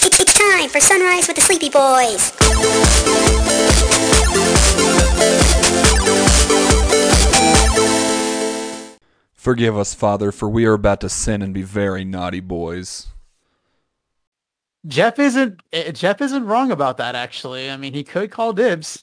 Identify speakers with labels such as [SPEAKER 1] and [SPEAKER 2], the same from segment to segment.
[SPEAKER 1] time for Sunrise with the Sleepy Boys.
[SPEAKER 2] Forgive us, Father, for we are about to sin and be very naughty boys.
[SPEAKER 3] Jeff isn't eh, Jeff isn't wrong about that actually. I mean, he could call dibs.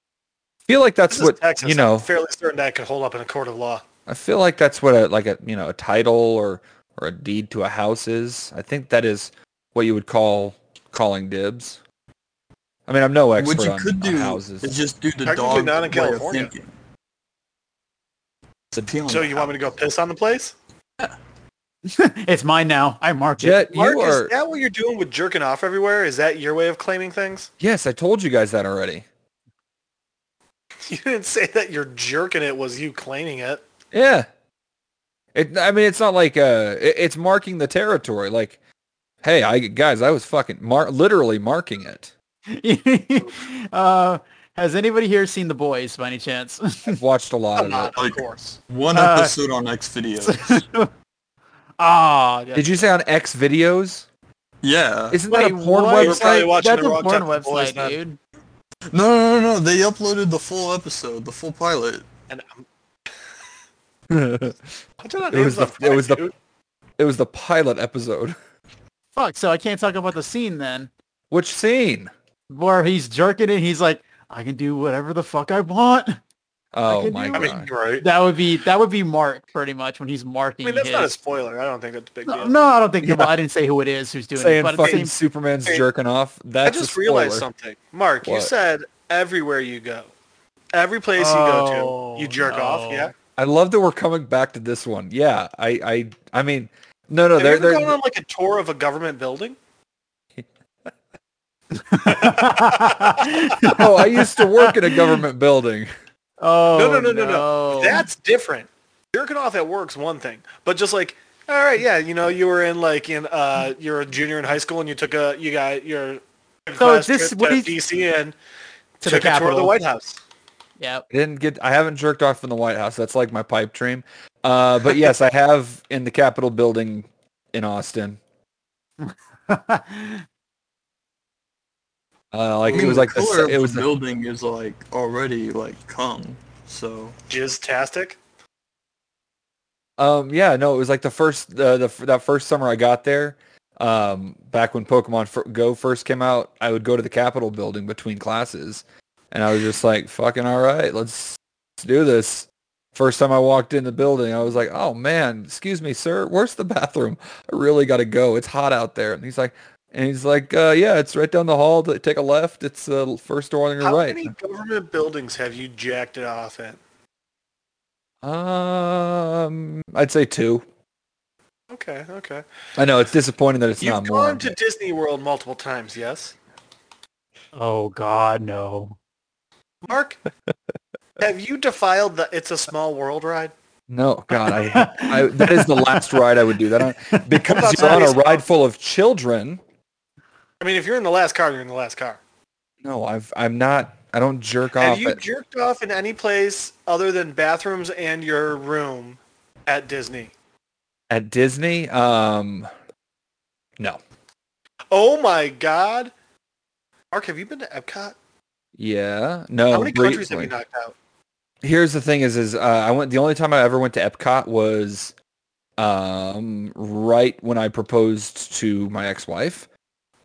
[SPEAKER 2] feel like that's
[SPEAKER 4] This is
[SPEAKER 2] what
[SPEAKER 4] Texas.
[SPEAKER 2] you know.
[SPEAKER 4] I'm fairly certain that could hold up in a court of law.
[SPEAKER 2] I feel like that's what a like a you know a title or or a deed to a house is. I think that is what you would call calling dibs. I mean, I'm no expert
[SPEAKER 5] What you
[SPEAKER 2] on,
[SPEAKER 5] could
[SPEAKER 2] on
[SPEAKER 5] do
[SPEAKER 2] houses.
[SPEAKER 5] is just do the
[SPEAKER 4] Technically
[SPEAKER 5] dog
[SPEAKER 4] not in
[SPEAKER 5] way of
[SPEAKER 4] California.
[SPEAKER 5] thinking. It's appealing.
[SPEAKER 4] So you want me to go piss on the place?
[SPEAKER 3] it's mine now. I marked it.
[SPEAKER 2] Jet,
[SPEAKER 4] Mark,
[SPEAKER 2] you are
[SPEAKER 4] is that what you're doing with jerking off everywhere? Is that your way of claiming things?
[SPEAKER 2] yes. I told you guys that already.
[SPEAKER 4] You didn't say that you're jerking it was you claiming it.
[SPEAKER 2] Yeah. It, I mean, it's not like uh, it, it's marking the territory. Like, hey, I guys, I was fucking mar- literally marking it.
[SPEAKER 3] uh, has anybody here seen The Boys by any chance?
[SPEAKER 2] I've watched a
[SPEAKER 4] I'm
[SPEAKER 2] lot of it.
[SPEAKER 4] not, of
[SPEAKER 5] Like-
[SPEAKER 4] course.
[SPEAKER 5] one
[SPEAKER 3] Uh,
[SPEAKER 5] episode on next video?
[SPEAKER 3] Ah, yeah.
[SPEAKER 2] Did you say on X videos?
[SPEAKER 5] Yeah.
[SPEAKER 2] Isn't
[SPEAKER 3] Wait,
[SPEAKER 2] that a porn
[SPEAKER 3] what?
[SPEAKER 4] We're
[SPEAKER 2] website?
[SPEAKER 4] probably watching
[SPEAKER 3] That's
[SPEAKER 4] the
[SPEAKER 3] a
[SPEAKER 4] wrong
[SPEAKER 3] porn
[SPEAKER 4] type of boys,
[SPEAKER 3] website,
[SPEAKER 4] man.
[SPEAKER 3] dude.
[SPEAKER 5] No, no, no, no. They uploaded the full episode, the full pilot.
[SPEAKER 4] And I'm,
[SPEAKER 2] it
[SPEAKER 4] I don't know
[SPEAKER 2] It was
[SPEAKER 4] names
[SPEAKER 2] the- it
[SPEAKER 4] on
[SPEAKER 2] was the-
[SPEAKER 4] dude.
[SPEAKER 2] was the pilot episode.
[SPEAKER 3] Fuck. So I can't talk about the scene then,
[SPEAKER 2] Which scene?
[SPEAKER 3] where he's jerking it. He's like, I can do whatever the fuck I want.
[SPEAKER 2] Oh
[SPEAKER 3] could
[SPEAKER 2] my
[SPEAKER 3] do
[SPEAKER 4] I
[SPEAKER 2] god!
[SPEAKER 3] it.
[SPEAKER 4] mean, you're right.
[SPEAKER 3] That would be that would be Mark pretty much when he's
[SPEAKER 4] I
[SPEAKER 3] marking.
[SPEAKER 4] mean, that's
[SPEAKER 3] his.
[SPEAKER 4] not a spoiler. I don't think that's a big
[SPEAKER 3] No,
[SPEAKER 4] deal.
[SPEAKER 3] no, I don't think.
[SPEAKER 2] Yeah.
[SPEAKER 3] Well, I didn't say who it is who's doing it,
[SPEAKER 2] Saying
[SPEAKER 3] but
[SPEAKER 2] fucking
[SPEAKER 3] it seems,
[SPEAKER 2] Superman's
[SPEAKER 4] Hey,
[SPEAKER 2] jerking off. That's
[SPEAKER 4] I
[SPEAKER 2] a
[SPEAKER 4] just realized
[SPEAKER 2] spoiler.
[SPEAKER 4] something. Mark, you
[SPEAKER 2] What?
[SPEAKER 4] said everywhere you go. Every place you go
[SPEAKER 3] Oh,
[SPEAKER 4] to, you jerk off,
[SPEAKER 3] no.
[SPEAKER 4] yeah?
[SPEAKER 2] I love that we're coming back to this one. Yeah, I, I, I mean, no,
[SPEAKER 4] Have
[SPEAKER 2] no,
[SPEAKER 4] you
[SPEAKER 2] they're,
[SPEAKER 4] ever
[SPEAKER 2] they're,
[SPEAKER 4] gone on like a tour of a government building?
[SPEAKER 2] oh, I used to work in a government building.
[SPEAKER 3] oh
[SPEAKER 4] No, no, no, no, no. That's different. Jerking off at work's one thing, but just like, all right, yeah, you know, you were in like in uh, you're a junior in high school and you took a you got your
[SPEAKER 3] So
[SPEAKER 4] class
[SPEAKER 3] is this-
[SPEAKER 4] trip
[SPEAKER 3] what
[SPEAKER 4] to
[SPEAKER 3] is-
[SPEAKER 4] DC and
[SPEAKER 3] to the
[SPEAKER 4] took a tour of
[SPEAKER 3] Capitol.
[SPEAKER 4] the White House.
[SPEAKER 3] yeah.
[SPEAKER 2] I didn't get. I haven't jerked off in the White House. That's like my pipe dream. Uh, but yes, I have in the Capitol building in Austin. Uh, like it
[SPEAKER 5] I mean,
[SPEAKER 2] was
[SPEAKER 5] the
[SPEAKER 2] like the,
[SPEAKER 5] color
[SPEAKER 2] se-
[SPEAKER 5] of
[SPEAKER 2] it was
[SPEAKER 5] the
[SPEAKER 2] the,
[SPEAKER 5] building is like already like cum. So
[SPEAKER 4] Jizz-tastic.
[SPEAKER 2] um yeah no it was like the first uh, the f- that first summer I got there um back when Pokemon F- Go first came out I would go to the Capitol building between classes and I was just like fucking all right let's let's do this. First time I walked in the building I was like oh man excuse me sir where's the bathroom I really gotta go it's hot out there and he's like and he's like uh, yeah it's right down the hall to take a left it's the first door on your
[SPEAKER 4] How
[SPEAKER 2] right.
[SPEAKER 4] many government buildings have you jacked it off in?
[SPEAKER 2] Um, I'd say two.
[SPEAKER 4] Okay, okay.
[SPEAKER 2] I know it's disappointing that it's
[SPEAKER 4] You've
[SPEAKER 2] not
[SPEAKER 4] gone
[SPEAKER 2] more.
[SPEAKER 4] to
[SPEAKER 2] but-
[SPEAKER 4] Disney World multiple times, yes?
[SPEAKER 3] Oh God, no.
[SPEAKER 4] Mark, have you defiled the It's a Small World ride?
[SPEAKER 2] No, God, I, I that is the last ride I would do that on because you're on a ride full of children.
[SPEAKER 4] I mean, if you're in the last car, you're in the last car.
[SPEAKER 2] No, I've I'm not. I don't jerk
[SPEAKER 4] Have
[SPEAKER 2] off.
[SPEAKER 4] you
[SPEAKER 2] at-
[SPEAKER 4] jerked off in any place other than bathrooms and your room at Disney?
[SPEAKER 2] at Disney. Um, no.
[SPEAKER 4] Oh my God. Mark, have you been to Epcot?
[SPEAKER 2] Yeah, no.
[SPEAKER 4] How many countries have
[SPEAKER 2] briefly.
[SPEAKER 4] you knocked out?
[SPEAKER 2] Here's the thing: is is uh, I went. The only time I ever went to Epcot was um right when I proposed to my ex-wife,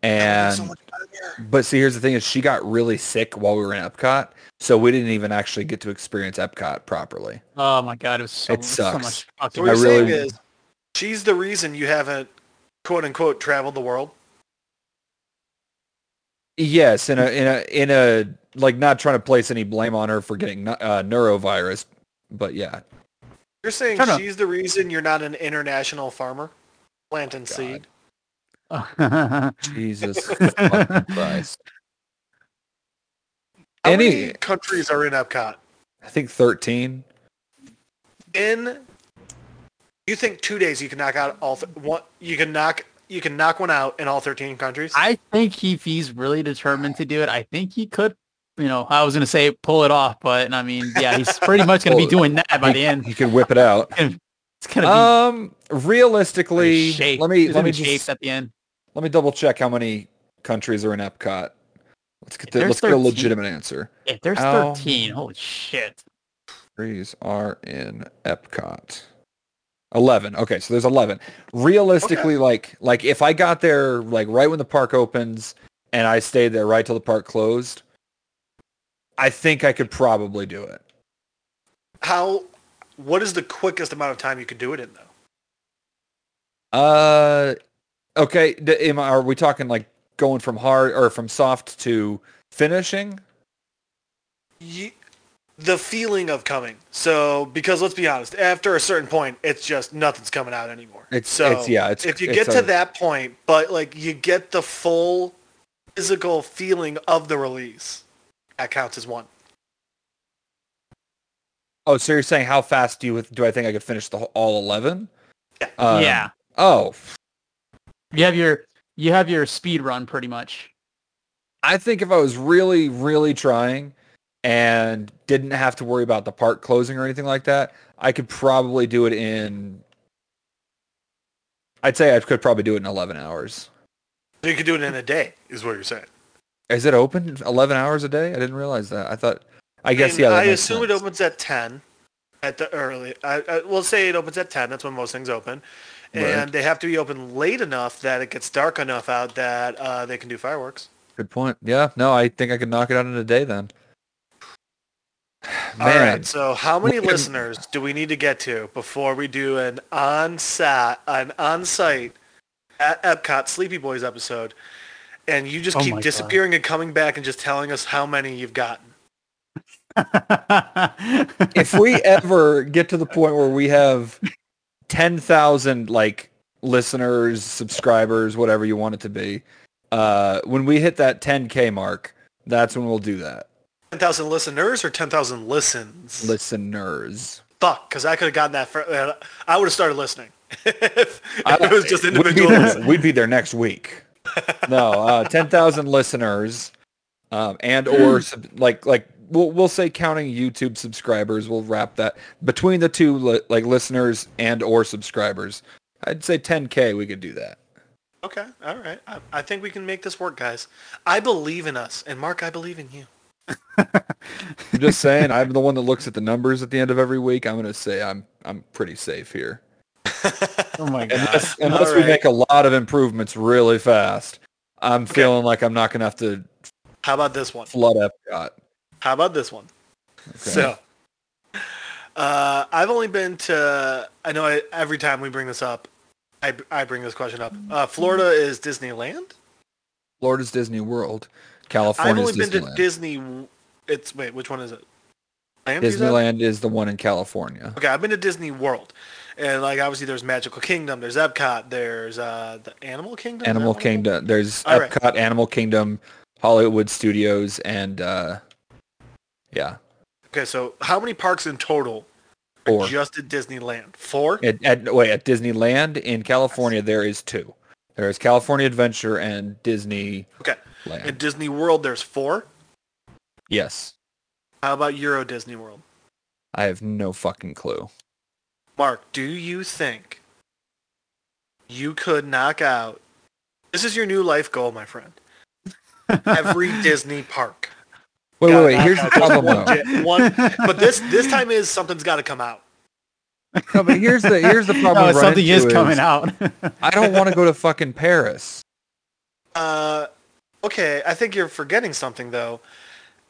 [SPEAKER 4] That
[SPEAKER 2] and
[SPEAKER 4] was so much better.
[SPEAKER 2] But see, here's the thing: is she got really sick while we were in Epcot, so we didn't even actually get to experience Epcot properly.
[SPEAKER 3] Oh my God, it was so,
[SPEAKER 2] It
[SPEAKER 3] so
[SPEAKER 2] sucks.
[SPEAKER 3] much
[SPEAKER 4] So
[SPEAKER 3] fucking.
[SPEAKER 4] what
[SPEAKER 2] I
[SPEAKER 4] you're
[SPEAKER 2] really-
[SPEAKER 4] saying is, she's the reason you haven't, quote unquote, traveled the world.
[SPEAKER 2] Yes, in a in a in a uh, like not trying to place any blame on her for getting nu- uh, neurovirus, but yeah,
[SPEAKER 4] You're saying
[SPEAKER 3] Shut up.
[SPEAKER 4] she's the reason you're not an international farmer, planting seed.
[SPEAKER 2] Jesus fucking Christ.
[SPEAKER 4] How
[SPEAKER 2] Any-
[SPEAKER 4] many countries are in Epcot?
[SPEAKER 2] I think thirteen.
[SPEAKER 4] In you think two days you can knock out all th- one? You can knock you can knock one out in all thirteen countries.
[SPEAKER 3] I think he, if he's really determined to do it, I think he could. You know, I was gonna say pull it off, but I mean, yeah, he's pretty much gonna be
[SPEAKER 2] Well,
[SPEAKER 3] doing that by the end.
[SPEAKER 2] You could whip it out.
[SPEAKER 3] It's gonna be
[SPEAKER 2] Um,
[SPEAKER 3] pretty
[SPEAKER 2] realistically,
[SPEAKER 3] shaped.
[SPEAKER 2] let me
[SPEAKER 3] He's
[SPEAKER 2] let
[SPEAKER 3] gonna
[SPEAKER 2] me
[SPEAKER 3] be shaped
[SPEAKER 2] just,
[SPEAKER 3] at the end.
[SPEAKER 2] let me double check how many countries are in Epcot? Let's get the,
[SPEAKER 3] There's
[SPEAKER 2] let's get a
[SPEAKER 3] 13.
[SPEAKER 2] legitimate answer.
[SPEAKER 3] If there's
[SPEAKER 2] Ow.
[SPEAKER 3] 13, holy shit.
[SPEAKER 2] Countries are in Epcot. Eleven. Okay, so there's eleven. Realistically, like like if I got there like right when the park opens and I stayed there right till the park closed, I think I could probably do it.
[SPEAKER 4] How? What is the quickest amount of time you could do it in though?
[SPEAKER 2] Uh, okay. d- am I- are we talking like going from hard or from soft to finishing?
[SPEAKER 4] You, the feeling of coming. So because let's be honest, after a certain point, it's just nothing's coming out anymore.
[SPEAKER 2] It's-
[SPEAKER 4] so
[SPEAKER 2] it's- yeah, it's-
[SPEAKER 4] if you
[SPEAKER 2] it's
[SPEAKER 4] get to
[SPEAKER 2] a-
[SPEAKER 4] that point, but like you get the full physical feeling of the release, that counts as one.
[SPEAKER 2] Oh, so you're saying how fast do you do I think I could finish the whole, all eleven?
[SPEAKER 4] Yeah.
[SPEAKER 2] Um,
[SPEAKER 3] yeah.
[SPEAKER 2] Oh,
[SPEAKER 3] You have your you have your speed run pretty much.
[SPEAKER 2] I think if I was really, really trying and didn't have to worry about the park closing or anything like that, I could probably do it in. I'd say I could probably do it in eleven hours.
[SPEAKER 4] So you could do it in a day, is what you're saying.
[SPEAKER 2] Is it open eleven hours a day? I didn't realize that. I thought. I guess
[SPEAKER 4] mean,
[SPEAKER 2] yeah. that
[SPEAKER 4] I
[SPEAKER 2] makes
[SPEAKER 4] assume it
[SPEAKER 2] sense.
[SPEAKER 4] opens at ten. At the early, I, I will say it opens at ten. That's when most things open, and
[SPEAKER 2] Right.
[SPEAKER 4] they have to be open late enough that it gets dark enough out that uh, they can do fireworks.
[SPEAKER 2] Good point. Yeah, no, I think I could knock it out in a day then. Man,
[SPEAKER 4] All right. So, how many
[SPEAKER 2] Look at-
[SPEAKER 4] listeners do we need to get to before we do an on-site, an on-site at Epcot Sleepy Boys episode? And you just
[SPEAKER 3] Oh my
[SPEAKER 4] keep
[SPEAKER 3] God.
[SPEAKER 4] disappearing and coming back and just telling us how many you've gotten.
[SPEAKER 2] if we ever get to the point where we have 10,000 like listeners, subscribers, whatever you want it to be, uh, when we hit that 10K mark, that's when we'll do that.
[SPEAKER 4] Ten thousand listeners or ten thousand listens?
[SPEAKER 2] Listeners.
[SPEAKER 4] Fuck, because I could have gotten that. Fir- uh, I would have started listening. if it was just
[SPEAKER 2] We'd be
[SPEAKER 4] individual.
[SPEAKER 2] there-
[SPEAKER 4] listens.
[SPEAKER 2] We'd be there next week. No, uh, 10,000 listeners um, and or sub- like like we'll, we'll say counting YouTube subscribers, we'll wrap that between the two li- like listeners and or subscribers. I'd say 10K we could do that.
[SPEAKER 4] Okay, all right. I, I think we can make this work, guys. I believe in us, and Mark, I believe in you.
[SPEAKER 2] I'm just saying I'm the one that looks at the numbers at the end of every week. I'm going to say I'm I'm pretty safe here.
[SPEAKER 3] oh my god.
[SPEAKER 2] Unless, unless we
[SPEAKER 4] Alright.
[SPEAKER 2] make a lot of improvements really fast. I'm feeling like I'm not going to have to
[SPEAKER 4] How about this one?
[SPEAKER 2] flood Epcot.
[SPEAKER 4] How about this one?
[SPEAKER 2] Okay.
[SPEAKER 4] So, uh, I've only been to. I know I, every time we bring this up, I, I bring this question up. Uh, Florida is Disneyland.
[SPEAKER 2] Florida's Disney World,
[SPEAKER 4] I've
[SPEAKER 2] California's
[SPEAKER 4] only been to
[SPEAKER 2] Disneyland.
[SPEAKER 4] Disney. It's wait, which one is it? Land, you said?
[SPEAKER 2] Disneyland is the one in California.
[SPEAKER 4] Okay, I've been to Disney World, and like obviously there's Magical Kingdom, there's Epcot, there's uh the Animal Kingdom. is that
[SPEAKER 2] Animal
[SPEAKER 4] one of them?
[SPEAKER 2] Kingdom. There's
[SPEAKER 4] All right.
[SPEAKER 2] Epcot, Animal Kingdom, Hollywood Studios, and uh, yeah,
[SPEAKER 4] Okay, so how many parks in total? are
[SPEAKER 2] Four.
[SPEAKER 4] Just at Disneyland, four.
[SPEAKER 2] At, at wait at Disneyland in California there is two. There is California Adventure and Disneyland.
[SPEAKER 4] Okay, at Disney World there's four.
[SPEAKER 2] Yes,
[SPEAKER 4] How about Euro Disney World?
[SPEAKER 2] I have no fucking clue.
[SPEAKER 4] Mark, do you think you could knock out? This is your new life goal, my friend. Every Disney park.
[SPEAKER 2] Wait,
[SPEAKER 4] Gotta
[SPEAKER 2] wait, wait.
[SPEAKER 4] knock
[SPEAKER 2] Here's the
[SPEAKER 4] out just
[SPEAKER 2] problem.
[SPEAKER 4] One,
[SPEAKER 2] though.
[SPEAKER 4] jet- one, but this this time is something's got to come out.
[SPEAKER 2] No, but here's the here's the problem.
[SPEAKER 3] No,
[SPEAKER 2] we run
[SPEAKER 3] something is
[SPEAKER 2] into
[SPEAKER 3] coming out.
[SPEAKER 2] I don't want to go to fucking Paris.
[SPEAKER 4] Uh, okay, I think you're forgetting something though.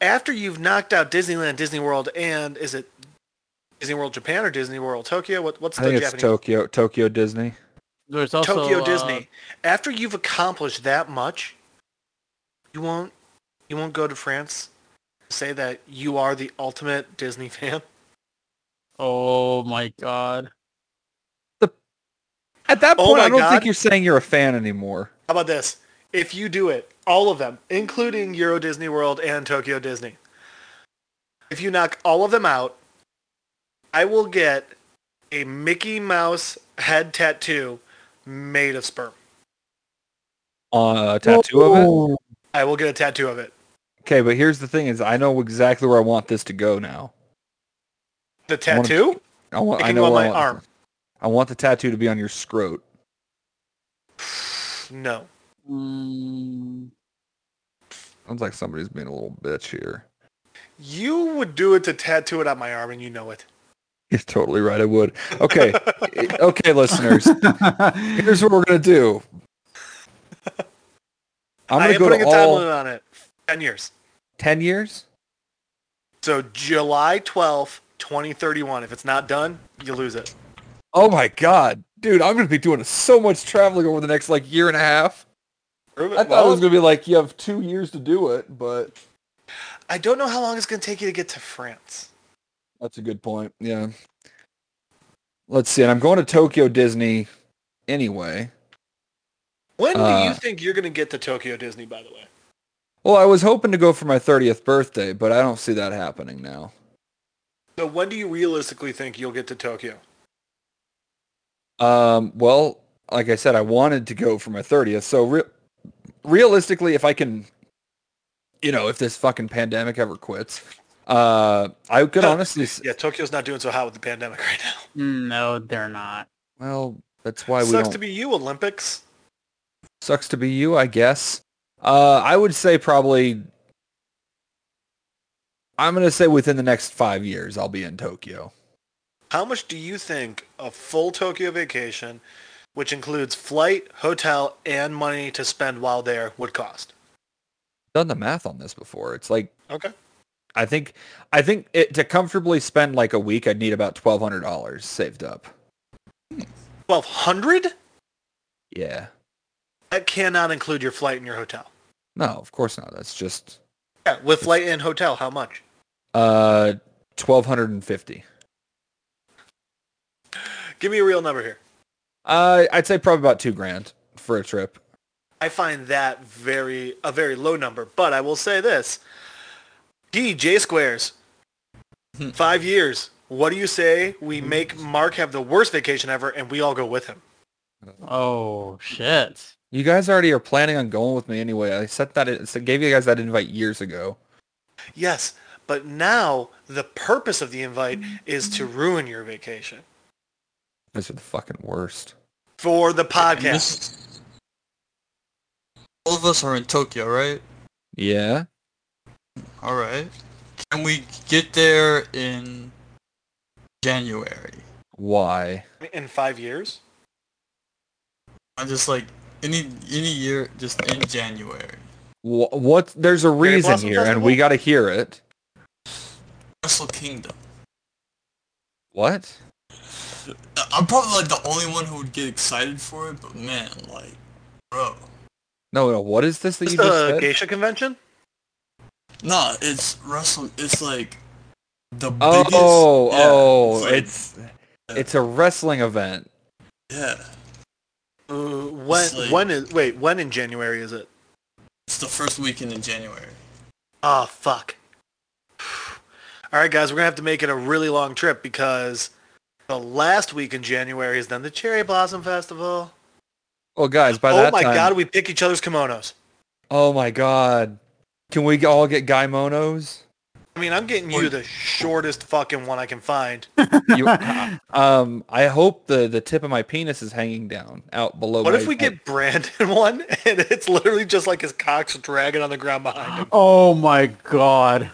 [SPEAKER 4] After you've knocked out Disneyland, Disney World, and is it Disney World Japan or Disney World Tokyo? What, what's
[SPEAKER 2] I
[SPEAKER 4] the
[SPEAKER 2] think it's
[SPEAKER 4] Japanese?
[SPEAKER 2] Tokyo, Tokyo Disney.
[SPEAKER 3] There's also
[SPEAKER 4] Tokyo
[SPEAKER 3] uh,
[SPEAKER 4] Disney. After you've accomplished that much, you won't you won't go to France. Say that you are the ultimate Disney fan.
[SPEAKER 3] Oh my god.
[SPEAKER 2] At that
[SPEAKER 4] Oh
[SPEAKER 2] point, I
[SPEAKER 4] my
[SPEAKER 2] don't think
[SPEAKER 4] God.
[SPEAKER 2] you're saying you're a fan anymore.
[SPEAKER 4] How about this? If you do it, all of them, including Euro Disney World and Tokyo Disney, if you knock all of them out, I will get a Mickey Mouse head tattoo made of sperm.
[SPEAKER 2] Uh, a tattoo of it.
[SPEAKER 4] I will get a tattoo of it.
[SPEAKER 2] Okay, but here's the thing: is I know exactly where I want this to go now.
[SPEAKER 4] The
[SPEAKER 2] I wanna-
[SPEAKER 4] tattoo?
[SPEAKER 2] I want.
[SPEAKER 4] It
[SPEAKER 2] I
[SPEAKER 4] can
[SPEAKER 2] know
[SPEAKER 4] go on
[SPEAKER 2] where I
[SPEAKER 4] my
[SPEAKER 2] want this-
[SPEAKER 4] arm.
[SPEAKER 2] I want the tattoo to be on your scrot.
[SPEAKER 4] No.
[SPEAKER 3] Mm,
[SPEAKER 2] Sounds like somebody's being a little bitch here.
[SPEAKER 4] You would do it to tattoo it on my arm, and you know it.
[SPEAKER 2] You're totally right. I would. Okay. okay, listeners. Here's what we're gonna do. I'm
[SPEAKER 4] I
[SPEAKER 2] gonna
[SPEAKER 4] am
[SPEAKER 2] go
[SPEAKER 4] putting
[SPEAKER 2] to
[SPEAKER 4] a time
[SPEAKER 2] all
[SPEAKER 4] limit on it. Ten years.
[SPEAKER 2] ten years.
[SPEAKER 4] So July twelfth, twenty thirty one. If it's not done, you lose it.
[SPEAKER 2] Oh my god, dude! I'm gonna be doing so much traveling over the next like year and a half. I thought it was gonna be like you have two years to do it, but
[SPEAKER 4] I don't know how long it's going to take you to get to France.
[SPEAKER 2] that's a good point. Yeah. Let's see. And I'm going to Tokyo Disney anyway.
[SPEAKER 4] When do
[SPEAKER 2] Uh,
[SPEAKER 4] you think you're going to get to Tokyo Disney? By the way,
[SPEAKER 2] Well, I was hoping to go for my 30th birthday, but I don't see that happening now.
[SPEAKER 4] so when do you realistically think you'll get to Tokyo?
[SPEAKER 2] Um, well, like I said, I wanted to go for my 30th. So re- realistically, if I can, you know, if this fucking pandemic ever quits, uh, I could honestly, s-
[SPEAKER 4] Yeah, Tokyo's not doing so hot with the pandemic right now.
[SPEAKER 3] no, they're not.
[SPEAKER 2] well, that's why we
[SPEAKER 4] Sucks
[SPEAKER 2] don't,
[SPEAKER 4] to be you, Olympics.
[SPEAKER 2] sucks to be you, I guess. Uh, I would say probably, I'm going to say within the next five years, I'll be in Tokyo.
[SPEAKER 4] How much do you think a full Tokyo vacation, which includes flight, hotel, and money to spend while there, would cost?
[SPEAKER 2] Done the math on this before. It's like,
[SPEAKER 4] Okay.
[SPEAKER 2] I think, I think it, to comfortably spend like a week, I'd need about $1,200 saved up.
[SPEAKER 4] Twelve hundred?
[SPEAKER 2] Yeah.
[SPEAKER 4] That cannot include your flight and your hotel.
[SPEAKER 2] No, of course not. That's just
[SPEAKER 4] Yeah, with flight and hotel, how much?
[SPEAKER 2] uh twelve hundred and fifty.
[SPEAKER 4] Give me a real number here.
[SPEAKER 2] Uh, I'd say probably about two grand for a trip.
[SPEAKER 4] I find that very a very low number, but I will say this. DJ squares. Five years. What do you say we make Mark have the worst vacation ever and we all go with him?
[SPEAKER 3] Oh shit.
[SPEAKER 2] You guys already are planning on going with me anyway. I set that. I gave you guys that invite years ago.
[SPEAKER 4] Yes, but now the purpose of the invite is to ruin your vacation
[SPEAKER 2] Those are the fucking worst.
[SPEAKER 4] for the
[SPEAKER 5] And
[SPEAKER 4] podcast.
[SPEAKER 5] this- all of us are in Tokyo, right?
[SPEAKER 2] Yeah.
[SPEAKER 5] All right. Can we get there in January?
[SPEAKER 2] Why?
[SPEAKER 4] In five years?
[SPEAKER 5] I'm just like any any year, just in January.
[SPEAKER 2] Wh- What? There's a reason
[SPEAKER 4] Blossom
[SPEAKER 2] here, and we
[SPEAKER 4] Festival.
[SPEAKER 2] got to hear it.
[SPEAKER 5] Wrestle Kingdom.
[SPEAKER 2] What?
[SPEAKER 5] I'm probably like the only one who would get excited for it, but man, like, bro,
[SPEAKER 2] No, no. What is this uh, that
[SPEAKER 4] Is
[SPEAKER 2] you
[SPEAKER 4] this
[SPEAKER 2] just
[SPEAKER 4] the
[SPEAKER 2] said?
[SPEAKER 4] geisha convention?
[SPEAKER 5] nah, it's Wrestle. It's like the
[SPEAKER 2] Oh,
[SPEAKER 5] biggest.
[SPEAKER 2] oh,
[SPEAKER 5] yeah,
[SPEAKER 2] oh!
[SPEAKER 5] like-
[SPEAKER 2] It's it's a wrestling event.
[SPEAKER 5] yeah.
[SPEAKER 4] Uh, when
[SPEAKER 5] It's like-
[SPEAKER 4] when is wait, when in January is it?
[SPEAKER 5] It's the first weekend in January.
[SPEAKER 4] Oh fuck. All right, guys, we're gonna have to make it a really long trip because the last week in January is then the Cherry Blossom Festival.
[SPEAKER 2] Well, guys, by
[SPEAKER 4] oh
[SPEAKER 2] that
[SPEAKER 4] my
[SPEAKER 2] time,
[SPEAKER 4] god, we pick each other's kimonos.
[SPEAKER 2] Oh my god. Can we all get guy monos?
[SPEAKER 4] I mean, I'm getting you the shortest fucking one I can find.
[SPEAKER 2] You, um, I hope the, the tip of my penis is hanging down out below.
[SPEAKER 4] What if
[SPEAKER 2] my-
[SPEAKER 4] we get Brandon one and it's literally just like his cock's dragging on the ground behind him?
[SPEAKER 3] Oh my god.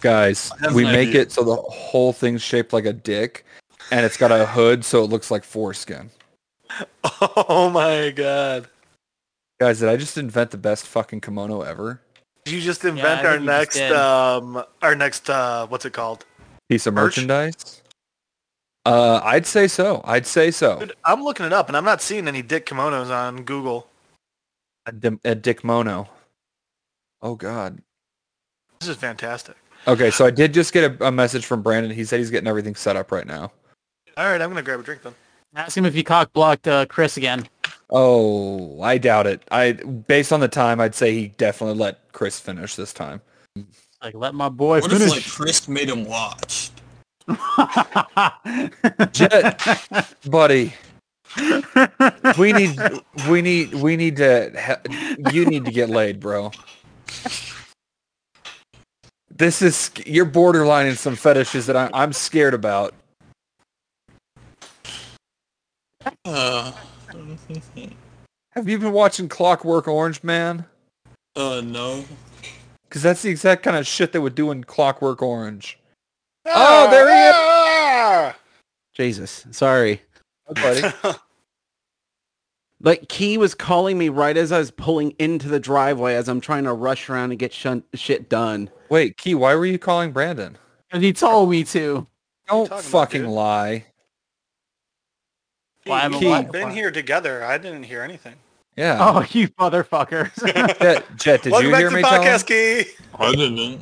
[SPEAKER 2] guys?
[SPEAKER 5] have
[SPEAKER 2] We
[SPEAKER 5] an
[SPEAKER 2] make
[SPEAKER 5] idea.
[SPEAKER 2] it so the whole thing's shaped like a dick, and it's got a hood so it looks like foreskin.
[SPEAKER 4] Oh my god.
[SPEAKER 2] Guys, did I just invent the best fucking kimono ever?
[SPEAKER 4] You just
[SPEAKER 3] I
[SPEAKER 4] invent
[SPEAKER 3] think
[SPEAKER 4] our
[SPEAKER 3] you just
[SPEAKER 4] next
[SPEAKER 3] did.
[SPEAKER 4] um our next uh what's it called?
[SPEAKER 2] Piece of
[SPEAKER 4] Merch?
[SPEAKER 2] merchandise? Uh, I'd say so. I'd say so.
[SPEAKER 4] Dude, I'm looking it up and I'm not seeing any dick kimonos on Google.
[SPEAKER 2] A, dim- a dick mono. Oh god.
[SPEAKER 4] This is fantastic.
[SPEAKER 2] Okay, so I did just get a, a message from Brandon. He said he's getting everything set up right now.
[SPEAKER 4] All right, I'm gonna grab a drink then.
[SPEAKER 3] Ask him if he cock blocked uh, Chris again.
[SPEAKER 2] Oh, I doubt it. I based on the time, I'd say he definitely let Chris finish this time.
[SPEAKER 3] Like let my boy
[SPEAKER 5] What if like
[SPEAKER 3] finish.
[SPEAKER 5] Chris made him watch?
[SPEAKER 2] Jet, buddy, we need, we need, we need to. He- you need to get laid, bro. This is you're borderline in some fetishes that I, I'm scared about.
[SPEAKER 5] Uh, Uh,
[SPEAKER 2] Have you been watching Clockwork Orange, man?
[SPEAKER 5] Uh, no.
[SPEAKER 2] Because that's the exact kind of shit they would do in Clockwork Orange. Oh, there he is.
[SPEAKER 6] Jesus, sorry.
[SPEAKER 2] Hi, buddy.
[SPEAKER 6] Like Key was calling me right as I was pulling into the driveway as I'm trying to rush around and get shun- shit done.
[SPEAKER 2] Wait, Key, why were you calling Brandon?
[SPEAKER 3] And he told me to.
[SPEAKER 4] talking
[SPEAKER 2] Don't
[SPEAKER 4] about,
[SPEAKER 2] fucking
[SPEAKER 4] dude?
[SPEAKER 2] lie.
[SPEAKER 3] Why am I
[SPEAKER 4] We've
[SPEAKER 3] alive?
[SPEAKER 4] been here together. I didn't hear anything.
[SPEAKER 2] Yeah.
[SPEAKER 3] Oh, you motherfuckers.
[SPEAKER 2] Jet, Jet, did
[SPEAKER 4] Welcome
[SPEAKER 2] you
[SPEAKER 4] back
[SPEAKER 2] hear
[SPEAKER 4] to
[SPEAKER 2] me
[SPEAKER 4] the
[SPEAKER 2] tell him?
[SPEAKER 4] podcast, Key.
[SPEAKER 5] I didn't.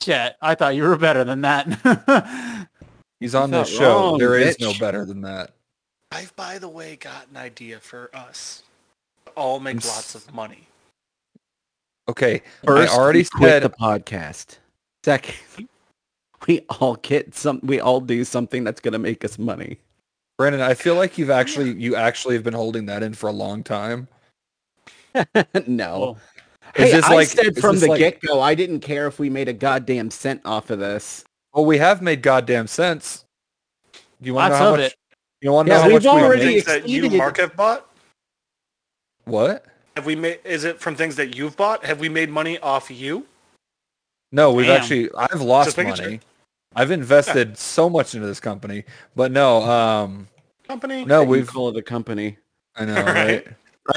[SPEAKER 3] Chet, I thought you were better than that.
[SPEAKER 2] He's on this
[SPEAKER 6] He's not
[SPEAKER 2] show.
[SPEAKER 6] wrong,
[SPEAKER 2] There is
[SPEAKER 6] bitch.
[SPEAKER 2] no better than that.
[SPEAKER 4] I've, by the way, got an idea for us. All make
[SPEAKER 2] I'm s-
[SPEAKER 4] lots of money.
[SPEAKER 2] Okay.
[SPEAKER 6] First,
[SPEAKER 2] I already
[SPEAKER 6] we quit
[SPEAKER 2] said
[SPEAKER 6] the podcast. Second, we all get some. We all do something that's gonna make us money.
[SPEAKER 2] Brandon, I feel like you've actually you actually have been holding that in for a long time.
[SPEAKER 6] no,
[SPEAKER 3] Well,
[SPEAKER 2] Is
[SPEAKER 6] hey,
[SPEAKER 2] this
[SPEAKER 6] I
[SPEAKER 2] like-
[SPEAKER 6] said
[SPEAKER 2] is
[SPEAKER 6] from
[SPEAKER 2] this
[SPEAKER 6] the
[SPEAKER 2] like-
[SPEAKER 6] get go, I didn't care if we made a goddamn cent off of this.
[SPEAKER 2] Well, we have made goddamn sense. Do you want to
[SPEAKER 3] Lots
[SPEAKER 2] know how
[SPEAKER 3] of
[SPEAKER 2] much?
[SPEAKER 3] it.
[SPEAKER 2] You want to
[SPEAKER 6] Yeah,
[SPEAKER 2] know how
[SPEAKER 6] we've
[SPEAKER 2] much we
[SPEAKER 6] already-
[SPEAKER 2] made?
[SPEAKER 4] Things that you,
[SPEAKER 6] exceeded it.
[SPEAKER 4] Mark, have bought?
[SPEAKER 2] What?
[SPEAKER 4] Have we made? Is it from things that you've bought? Have we made money off you?
[SPEAKER 2] No, we've
[SPEAKER 3] Damn.
[SPEAKER 2] actually I've lost
[SPEAKER 4] Just making sure.
[SPEAKER 2] money. I've invested so much into this company, but no, um,
[SPEAKER 4] Company.
[SPEAKER 2] no,
[SPEAKER 6] You
[SPEAKER 2] we've
[SPEAKER 6] call it a company.
[SPEAKER 2] I know,
[SPEAKER 4] Right.
[SPEAKER 2] right?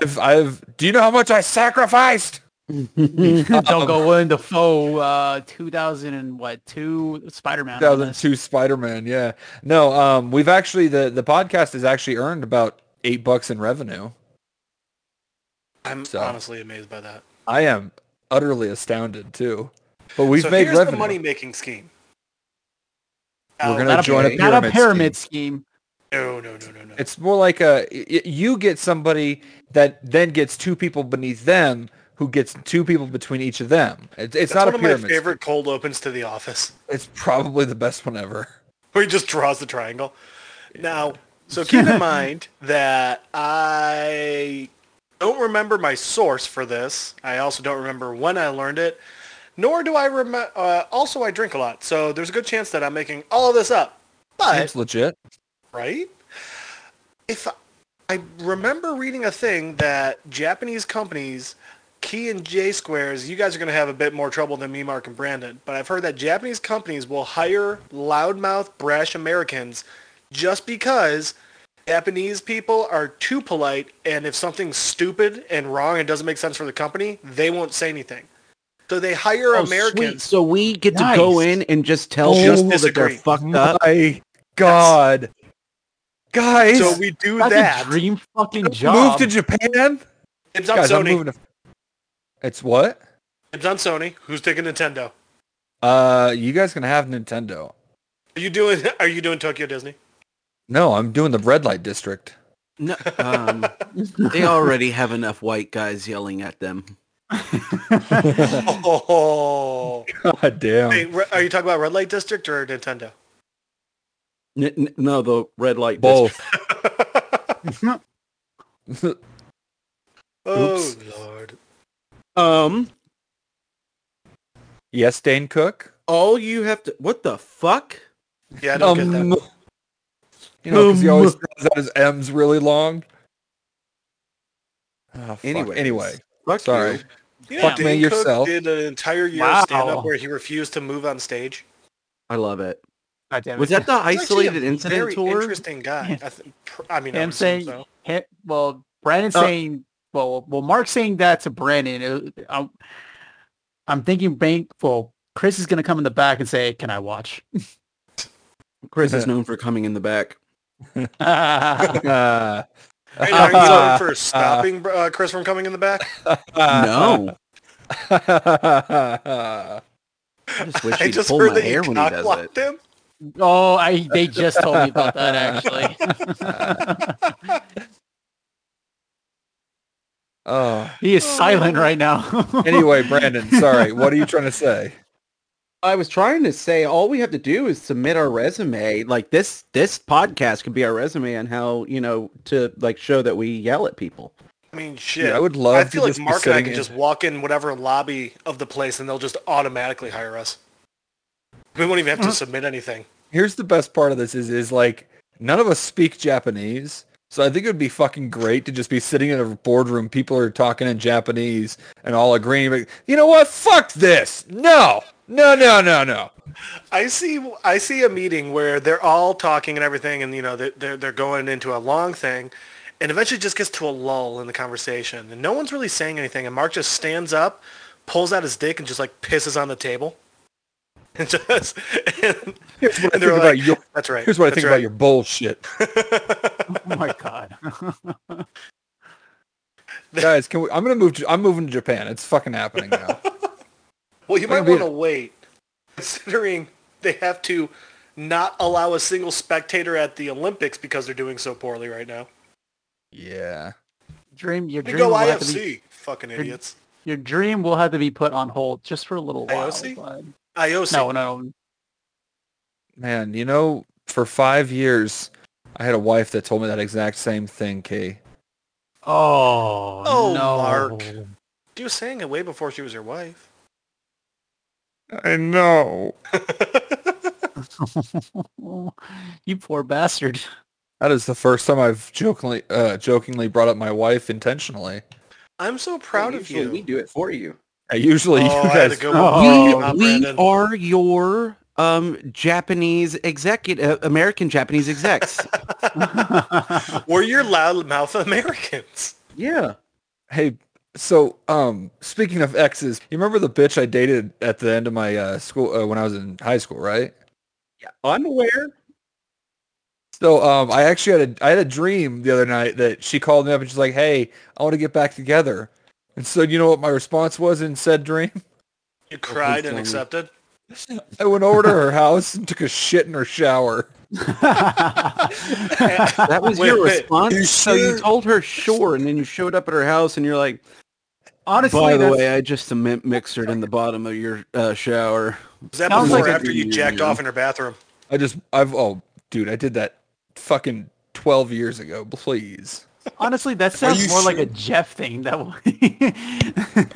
[SPEAKER 2] I've I've. Do you know how much I sacrificed?
[SPEAKER 3] Don't go Willem Dafoe, uh, 2000 and what, two Spider-Man. on this.
[SPEAKER 2] 2002 Spider-Man. Yeah. No, um, we've actually the the podcast has actually earned about eight bucks in revenue.
[SPEAKER 4] I'm
[SPEAKER 2] So.
[SPEAKER 4] honestly amazed by that.
[SPEAKER 2] I am utterly astounded too. But we've
[SPEAKER 4] so
[SPEAKER 2] made
[SPEAKER 4] here's
[SPEAKER 2] revenue.
[SPEAKER 4] the money making scheme.
[SPEAKER 2] We're
[SPEAKER 4] Oh,
[SPEAKER 2] gonna
[SPEAKER 3] Not a,
[SPEAKER 2] join a
[SPEAKER 3] not a
[SPEAKER 2] pyramid
[SPEAKER 3] pyramid scheme.
[SPEAKER 4] No, no, no, no, no.
[SPEAKER 2] It's more like a y- you get somebody that then gets two people beneath them who gets two people between each of them. It's,
[SPEAKER 4] That's
[SPEAKER 2] it's not
[SPEAKER 4] one
[SPEAKER 2] a
[SPEAKER 4] of my
[SPEAKER 2] pyramid. scheme.
[SPEAKER 4] favorite cold opens to The Office,
[SPEAKER 2] It's probably the best one ever.
[SPEAKER 4] where he just draws the triangle. Now, so keep in mind that I don't remember my source for this. I also don't remember when I learned it, nor do I remember. Uh, also, I drink a lot, so there's a good chance that I'm making all of this up. But
[SPEAKER 2] Seems legit.
[SPEAKER 4] right? If I remember reading a thing that Japanese companies, Key and J squares, you guys are going to have a bit more trouble than me, Mark, and Brandon, but I've heard that Japanese companies will hire loudmouth, brash Americans just because Japanese people are too polite, and if something's stupid and wrong and doesn't make sense for the company, they won't say anything. So they hire
[SPEAKER 6] Oh, sweet.
[SPEAKER 4] Americans.
[SPEAKER 6] So we get to go
[SPEAKER 3] Nice.
[SPEAKER 6] in and just tell
[SPEAKER 4] Just
[SPEAKER 6] people that they're
[SPEAKER 4] disagree.
[SPEAKER 6] fucked up.
[SPEAKER 2] My God, guys,
[SPEAKER 4] So we do
[SPEAKER 3] That's
[SPEAKER 4] that.
[SPEAKER 3] a dream fucking
[SPEAKER 2] move
[SPEAKER 3] job.
[SPEAKER 2] to Japan.
[SPEAKER 4] It's on
[SPEAKER 2] Guys, I'm
[SPEAKER 4] Sony.
[SPEAKER 2] moving to. It's what?
[SPEAKER 4] It's on Sony. Who's taking Nintendo?
[SPEAKER 2] Uh, you guys can have Nintendo.
[SPEAKER 4] Are you doing? Are you doing Tokyo Disney?
[SPEAKER 2] No, I'm doing the red light district.
[SPEAKER 6] No, um, they already have enough white guys yelling at them.
[SPEAKER 4] Oh.
[SPEAKER 2] God damn.
[SPEAKER 4] Hey, re- are you talking about Red Light District or Nintendo?
[SPEAKER 6] N- n- no, the red light.
[SPEAKER 2] Both.
[SPEAKER 4] Oh
[SPEAKER 6] Oops.
[SPEAKER 4] lord.
[SPEAKER 6] district. Um,
[SPEAKER 2] yes, Dane Cook.
[SPEAKER 6] all you have to. What the fuck?
[SPEAKER 4] Yeah, I
[SPEAKER 2] Um,
[SPEAKER 4] don't get that.
[SPEAKER 2] You know, because he
[SPEAKER 6] Um.
[SPEAKER 2] always draws out his M's really long. Oh, fuck.
[SPEAKER 6] Anyways.
[SPEAKER 2] Anyway,
[SPEAKER 6] Fuck
[SPEAKER 2] sorry.
[SPEAKER 6] you.
[SPEAKER 4] You know,
[SPEAKER 2] fuck me
[SPEAKER 4] Dane Cook
[SPEAKER 2] yourself.
[SPEAKER 4] did an entire year
[SPEAKER 3] Wow.
[SPEAKER 4] of stand-up where he refused to move on stage.
[SPEAKER 6] I love it.
[SPEAKER 3] God damn it.
[SPEAKER 6] Was that the
[SPEAKER 4] He's actually
[SPEAKER 6] isolated
[SPEAKER 4] a
[SPEAKER 6] incident
[SPEAKER 4] very
[SPEAKER 6] tour?
[SPEAKER 4] Interesting guy. I, th- pr- I mean, I
[SPEAKER 3] him
[SPEAKER 4] would assume
[SPEAKER 3] saying,
[SPEAKER 4] so.
[SPEAKER 3] him- well, Brandon
[SPEAKER 6] Uh,
[SPEAKER 3] saying, well, well, Mark saying that to Brandon. it- I'm, I'm thinking, bank. Well, Chris is gonna come in the back and say, "Can I watch?"
[SPEAKER 6] Chris is known for coming in the back.
[SPEAKER 3] no,
[SPEAKER 2] Uh,
[SPEAKER 4] Hey, are you sorry for stopping uh, Chris from coming in the back? Uh,
[SPEAKER 2] uh,
[SPEAKER 6] no, I just wish
[SPEAKER 4] I
[SPEAKER 6] he'd
[SPEAKER 4] just
[SPEAKER 6] pull
[SPEAKER 4] heard
[SPEAKER 6] my
[SPEAKER 4] that you
[SPEAKER 6] hair when he does it.
[SPEAKER 4] cockblocked him.
[SPEAKER 3] oh, I they just told me about that actually.
[SPEAKER 2] oh.
[SPEAKER 3] he is silent right now. Oh
[SPEAKER 2] Anyway, Brandon, sorry. What are you trying to say?
[SPEAKER 6] I was trying to say all we have to do is submit our resume. Like this, this podcast could be our resume on how you know to like show that we yell at people.
[SPEAKER 4] I mean, shit.
[SPEAKER 2] Dude, I would love
[SPEAKER 4] I
[SPEAKER 2] to
[SPEAKER 4] feel like
[SPEAKER 2] just be
[SPEAKER 4] Mark and I
[SPEAKER 2] sitting
[SPEAKER 4] can
[SPEAKER 2] in-
[SPEAKER 4] just walk in whatever lobby of the place and they'll just automatically hire us. We won't even have to submit anything.
[SPEAKER 2] here's the best part of this is is like none of us speak Japanese, So I think it would be fucking great to just be sitting in a boardroom. People are talking in Japanese and all agreeing. Like, you know what? Fuck this. No, no, no, no, no.
[SPEAKER 4] I see. I see a meeting where they're all talking and everything, and you know they're they're, they're going into a long thing, and eventually it just gets to a lull in the conversation, and no one's really saying anything, and Mark just stands up, pulls out his dick, and just like pisses on the table, and just and,
[SPEAKER 2] Here's what I
[SPEAKER 4] and they're
[SPEAKER 2] think
[SPEAKER 4] like,
[SPEAKER 2] about your.
[SPEAKER 4] that's right.
[SPEAKER 2] Here's what I
[SPEAKER 4] that's
[SPEAKER 2] think
[SPEAKER 4] right.
[SPEAKER 2] about your bullshit,
[SPEAKER 3] Oh my god.
[SPEAKER 2] guys. Can we? I'm gonna move. To, I'm moving to Japan. It's fucking happening now.
[SPEAKER 4] Well, you
[SPEAKER 2] We're
[SPEAKER 4] might
[SPEAKER 2] gonna be-
[SPEAKER 4] want to wait, considering they have to not allow a single spectator at the Olympics because they're doing so poorly right now.
[SPEAKER 2] yeah.
[SPEAKER 3] Dream your
[SPEAKER 4] They
[SPEAKER 3] dream
[SPEAKER 4] go
[SPEAKER 3] will have to
[SPEAKER 4] IFC,
[SPEAKER 3] be,
[SPEAKER 4] fucking idiots.
[SPEAKER 3] your dream will have to be put on hold just for a little while.
[SPEAKER 4] IOC?
[SPEAKER 3] bud.
[SPEAKER 4] IOC.
[SPEAKER 3] No, no, no.
[SPEAKER 2] Man, you know, for five years, I had a wife that told me that exact same thing, Kay.
[SPEAKER 3] Oh,
[SPEAKER 4] Oh,
[SPEAKER 3] no.
[SPEAKER 4] Mark. She was saying it way before she was your wife.
[SPEAKER 2] I know.
[SPEAKER 3] Oh, you poor bastard.
[SPEAKER 2] That is the first time I've jokingly, uh, jokingly brought up my wife intentionally.
[SPEAKER 4] I'm so proud of
[SPEAKER 6] Usually
[SPEAKER 4] you.
[SPEAKER 6] We do it for you.
[SPEAKER 2] I usually,
[SPEAKER 4] oh,
[SPEAKER 2] you
[SPEAKER 4] I had
[SPEAKER 2] guys,
[SPEAKER 4] to go.
[SPEAKER 3] Oh,
[SPEAKER 4] Come on,
[SPEAKER 6] we we
[SPEAKER 4] Brandon.
[SPEAKER 6] are your um Japanese executive, American Japanese execs.
[SPEAKER 4] We're your loudmouth Americans.
[SPEAKER 6] yeah.
[SPEAKER 2] hey, so, um, speaking of exes, you remember the bitch I dated at the end of my uh, school uh, when I was in high school, right?
[SPEAKER 6] yeah. Unaware.
[SPEAKER 2] So um, I actually had a I had a dream the other night that she called me up and she's like, "Hey, I want to get back together." And so you know what my response was in said dream?
[SPEAKER 4] You cried and
[SPEAKER 6] tell me.
[SPEAKER 4] accepted.
[SPEAKER 2] I went over to her house and took a shit in her shower.
[SPEAKER 6] That was
[SPEAKER 4] Wait,
[SPEAKER 6] your
[SPEAKER 4] wait.
[SPEAKER 6] response.
[SPEAKER 5] You
[SPEAKER 6] So you
[SPEAKER 5] sure?
[SPEAKER 6] told her sure, and then you showed up at her house, and you're like,
[SPEAKER 3] Honestly,
[SPEAKER 6] "By the
[SPEAKER 3] that's-
[SPEAKER 6] way, I just cement mixered in the bottom of your uh, shower."
[SPEAKER 4] Was that
[SPEAKER 3] Sounds
[SPEAKER 4] before
[SPEAKER 3] like
[SPEAKER 4] or
[SPEAKER 3] a-
[SPEAKER 4] after you jacked off in her bathroom?
[SPEAKER 2] I just I've oh dude, I did that fucking twelve years ago. Please,
[SPEAKER 3] honestly, that sounds
[SPEAKER 5] you
[SPEAKER 3] more like
[SPEAKER 5] sure?
[SPEAKER 3] a Jeff thing. That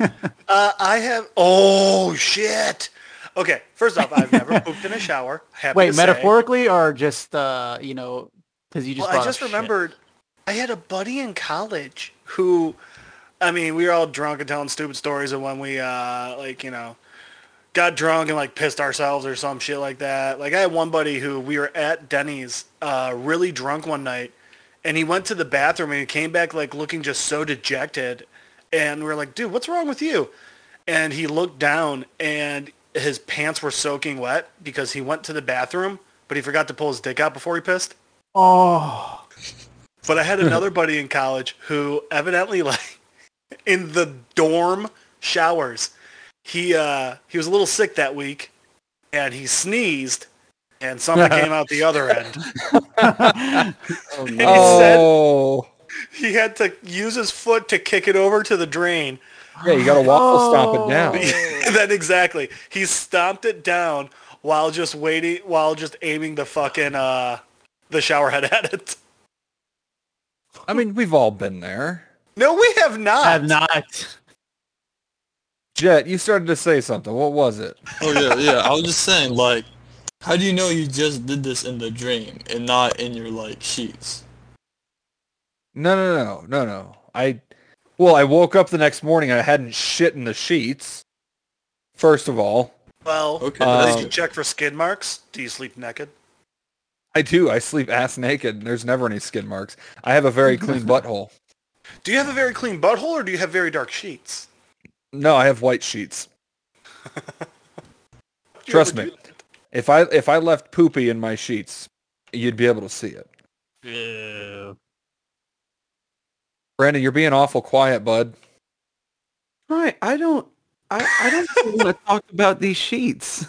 [SPEAKER 3] way.
[SPEAKER 4] Uh, I have. Oh shit. Okay. First off, I've never pooped in a shower. Happy to
[SPEAKER 3] Wait,
[SPEAKER 4] say.
[SPEAKER 3] metaphorically or just uh, you know, because you just.
[SPEAKER 4] well, I
[SPEAKER 3] brought
[SPEAKER 4] just
[SPEAKER 3] up shit.
[SPEAKER 4] remembered I had a buddy in college who, I mean, we were all drunk and telling stupid stories of when we, uh, like, you know, got drunk and like pissed ourselves or some shit like that. Like, I had one buddy who we were at Denny's, uh, really drunk one night, and he went to the bathroom and he came back like looking just so dejected, and we are like, dude, what's wrong with you? And he looked down and his pants were soaking wet because he went to the bathroom, but he forgot to pull his dick out before he pissed.
[SPEAKER 3] Oh,
[SPEAKER 4] But I had another buddy in college who evidently like in the dorm showers, he uh he was a little sick that week and he sneezed and something came out the other end.
[SPEAKER 6] Oh,
[SPEAKER 4] He
[SPEAKER 6] no.
[SPEAKER 4] said-
[SPEAKER 2] oh
[SPEAKER 4] He had to use his foot to kick it over to the drain.
[SPEAKER 2] yeah, you got to waffle stomp it down.
[SPEAKER 4] then exactly. He stomped it down while just waiting while just aiming the fucking uh the shower head at it.
[SPEAKER 2] I mean, we've all been there.
[SPEAKER 4] No, we have not.
[SPEAKER 3] I have not.
[SPEAKER 2] Jet, you started to say something. What was it?
[SPEAKER 5] Oh yeah, yeah. I was just saying, like, how do you know you just did this in the dream and not in your like sheets?
[SPEAKER 2] No, no, no, no, no. I well, I woke up the next morning and I hadn't shit in the sheets. First of all,
[SPEAKER 4] Well,
[SPEAKER 5] Okay,
[SPEAKER 2] Um,
[SPEAKER 4] did you check for skin marks? Do you sleep naked?
[SPEAKER 2] I do. I sleep ass naked. And there's never any skin marks. I have a very clean butthole.
[SPEAKER 4] Do you have a very clean butthole or do you have very dark sheets?
[SPEAKER 2] No, I have white sheets.
[SPEAKER 4] Do you
[SPEAKER 2] Trust
[SPEAKER 4] ever
[SPEAKER 2] me.
[SPEAKER 4] do that?
[SPEAKER 2] If I if I left poopy in my sheets, you'd be able to see it.
[SPEAKER 3] Ew.
[SPEAKER 2] Brandon, you're being awful quiet, bud.
[SPEAKER 6] Right. I don't. I, I don't want to talk about these sheets.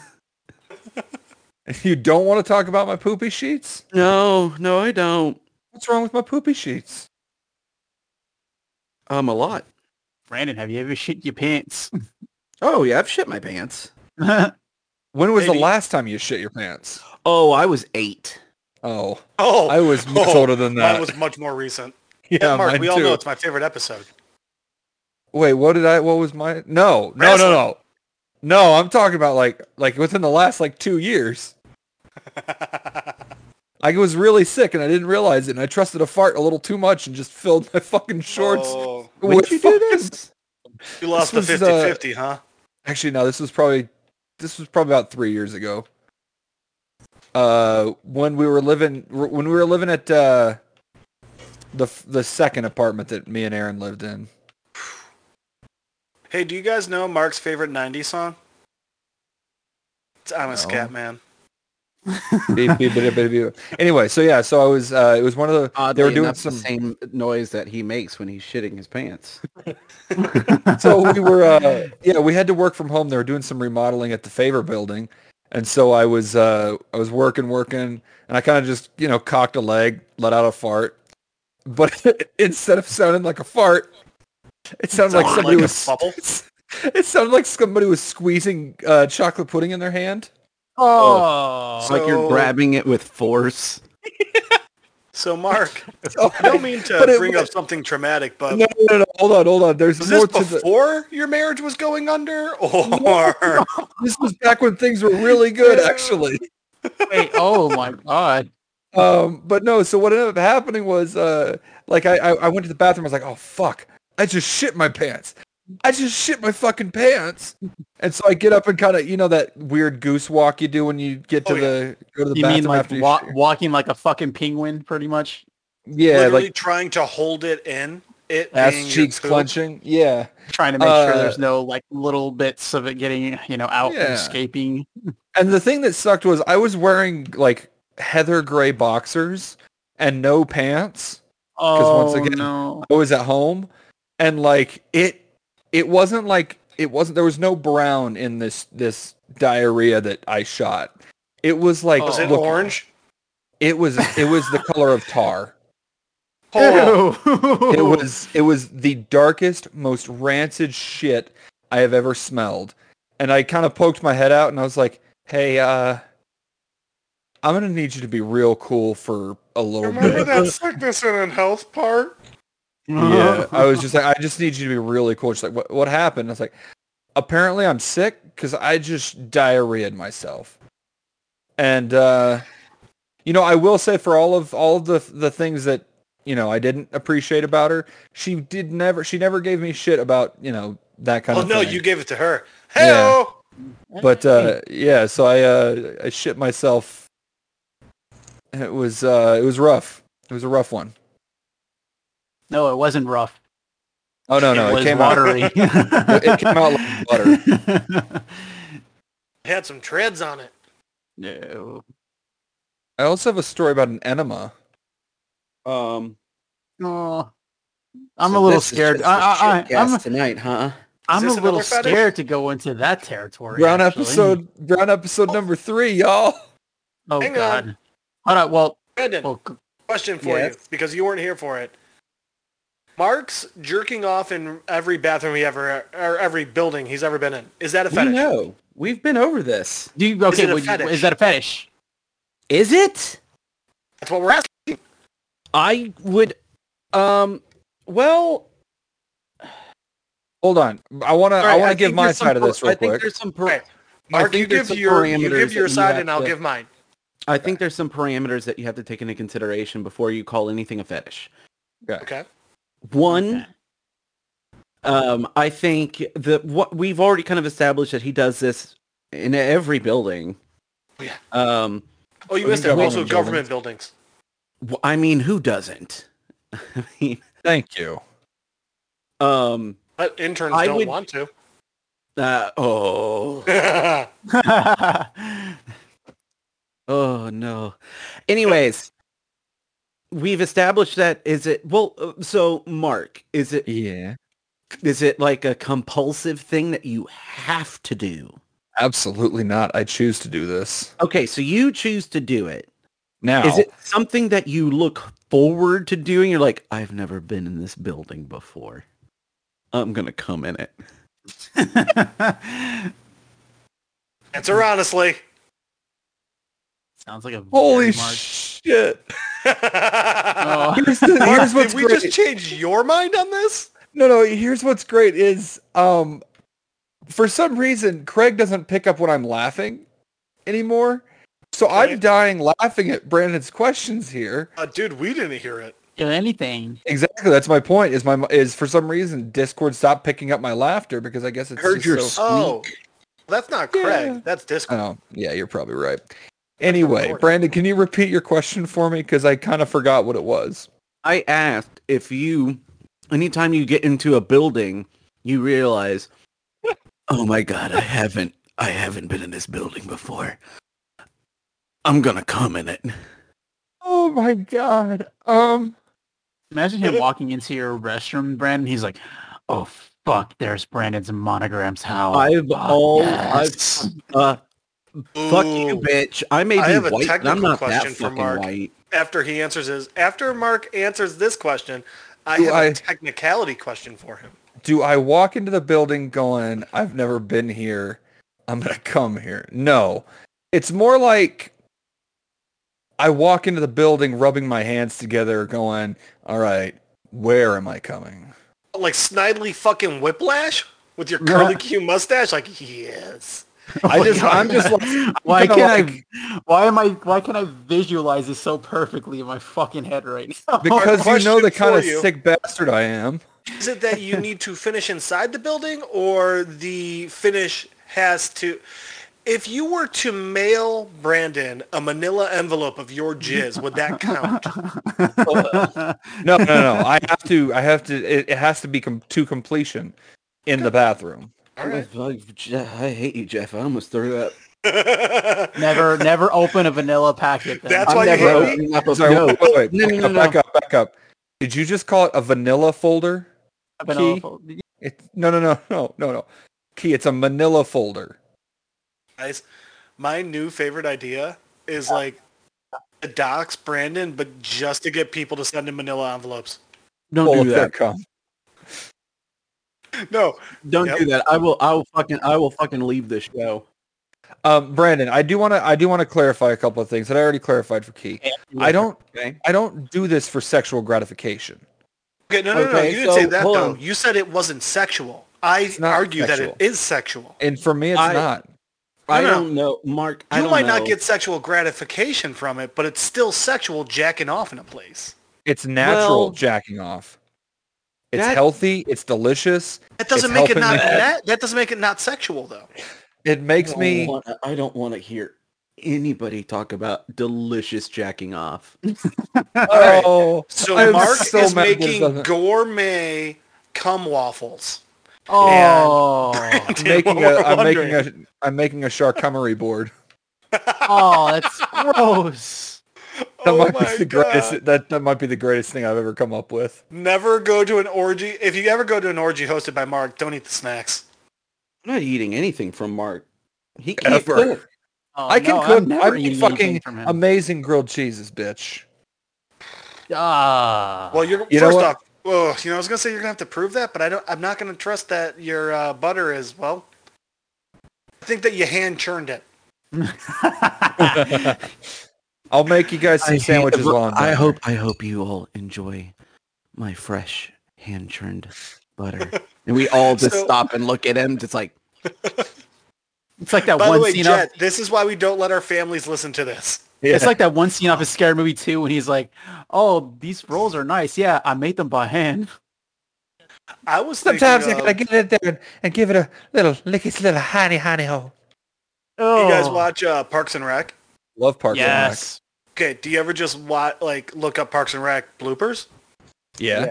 [SPEAKER 2] You don't want to talk about my poopy sheets?
[SPEAKER 6] No, no, I don't.
[SPEAKER 2] What's wrong with my poopy sheets?
[SPEAKER 6] Um, a lot.
[SPEAKER 3] Brandon, have you ever shit your pants?
[SPEAKER 6] Oh yeah, I've shit my pants.
[SPEAKER 2] When was
[SPEAKER 4] Maybe-
[SPEAKER 2] the last time you shit your pants?
[SPEAKER 6] Oh, I was eight.
[SPEAKER 2] Oh,
[SPEAKER 4] Oh,
[SPEAKER 2] I was much
[SPEAKER 4] oh,
[SPEAKER 2] older than that.
[SPEAKER 4] Mine was much more recent.
[SPEAKER 2] yeah,
[SPEAKER 4] Mark,
[SPEAKER 2] mine
[SPEAKER 4] we all
[SPEAKER 2] too.
[SPEAKER 4] know it's my favorite episode.
[SPEAKER 2] Wait, what did I? What was my? No, no, no, no, no. I'm talking about like like within the last like two years. I was really sick and I didn't realize it, and I trusted a fart a little too much and just filled my fucking shorts.
[SPEAKER 4] Oh,
[SPEAKER 6] When
[SPEAKER 2] with
[SPEAKER 6] did you do
[SPEAKER 2] fucking-
[SPEAKER 6] this?
[SPEAKER 4] you lost the
[SPEAKER 2] This
[SPEAKER 4] 50
[SPEAKER 2] was, uh,
[SPEAKER 4] 50, huh?
[SPEAKER 2] Actually, no. This was probably this was probably about three years ago. Uh, when we were living when we were living at uh, the the second apartment that me and Aaron lived in.
[SPEAKER 4] Hey, do you guys know Mark's favorite 90s song? It's I'm a
[SPEAKER 2] No.
[SPEAKER 4] Scat Man.
[SPEAKER 2] Beep, beep, beep, beep, beep. anyway, so yeah, so I was uh, it was one of the
[SPEAKER 6] Oddly
[SPEAKER 2] they were doing
[SPEAKER 6] enough,
[SPEAKER 2] some
[SPEAKER 6] the same noise that he makes when he's shitting his pants.
[SPEAKER 2] so we were uh, yeah we had to work from home they were doing some remodeling at the favor building and so i was uh, i was working working and i kind of just you know cocked a leg let out a fart but instead of sounding like a fart it sounded like
[SPEAKER 4] Sounded
[SPEAKER 2] somebody
[SPEAKER 4] like a
[SPEAKER 2] was
[SPEAKER 4] bubble?
[SPEAKER 2] it sounded like somebody was squeezing uh, chocolate pudding in their hand
[SPEAKER 3] oh,
[SPEAKER 6] like
[SPEAKER 4] So-
[SPEAKER 6] you're grabbing it with force.
[SPEAKER 4] So, Mark,
[SPEAKER 2] So
[SPEAKER 4] I don't mean to
[SPEAKER 2] but it
[SPEAKER 4] bring
[SPEAKER 2] was-
[SPEAKER 4] up something traumatic, but
[SPEAKER 2] no, no, no, hold on, hold on. There's
[SPEAKER 4] was
[SPEAKER 2] more
[SPEAKER 4] this
[SPEAKER 2] to the.
[SPEAKER 4] before your marriage was going under? Or
[SPEAKER 2] This was back when things were really good, actually.
[SPEAKER 3] wait, oh my god.
[SPEAKER 2] um, but no, so what ended up happening was, uh, like, I, I, I went to the bathroom. I was like, oh, fuck. I just shit my pants. I just shit my fucking pants. And so I get up and kind of, you know, that weird goose walk you do when you get to
[SPEAKER 4] Oh, yeah.
[SPEAKER 2] the, go to the
[SPEAKER 3] You
[SPEAKER 2] bathroom
[SPEAKER 3] mean like
[SPEAKER 2] after you
[SPEAKER 3] wa-
[SPEAKER 2] shit your-
[SPEAKER 3] walking like a fucking penguin, pretty much?
[SPEAKER 2] Yeah,
[SPEAKER 4] literally
[SPEAKER 2] like
[SPEAKER 4] trying to hold it in? It being
[SPEAKER 2] ass
[SPEAKER 4] your
[SPEAKER 2] cheeks
[SPEAKER 4] poop?
[SPEAKER 2] clenching. Yeah.
[SPEAKER 3] Trying to make sure
[SPEAKER 2] Uh,
[SPEAKER 3] there's no like little bits of it getting, you know, out
[SPEAKER 2] Yeah.
[SPEAKER 3] and escaping.
[SPEAKER 2] And the thing that sucked was I was wearing, like, heather gray boxers and no pants.
[SPEAKER 3] Oh
[SPEAKER 2] once again-
[SPEAKER 3] no.
[SPEAKER 2] I was at home, and like it, it wasn't like it wasn't. There was no brown in this this diarrhea that I shot. It was like
[SPEAKER 4] Was it
[SPEAKER 2] look-
[SPEAKER 4] orange?
[SPEAKER 2] It was it was the color of tar.
[SPEAKER 4] Oh,
[SPEAKER 2] It was it was the darkest, most rancid shit I have ever smelled. And I kind of poked my head out, and I was like, "Hey, uh, I'm gonna need you to be real cool for a little bit."
[SPEAKER 4] remember that sickness and unhealth part?
[SPEAKER 2] yeah, I was just like, I just need you to be really cool. She's like, what, what happened? I was like, apparently I'm sick because I just diarrheaed myself. And, uh, you know, I will say for all of all of the the things that you know I didn't appreciate about her, she did never she never gave me shit about you know that kind
[SPEAKER 4] Oh,
[SPEAKER 2] of.
[SPEAKER 4] no,
[SPEAKER 2] thing.
[SPEAKER 4] you gave it to her. Hey,
[SPEAKER 2] Yeah. But uh, yeah, so I uh, I shit myself. And It was uh, it was rough. It was a rough one.
[SPEAKER 3] no, it wasn't rough.
[SPEAKER 2] Oh no, no,
[SPEAKER 3] it
[SPEAKER 2] it,
[SPEAKER 3] was
[SPEAKER 2] came out.
[SPEAKER 3] watery.
[SPEAKER 2] It came out like butter.
[SPEAKER 4] it had some treads on it.
[SPEAKER 3] no.
[SPEAKER 2] I also have a story about an enema.
[SPEAKER 6] Um,
[SPEAKER 3] Oh, I'm
[SPEAKER 6] so
[SPEAKER 3] a little
[SPEAKER 6] this is
[SPEAKER 3] scared.
[SPEAKER 6] just a
[SPEAKER 3] I,
[SPEAKER 6] shit
[SPEAKER 3] I, I, I'm,
[SPEAKER 6] cast tonight, huh?
[SPEAKER 3] I'm a
[SPEAKER 4] this
[SPEAKER 3] little
[SPEAKER 4] another fetish?
[SPEAKER 3] scared to go into that territory.
[SPEAKER 2] Brown
[SPEAKER 3] actually.
[SPEAKER 2] episode, brown episode number three, y'all.
[SPEAKER 3] Oh
[SPEAKER 4] Hang on.
[SPEAKER 3] God. Hold on. Well,
[SPEAKER 4] Brandon,
[SPEAKER 3] well, c-
[SPEAKER 4] question for
[SPEAKER 6] Yes.
[SPEAKER 4] you because you weren't here for it. Mark's jerking off in every bathroom he ever or every building he's ever been in. Is that a
[SPEAKER 6] We
[SPEAKER 4] fetish?
[SPEAKER 6] know. We've been over this.
[SPEAKER 3] do you, okay.
[SPEAKER 4] it a
[SPEAKER 3] would you-
[SPEAKER 4] fetish?
[SPEAKER 3] is that a fetish?
[SPEAKER 6] Is it?
[SPEAKER 4] That's what we're asking.
[SPEAKER 6] I would. Um. Well,
[SPEAKER 2] Hold on, I wanna,
[SPEAKER 6] all right,
[SPEAKER 2] I wanna give
[SPEAKER 6] think
[SPEAKER 2] my
[SPEAKER 6] there's some
[SPEAKER 2] side of this
[SPEAKER 6] par-
[SPEAKER 2] real
[SPEAKER 6] I think
[SPEAKER 2] quick.
[SPEAKER 6] there's some. par-
[SPEAKER 4] Right.
[SPEAKER 6] I
[SPEAKER 4] Mark,
[SPEAKER 6] think
[SPEAKER 4] you
[SPEAKER 6] there's
[SPEAKER 4] give
[SPEAKER 6] some
[SPEAKER 4] your you
[SPEAKER 6] parameters
[SPEAKER 4] give
[SPEAKER 6] that
[SPEAKER 4] your
[SPEAKER 6] you
[SPEAKER 4] side
[SPEAKER 6] have
[SPEAKER 4] and I'll
[SPEAKER 6] to-
[SPEAKER 4] give mine.
[SPEAKER 6] I think there's some parameters that you have to take into consideration before you call anything a fetish.
[SPEAKER 4] Okay.
[SPEAKER 6] One, um, I think that what we've already kind of established that he does this in every building.
[SPEAKER 4] Yeah.
[SPEAKER 6] Um,
[SPEAKER 4] Oh, you
[SPEAKER 2] We
[SPEAKER 4] missed
[SPEAKER 2] can
[SPEAKER 4] it.
[SPEAKER 2] go
[SPEAKER 4] Also,
[SPEAKER 2] home,
[SPEAKER 4] government buildings.
[SPEAKER 6] wh- I mean, who doesn't? I mean,
[SPEAKER 2] Thank you.
[SPEAKER 6] um,
[SPEAKER 4] But interns
[SPEAKER 6] I
[SPEAKER 4] don't
[SPEAKER 6] would-
[SPEAKER 4] want to.
[SPEAKER 6] uh, oh, oh no. Anyways, we've established that is it. Well, uh, so Mark, is it
[SPEAKER 2] Yeah,
[SPEAKER 6] is it like a compulsive thing that you have to do?
[SPEAKER 2] absolutely not. I choose to do this
[SPEAKER 6] Okay, so you choose to do it.
[SPEAKER 2] now.
[SPEAKER 6] Is it something that you look forward to doing? You're like, I've never been in this building before. I'm gonna come in it.
[SPEAKER 4] Answer honestly.
[SPEAKER 3] Sounds like a
[SPEAKER 2] Holy
[SPEAKER 3] very Mark.
[SPEAKER 2] shit!
[SPEAKER 3] Oh.
[SPEAKER 2] Here's, the-
[SPEAKER 4] Mark,
[SPEAKER 2] here's what's
[SPEAKER 4] did we
[SPEAKER 2] great.
[SPEAKER 4] just change your mind on this?
[SPEAKER 2] no, no. Here's what's great is, um, for some reason, Craig doesn't pick up when I'm laughing anymore. So I'm
[SPEAKER 4] Right.
[SPEAKER 2] dying laughing at Brandon's questions here.
[SPEAKER 4] Uh, dude, we didn't hear it.
[SPEAKER 3] You know, anything.
[SPEAKER 2] Exactly. That's my point. Is my is for some reason Discord stopped picking up my laughter because I guess it's
[SPEAKER 6] Heard
[SPEAKER 2] just
[SPEAKER 6] your
[SPEAKER 2] so-
[SPEAKER 4] Oh, that's not Craig.
[SPEAKER 2] Yeah.
[SPEAKER 4] That's Discord.
[SPEAKER 2] Oh, yeah, you're probably right. Anyway,
[SPEAKER 4] recording.
[SPEAKER 2] Brandon, can you repeat your question for me? Because I kind of forgot what it was.
[SPEAKER 6] I asked if you, anytime you get into a building, you realize, oh my god, I haven't, I haven't been in this building before. I'm gonna come in it.
[SPEAKER 2] Oh my god. Um.
[SPEAKER 3] Imagine him walking into your restroom, Brandon. He's like, "Oh fuck, there's Brandon's monogram's house."
[SPEAKER 6] I've
[SPEAKER 3] Fuck
[SPEAKER 6] all,
[SPEAKER 3] Oh, yes."
[SPEAKER 6] I've, uh, fuck you,
[SPEAKER 4] Ooh.
[SPEAKER 6] bitch. I may be
[SPEAKER 4] I have a
[SPEAKER 6] white, but I'm
[SPEAKER 4] technical
[SPEAKER 6] not that
[SPEAKER 4] question for
[SPEAKER 6] fucking
[SPEAKER 4] Mark.
[SPEAKER 6] white.
[SPEAKER 4] After he answers his, after Mark answers this question, I
[SPEAKER 2] Do
[SPEAKER 4] have
[SPEAKER 2] I-
[SPEAKER 4] a technicality question for him.
[SPEAKER 2] Do I walk into the building going, I've never been here. I'm gonna come here. No. It's more like I walk into the building rubbing my hands together going, all right, where am I coming?
[SPEAKER 4] Like Snidely fucking Whiplash with your curly Q mustache. Like yes.
[SPEAKER 2] I just, I'm just like, I'm
[SPEAKER 3] why
[SPEAKER 2] kinda
[SPEAKER 3] can't
[SPEAKER 2] like-
[SPEAKER 3] I? Why am I? Why can I visualize this so perfectly in my fucking head right now?
[SPEAKER 2] because you know
[SPEAKER 4] question
[SPEAKER 2] the kind
[SPEAKER 4] for
[SPEAKER 2] of
[SPEAKER 4] you.
[SPEAKER 2] sick bastard I am.
[SPEAKER 4] Is it that you need to finish inside the building or the finish has to if you were to mail Brandon a manila envelope of your jizz, would that count?
[SPEAKER 2] No, no, no. I have to, I have to, it, it has to be com- to completion in the bathroom.
[SPEAKER 6] I hate you, Jeff. I almost threw up.
[SPEAKER 3] never, never open a vanilla packet. Then.
[SPEAKER 4] That's
[SPEAKER 6] I'm
[SPEAKER 4] why you hate
[SPEAKER 6] never
[SPEAKER 4] me?
[SPEAKER 6] opening up a
[SPEAKER 2] Sorry,
[SPEAKER 6] no.
[SPEAKER 2] wait, wait, wait.
[SPEAKER 6] No,
[SPEAKER 2] Back
[SPEAKER 6] no,
[SPEAKER 2] up,
[SPEAKER 6] no,
[SPEAKER 2] back up, back up. Did you just call it a vanilla folder?
[SPEAKER 3] A vanilla
[SPEAKER 2] key.
[SPEAKER 3] fold-
[SPEAKER 2] It's no, no, no, no, no, no. Key, it's a Manila folder.
[SPEAKER 4] Guys, my new favorite idea is like the docs Brandon, but just to get people to send him manila envelopes.
[SPEAKER 6] Don't
[SPEAKER 2] full
[SPEAKER 6] do
[SPEAKER 2] of
[SPEAKER 6] that.
[SPEAKER 2] their cum.
[SPEAKER 4] No,
[SPEAKER 6] Don't
[SPEAKER 4] Yep.
[SPEAKER 6] do that. I will. I will fucking. I will fucking leave this show.
[SPEAKER 2] Um, Brandon, I do want to, I do want to clarify a couple of things that I already clarified for Key. I don't,
[SPEAKER 6] Okay.
[SPEAKER 2] I don't do this for sexual gratification.
[SPEAKER 4] Okay, no, no, no.
[SPEAKER 6] Okay,
[SPEAKER 4] You didn't say
[SPEAKER 6] so,
[SPEAKER 4] that
[SPEAKER 6] hold
[SPEAKER 4] though.
[SPEAKER 6] on.
[SPEAKER 4] You said it wasn't sexual. I
[SPEAKER 2] not
[SPEAKER 4] argue
[SPEAKER 2] sexual.
[SPEAKER 4] that it is sexual.
[SPEAKER 2] And for me, it's
[SPEAKER 6] I-
[SPEAKER 2] not.
[SPEAKER 6] I
[SPEAKER 4] No, no.
[SPEAKER 6] don't know, Mark. I
[SPEAKER 4] You
[SPEAKER 6] don't
[SPEAKER 4] might
[SPEAKER 6] know.
[SPEAKER 4] not get sexual gratification from it, but it's still sexual jacking off in a place.
[SPEAKER 2] It's natural
[SPEAKER 6] Well,
[SPEAKER 2] jacking off. It's
[SPEAKER 6] that-
[SPEAKER 2] healthy. It's delicious.
[SPEAKER 4] That doesn't
[SPEAKER 2] It's
[SPEAKER 4] make it
[SPEAKER 2] helping
[SPEAKER 4] not
[SPEAKER 2] the head.
[SPEAKER 4] that, that doesn't make it not sexual though.
[SPEAKER 2] It makes
[SPEAKER 6] don't
[SPEAKER 4] Oh
[SPEAKER 2] me.
[SPEAKER 6] wanna- I don't want to hear anybody talk about delicious jacking off.
[SPEAKER 4] right.
[SPEAKER 2] Oh,
[SPEAKER 4] So
[SPEAKER 2] I'm
[SPEAKER 4] Mark
[SPEAKER 2] so
[SPEAKER 4] is
[SPEAKER 2] mad this
[SPEAKER 4] making
[SPEAKER 2] doesn't-
[SPEAKER 4] gourmet cum waffles.
[SPEAKER 3] Oh,
[SPEAKER 2] I'm making a,
[SPEAKER 4] We're
[SPEAKER 2] I'm making a,
[SPEAKER 4] wondering.
[SPEAKER 2] I'm making a charcuterie board.
[SPEAKER 3] oh, that's gross.
[SPEAKER 2] That
[SPEAKER 4] oh
[SPEAKER 2] might
[SPEAKER 4] my
[SPEAKER 2] be the
[SPEAKER 4] god.
[SPEAKER 2] greatest. That that might be the greatest thing I've ever come up with.
[SPEAKER 4] Never go to an orgy. If you ever go to an orgy hosted by Mark, don't eat the snacks.
[SPEAKER 6] I'm not eating anything from Mark. He can't
[SPEAKER 2] Ever.
[SPEAKER 6] cook.
[SPEAKER 3] Oh,
[SPEAKER 2] I can
[SPEAKER 3] no,
[SPEAKER 2] cook.
[SPEAKER 3] I'm never
[SPEAKER 2] I make
[SPEAKER 3] eating
[SPEAKER 2] fucking
[SPEAKER 3] anything from him.
[SPEAKER 2] amazing grilled cheeses, bitch.
[SPEAKER 3] Ah.
[SPEAKER 4] Well, you're
[SPEAKER 2] You know
[SPEAKER 4] first
[SPEAKER 2] what?
[SPEAKER 4] off. Oh, you know, I was gonna say you're gonna have to prove that, but I don't. I'm not gonna trust that your uh, butter is well. I think that you hand churned it.
[SPEAKER 2] I'll make you guys
[SPEAKER 6] I
[SPEAKER 2] some
[SPEAKER 6] hate-
[SPEAKER 2] sandwiches while I'm
[SPEAKER 6] I
[SPEAKER 2] down
[SPEAKER 6] hope. I hope you all enjoy my fresh hand churned butter. and we all just
[SPEAKER 4] So-
[SPEAKER 6] stop and look at him, just like
[SPEAKER 3] it's like that
[SPEAKER 4] By
[SPEAKER 3] one
[SPEAKER 4] the way,
[SPEAKER 3] scene.
[SPEAKER 4] Jed,
[SPEAKER 3] off,
[SPEAKER 4] this is why we don't let our families listen to this.
[SPEAKER 2] here.
[SPEAKER 3] It's like that one scene off of Scary Movie 2 when he's like, "Oh, these rolls are nice. Yeah, I made them by hand."
[SPEAKER 4] I was
[SPEAKER 2] sometimes I
[SPEAKER 4] thinking
[SPEAKER 2] gotta
[SPEAKER 4] of,
[SPEAKER 2] get it there and, and give it a little licky, little honey, honey hole.
[SPEAKER 3] Oh,
[SPEAKER 4] you guys watch uh, Parks and Rec.
[SPEAKER 2] Love Park
[SPEAKER 3] Yes.
[SPEAKER 4] Okay, do you ever just wa like look up Parks and Rec bloopers?
[SPEAKER 2] Yeah.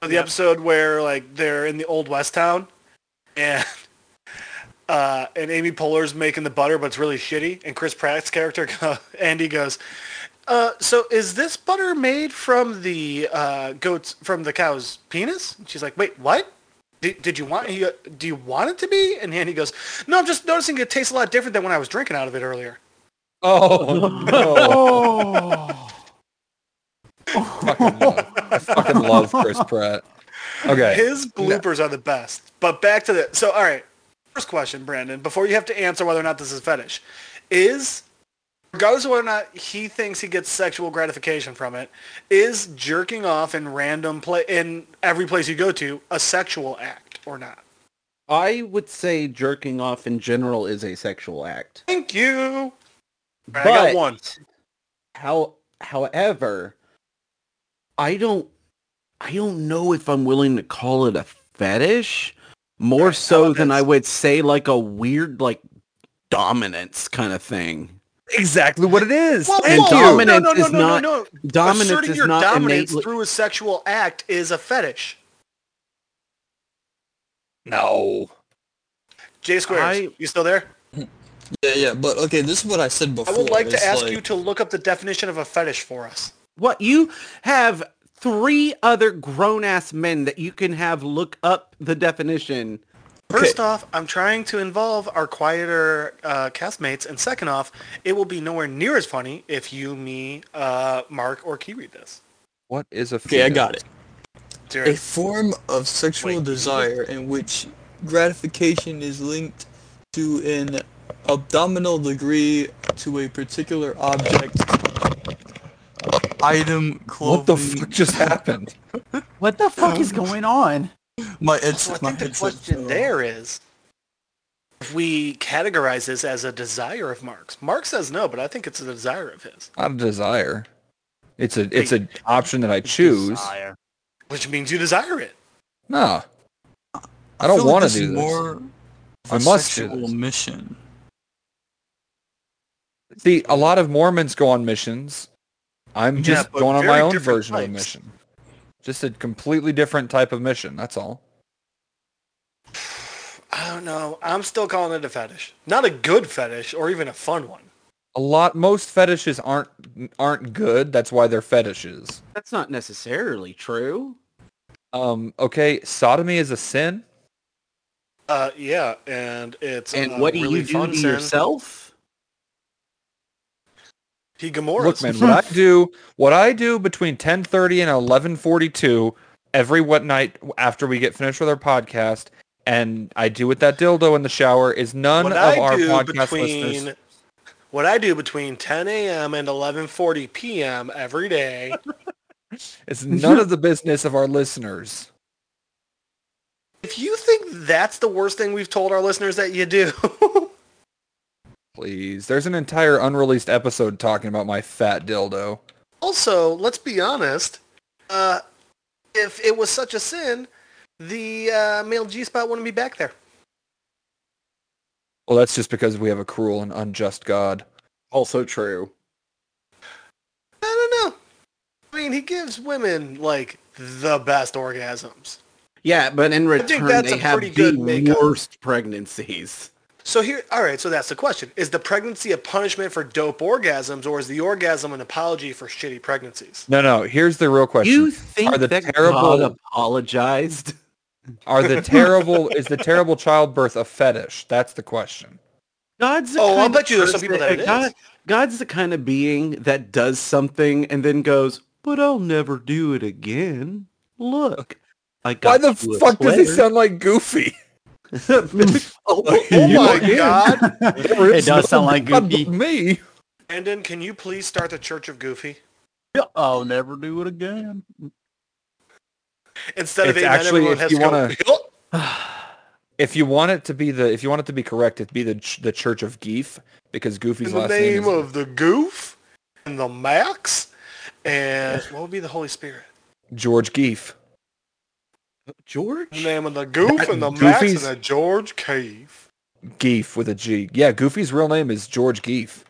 [SPEAKER 4] The episode where like they're in the old West town, and uh, and Amy Poehler's making the butter, but it's really shitty. And Chris Pratt's character go- Andy goes, uh, "So is this butter made from the uh, goats from the cow's penis?" And she's like, "Wait, what?" Did, did you want he, go- do you want it to be? And Andy goes, "No, I'm just noticing it tastes a lot different than when I was drinking out of it earlier."
[SPEAKER 2] Oh no!
[SPEAKER 3] Oh.
[SPEAKER 2] fucking love- I fucking love Chris Pratt. Okay.
[SPEAKER 4] His bloopers are the best. But back to the so all right. First question, Brandon, before you have to answer whether or not this is fetish, is regardless of whether or not he thinks he gets sexual gratification from it, is jerking off in random play in every place you go to a sexual act or not?
[SPEAKER 6] I would say jerking off in general is a sexual act.
[SPEAKER 4] Thank you. All right, I
[SPEAKER 6] But-
[SPEAKER 4] got one.
[SPEAKER 6] How however, I don't I don't know if I'm willing to call it a fetish more
[SPEAKER 4] Alright, how
[SPEAKER 6] so
[SPEAKER 4] about
[SPEAKER 6] than I
[SPEAKER 4] this?
[SPEAKER 6] would say like a weird like dominance kind of thing.
[SPEAKER 2] Exactly what it is.
[SPEAKER 4] Whoa,
[SPEAKER 6] And
[SPEAKER 4] whoa, whoa,
[SPEAKER 6] dominance
[SPEAKER 4] no, no, no,
[SPEAKER 6] is
[SPEAKER 4] no,
[SPEAKER 6] not-
[SPEAKER 4] no, no.
[SPEAKER 6] Dominance
[SPEAKER 4] Asserting
[SPEAKER 6] is
[SPEAKER 4] your
[SPEAKER 6] not
[SPEAKER 4] dominance
[SPEAKER 6] innately
[SPEAKER 4] through a sexual act is a fetish.
[SPEAKER 2] No.
[SPEAKER 4] J squares,
[SPEAKER 6] I-
[SPEAKER 4] you still there?
[SPEAKER 5] Yeah, yeah, but okay, this is what I said
[SPEAKER 4] I
[SPEAKER 5] before.
[SPEAKER 4] would like to
[SPEAKER 5] It's
[SPEAKER 4] ask you to look up the definition of a fetish for us.
[SPEAKER 6] What you have three other grown ass men that you can have look up the definition.
[SPEAKER 4] First off, I'm trying to involve our quieter uh, castmates, and second off, it will be nowhere near as funny if you, me, uh, Mark, or Key read this.
[SPEAKER 2] What is a
[SPEAKER 5] Okay, I
[SPEAKER 2] feta?
[SPEAKER 5] got it.
[SPEAKER 4] Zero.
[SPEAKER 5] A form of sexual
[SPEAKER 4] Wait.
[SPEAKER 5] desire in which gratification is linked to an abdominal degree to a particular object, item, clothing.
[SPEAKER 2] What the fuck just happened?
[SPEAKER 3] What the fuck is going on?
[SPEAKER 5] My
[SPEAKER 4] So I
[SPEAKER 5] headset. my
[SPEAKER 4] think the
[SPEAKER 5] headset uh, fell
[SPEAKER 4] question
[SPEAKER 5] off.
[SPEAKER 4] there is, if we categorize this as a desire of Mark's. Mark says no, but I think it's a desire of his,
[SPEAKER 2] Not a desire. It's a it's an option that I choose.
[SPEAKER 3] Desire.
[SPEAKER 4] which means you desire it.
[SPEAKER 2] Nah. I don't
[SPEAKER 5] feel like
[SPEAKER 2] wanna
[SPEAKER 5] is
[SPEAKER 2] do this.
[SPEAKER 5] More of
[SPEAKER 2] I
[SPEAKER 5] a
[SPEAKER 2] must do
[SPEAKER 5] sexual
[SPEAKER 2] this.
[SPEAKER 5] mission.
[SPEAKER 2] See, a lot of Mormons go on missions. I'm
[SPEAKER 4] Yeah,
[SPEAKER 2] just
[SPEAKER 4] but
[SPEAKER 2] going on my
[SPEAKER 4] very
[SPEAKER 2] own
[SPEAKER 4] different
[SPEAKER 2] version of a
[SPEAKER 4] types.
[SPEAKER 2] mission. Just a completely different type of mission. That's all.
[SPEAKER 4] I don't know. I'm still calling it a fetish. Not a good fetish or even a fun one.
[SPEAKER 2] A lot. Most fetishes aren't aren't good. That's why they're fetishes.
[SPEAKER 6] That's not necessarily true.
[SPEAKER 2] Um. Okay. Sodomy is a sin.
[SPEAKER 4] Uh, yeah, and it's
[SPEAKER 6] and
[SPEAKER 4] uh,
[SPEAKER 6] what do
[SPEAKER 4] really
[SPEAKER 6] you do
[SPEAKER 4] fun
[SPEAKER 6] to
[SPEAKER 4] sin.
[SPEAKER 6] yourself?
[SPEAKER 4] He Gamoras.
[SPEAKER 2] Look, man. What I do, what I do between ten thirty and eleven forty two every what night after we get finished with our podcast, and I do with that dildo in the shower is none
[SPEAKER 4] What
[SPEAKER 2] of
[SPEAKER 4] I
[SPEAKER 2] our
[SPEAKER 4] do
[SPEAKER 2] podcast
[SPEAKER 4] between
[SPEAKER 2] listeners.
[SPEAKER 4] what I do between 10 a.m. and 11:40 p.m. every day
[SPEAKER 2] It's none of the business of our listeners.
[SPEAKER 4] If you think that's the worst thing we've told our listeners that you do,
[SPEAKER 2] Please. There's an entire unreleased episode talking about my fat dildo.
[SPEAKER 4] also let's be honest. Uh, if it was such a sin, the uh, male G spot wouldn't be back there.
[SPEAKER 2] Well, that's just because we have a cruel and unjust God.
[SPEAKER 6] Also true.
[SPEAKER 4] I don't know. I mean, he gives women like the best orgasms.
[SPEAKER 6] Yeah, but in
[SPEAKER 4] think
[SPEAKER 6] return
[SPEAKER 4] that's
[SPEAKER 6] they
[SPEAKER 4] a
[SPEAKER 6] have
[SPEAKER 4] pretty
[SPEAKER 6] the
[SPEAKER 4] good makeup.
[SPEAKER 6] worst pregnancies.
[SPEAKER 4] So here, all right. So that's the question: Is the pregnancy a punishment for dope orgasms, or is the orgasm an apology for shitty pregnancies?
[SPEAKER 2] No, no. Here's the real question.
[SPEAKER 6] You think
[SPEAKER 2] Are the
[SPEAKER 6] that
[SPEAKER 2] terrible-
[SPEAKER 6] God apologized?
[SPEAKER 2] Are the terrible is the terrible childbirth a fetish? That's the question.
[SPEAKER 6] God's the
[SPEAKER 4] Oh, I'll
[SPEAKER 6] kind of
[SPEAKER 4] bet you there's some people
[SPEAKER 6] person-
[SPEAKER 4] that it
[SPEAKER 6] God,
[SPEAKER 4] is.
[SPEAKER 6] God's the kind of being that does something and then goes, "But I'll never do it again." Look, I
[SPEAKER 2] Why
[SPEAKER 6] got
[SPEAKER 2] the
[SPEAKER 6] you a
[SPEAKER 2] fuck does he
[SPEAKER 6] sweater."
[SPEAKER 2] sound like Goofy?
[SPEAKER 6] oh,
[SPEAKER 4] Oh
[SPEAKER 6] you
[SPEAKER 4] my
[SPEAKER 6] again.
[SPEAKER 4] God,
[SPEAKER 3] it does sound like Goofy.
[SPEAKER 2] Me.
[SPEAKER 4] Brandon, can you please start the Church of Goofy
[SPEAKER 3] I'll never do it again.
[SPEAKER 4] instead of
[SPEAKER 2] It's
[SPEAKER 4] amen?
[SPEAKER 2] actually,
[SPEAKER 4] everyone
[SPEAKER 2] if
[SPEAKER 4] has
[SPEAKER 2] you
[SPEAKER 4] to go,
[SPEAKER 2] wanna- If you want it to be the if you want it to be correct, it be the ch- the Church of Geef because Goofy's
[SPEAKER 4] in the
[SPEAKER 2] last
[SPEAKER 4] name
[SPEAKER 2] name, is
[SPEAKER 4] of the goof and the max and what would be the holy spirit
[SPEAKER 2] George Geef.
[SPEAKER 6] George.
[SPEAKER 4] in the name of the goof
[SPEAKER 2] That-
[SPEAKER 4] and the max and
[SPEAKER 2] Goofy's-
[SPEAKER 4] the george cave
[SPEAKER 2] Geef with a G. Yeah, Goofy's real name is George Geef.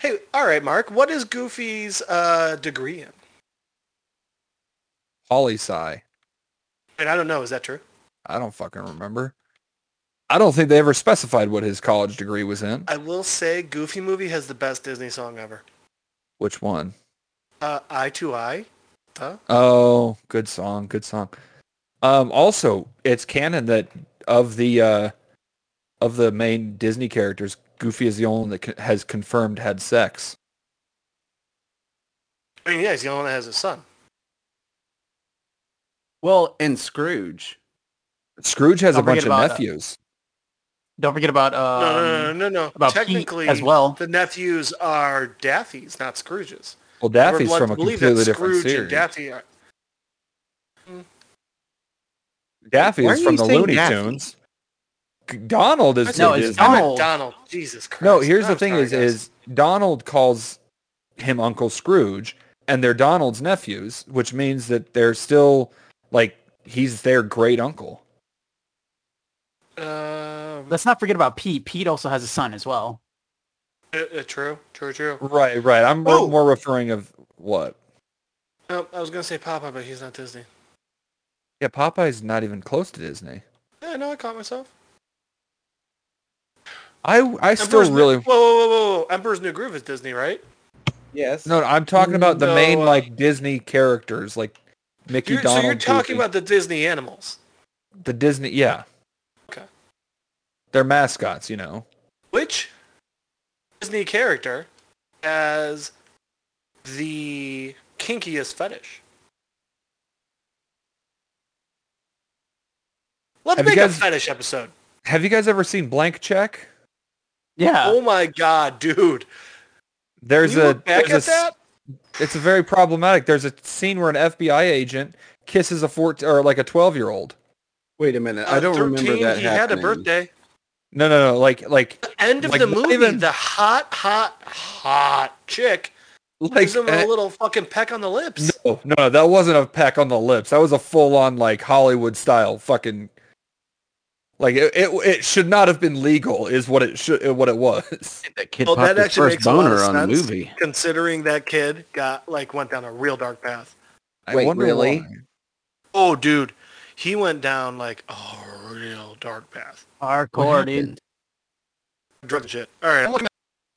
[SPEAKER 4] hey all right mark what is goofy's uh degree in
[SPEAKER 2] Poli Sci.
[SPEAKER 4] and i don't know is that true
[SPEAKER 2] I don't fucking remember. I don't think they ever specified what his college degree was in.
[SPEAKER 4] i will say goofy movie has the best disney song ever
[SPEAKER 2] Which one?
[SPEAKER 4] uh eye to eye
[SPEAKER 2] Oh, good song, good song. Um, also, it's canon that of the uh, of the main Disney characters, Goofy is the only one that co- has confirmed had sex.
[SPEAKER 4] i mean yeah he's the only one that has a son
[SPEAKER 6] Well, and Scrooge.
[SPEAKER 2] Scrooge has
[SPEAKER 3] Don't
[SPEAKER 2] a bunch
[SPEAKER 3] forget
[SPEAKER 2] of
[SPEAKER 3] about, uh,
[SPEAKER 2] nephews.
[SPEAKER 3] Don't forget about um,
[SPEAKER 4] no no no no no, no.
[SPEAKER 3] about Pete
[SPEAKER 4] technically
[SPEAKER 3] as well.
[SPEAKER 4] the nephews are daffy's not scrooge's
[SPEAKER 2] well,
[SPEAKER 4] We're
[SPEAKER 2] Daffy's
[SPEAKER 4] led
[SPEAKER 2] from
[SPEAKER 4] to
[SPEAKER 2] a
[SPEAKER 4] believe that
[SPEAKER 2] completely different
[SPEAKER 4] scrooge
[SPEAKER 2] series.
[SPEAKER 4] and daffy are
[SPEAKER 2] Daffy
[SPEAKER 6] Why
[SPEAKER 2] is
[SPEAKER 6] are
[SPEAKER 2] from
[SPEAKER 6] you
[SPEAKER 2] the
[SPEAKER 6] saying
[SPEAKER 2] Looney
[SPEAKER 6] Daffy?
[SPEAKER 2] Tunes. Donald is
[SPEAKER 3] No,
[SPEAKER 2] who it
[SPEAKER 3] it's
[SPEAKER 2] is.
[SPEAKER 4] I meant
[SPEAKER 3] Donald.
[SPEAKER 4] Donald. Jesus Christ.
[SPEAKER 2] No, here's the
[SPEAKER 4] I'm
[SPEAKER 2] thing
[SPEAKER 4] sorry,
[SPEAKER 2] is,
[SPEAKER 4] guys.
[SPEAKER 2] is Donald calls him Uncle Scrooge, and they're Donald's nephews, which means that they're still like he's their great uncle.
[SPEAKER 4] Um,
[SPEAKER 3] Let's not forget about Pete. Pete also has a son as well.
[SPEAKER 4] uh, uh, true, true, true.
[SPEAKER 2] Right, right. I'm
[SPEAKER 4] Oh.
[SPEAKER 2] more referring of what?
[SPEAKER 4] No, Uh, I was gonna say Papa, but he's not Disney.
[SPEAKER 2] Yeah, Popeye's not even close to Disney.
[SPEAKER 4] Yeah, no, I caught myself.
[SPEAKER 2] I I
[SPEAKER 4] Emperor's
[SPEAKER 2] still
[SPEAKER 4] New-
[SPEAKER 2] really
[SPEAKER 4] Whoa, whoa, whoa, whoa, whoa! Emperor's New Groove is Disney, right?
[SPEAKER 6] Yes.
[SPEAKER 2] no. I'm talking about the
[SPEAKER 4] No,
[SPEAKER 2] main
[SPEAKER 4] uh,
[SPEAKER 2] like Disney characters, like Mickey
[SPEAKER 4] You're,
[SPEAKER 2] Donald.
[SPEAKER 4] so you're talking
[SPEAKER 2] Goofy.
[SPEAKER 4] about the Disney animals,
[SPEAKER 2] the Disney, yeah.
[SPEAKER 4] Okay.
[SPEAKER 2] They're mascots, you know.
[SPEAKER 4] which Disney character has the kinkiest fetish? Let's
[SPEAKER 2] Have you
[SPEAKER 4] make
[SPEAKER 2] guys-
[SPEAKER 4] a fetish episode.
[SPEAKER 2] Have you guys ever seen Blank Check?
[SPEAKER 3] Yeah.
[SPEAKER 4] oh my god, dude!
[SPEAKER 2] There's
[SPEAKER 4] Can you
[SPEAKER 2] a
[SPEAKER 4] look back
[SPEAKER 2] there's a
[SPEAKER 4] at
[SPEAKER 2] s-
[SPEAKER 4] that?
[SPEAKER 2] it's a very problematic. There's a scene where an FBI agent kisses a 14 or like a 12 year old.
[SPEAKER 6] Wait a minute. I
[SPEAKER 4] Uh,
[SPEAKER 6] don't remember that
[SPEAKER 4] He
[SPEAKER 6] happening.
[SPEAKER 4] had a birthday.
[SPEAKER 2] No, no, no. Like, like,
[SPEAKER 4] The end of
[SPEAKER 2] Like,
[SPEAKER 4] the
[SPEAKER 2] not
[SPEAKER 4] movie,
[SPEAKER 2] even-
[SPEAKER 4] the hot, hot, hot chick
[SPEAKER 2] like.
[SPEAKER 4] gives him a
[SPEAKER 2] eh,
[SPEAKER 4] little fucking peck on the lips.
[SPEAKER 2] no, no, no, that wasn't a peck on the lips. That was a full on like Hollywood style fucking. Like it, it, it should not have been legal, is what it should, what it was.
[SPEAKER 6] Oh, That kid
[SPEAKER 4] Well,
[SPEAKER 6] popped
[SPEAKER 4] that
[SPEAKER 6] his
[SPEAKER 4] actually
[SPEAKER 6] first
[SPEAKER 4] makes a lot
[SPEAKER 6] boner
[SPEAKER 4] of
[SPEAKER 6] on a
[SPEAKER 4] sense.
[SPEAKER 6] movie.
[SPEAKER 4] Considering that kid got like went down a real dark path.
[SPEAKER 2] I
[SPEAKER 6] Wait,
[SPEAKER 2] wonder
[SPEAKER 6] really?
[SPEAKER 2] why.
[SPEAKER 4] Oh, dude, he went down like a real dark path.
[SPEAKER 3] Oh, Hardcore, dude.
[SPEAKER 6] happened?
[SPEAKER 4] Drug shit. All right, I'm looking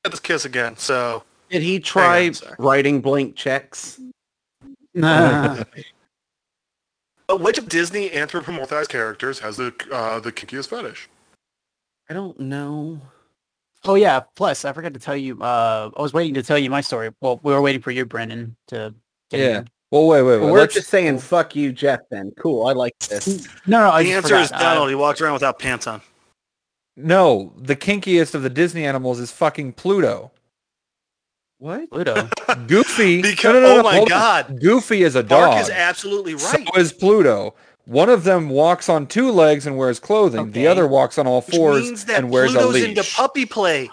[SPEAKER 4] at this kiss again. So
[SPEAKER 6] Did he try
[SPEAKER 4] I'm sorry.
[SPEAKER 6] writing blank checks?
[SPEAKER 3] Nah.
[SPEAKER 4] Uh, which of Disney anthropomorphized characters has the uh, the kinkiest fetish?
[SPEAKER 6] I don't know.
[SPEAKER 3] oh yeah. Plus, I forgot to tell you. Uh, I was waiting to tell you my story. Well, we were waiting for you, Brendan, to. Get
[SPEAKER 2] Yeah.
[SPEAKER 3] in.
[SPEAKER 2] Well, wait, wait, wait.
[SPEAKER 6] We're
[SPEAKER 2] Let's-
[SPEAKER 6] just saying, fuck you, Jeff. Then cool. I like this.
[SPEAKER 3] No, no. I
[SPEAKER 4] the
[SPEAKER 3] just
[SPEAKER 4] answer
[SPEAKER 3] forgot. Uh,
[SPEAKER 4] is Donald. he walks around without pants on.
[SPEAKER 2] no, the kinkiest of the Disney animals is fucking Pluto.
[SPEAKER 6] What?
[SPEAKER 3] Uh, Pluto.
[SPEAKER 2] Goofy. no,
[SPEAKER 4] Because
[SPEAKER 2] no, no,
[SPEAKER 4] oh
[SPEAKER 2] no,
[SPEAKER 4] my
[SPEAKER 2] hold on.
[SPEAKER 4] god,
[SPEAKER 2] Goofy is a
[SPEAKER 4] Mark
[SPEAKER 2] dog.
[SPEAKER 4] is absolutely right.
[SPEAKER 2] So is Pluto. One of them walks on two legs and wears clothing.
[SPEAKER 3] Okay.
[SPEAKER 2] The other walks on all
[SPEAKER 4] Which
[SPEAKER 2] fours
[SPEAKER 4] means that
[SPEAKER 2] and wears
[SPEAKER 4] Pluto's
[SPEAKER 2] a leash.
[SPEAKER 4] into puppy play.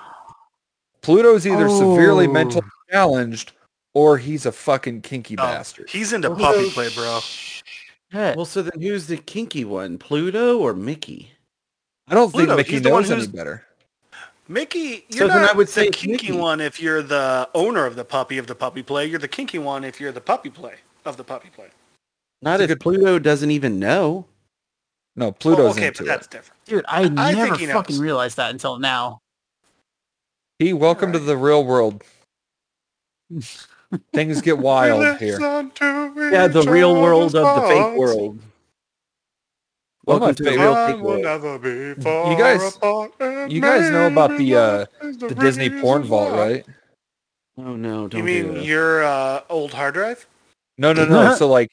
[SPEAKER 2] Pluto's either severely
[SPEAKER 3] Oh.
[SPEAKER 2] mentally challenged or he's a fucking kinky
[SPEAKER 4] Oh,
[SPEAKER 2] bastard.
[SPEAKER 4] He's into puppy play, bro.
[SPEAKER 3] Shit.
[SPEAKER 6] Well, so then who's the kinky one, Pluto or Mickey?
[SPEAKER 2] I don't
[SPEAKER 4] Pluto,
[SPEAKER 2] think Mickey
[SPEAKER 4] he's the one
[SPEAKER 2] knows any
[SPEAKER 4] who's-
[SPEAKER 2] better.
[SPEAKER 4] Mickey,
[SPEAKER 6] So
[SPEAKER 4] you're
[SPEAKER 6] then
[SPEAKER 4] not
[SPEAKER 6] I would say
[SPEAKER 4] the
[SPEAKER 6] it's
[SPEAKER 4] kinky
[SPEAKER 6] Mickey.
[SPEAKER 4] one if you're the owner of the puppy of the puppy play. You're the kinky one if you're the puppy play of the puppy play. Oh,
[SPEAKER 6] Not
[SPEAKER 2] It's a
[SPEAKER 6] if
[SPEAKER 2] good-
[SPEAKER 6] Pluto doesn't even know. Oh,
[SPEAKER 2] No, Pluto's
[SPEAKER 4] Well, okay,
[SPEAKER 2] into
[SPEAKER 4] but that's
[SPEAKER 2] it.
[SPEAKER 4] different.
[SPEAKER 3] Dude, I,
[SPEAKER 4] I
[SPEAKER 3] never
[SPEAKER 4] think he knows.
[SPEAKER 3] fucking realized that until now.
[SPEAKER 2] He welcome to the real world. Things get wild here.
[SPEAKER 6] Yeah, the real world of the fake world.
[SPEAKER 2] One of my
[SPEAKER 6] Welcome to the
[SPEAKER 2] favorite-
[SPEAKER 6] real fake world.
[SPEAKER 2] You guys- You guys know about the uh, the Disney porn vault, right?
[SPEAKER 6] Oh no! Don't
[SPEAKER 4] You
[SPEAKER 6] do
[SPEAKER 4] mean
[SPEAKER 6] that.
[SPEAKER 4] your uh, old hard drive?
[SPEAKER 2] No, no, no. so like,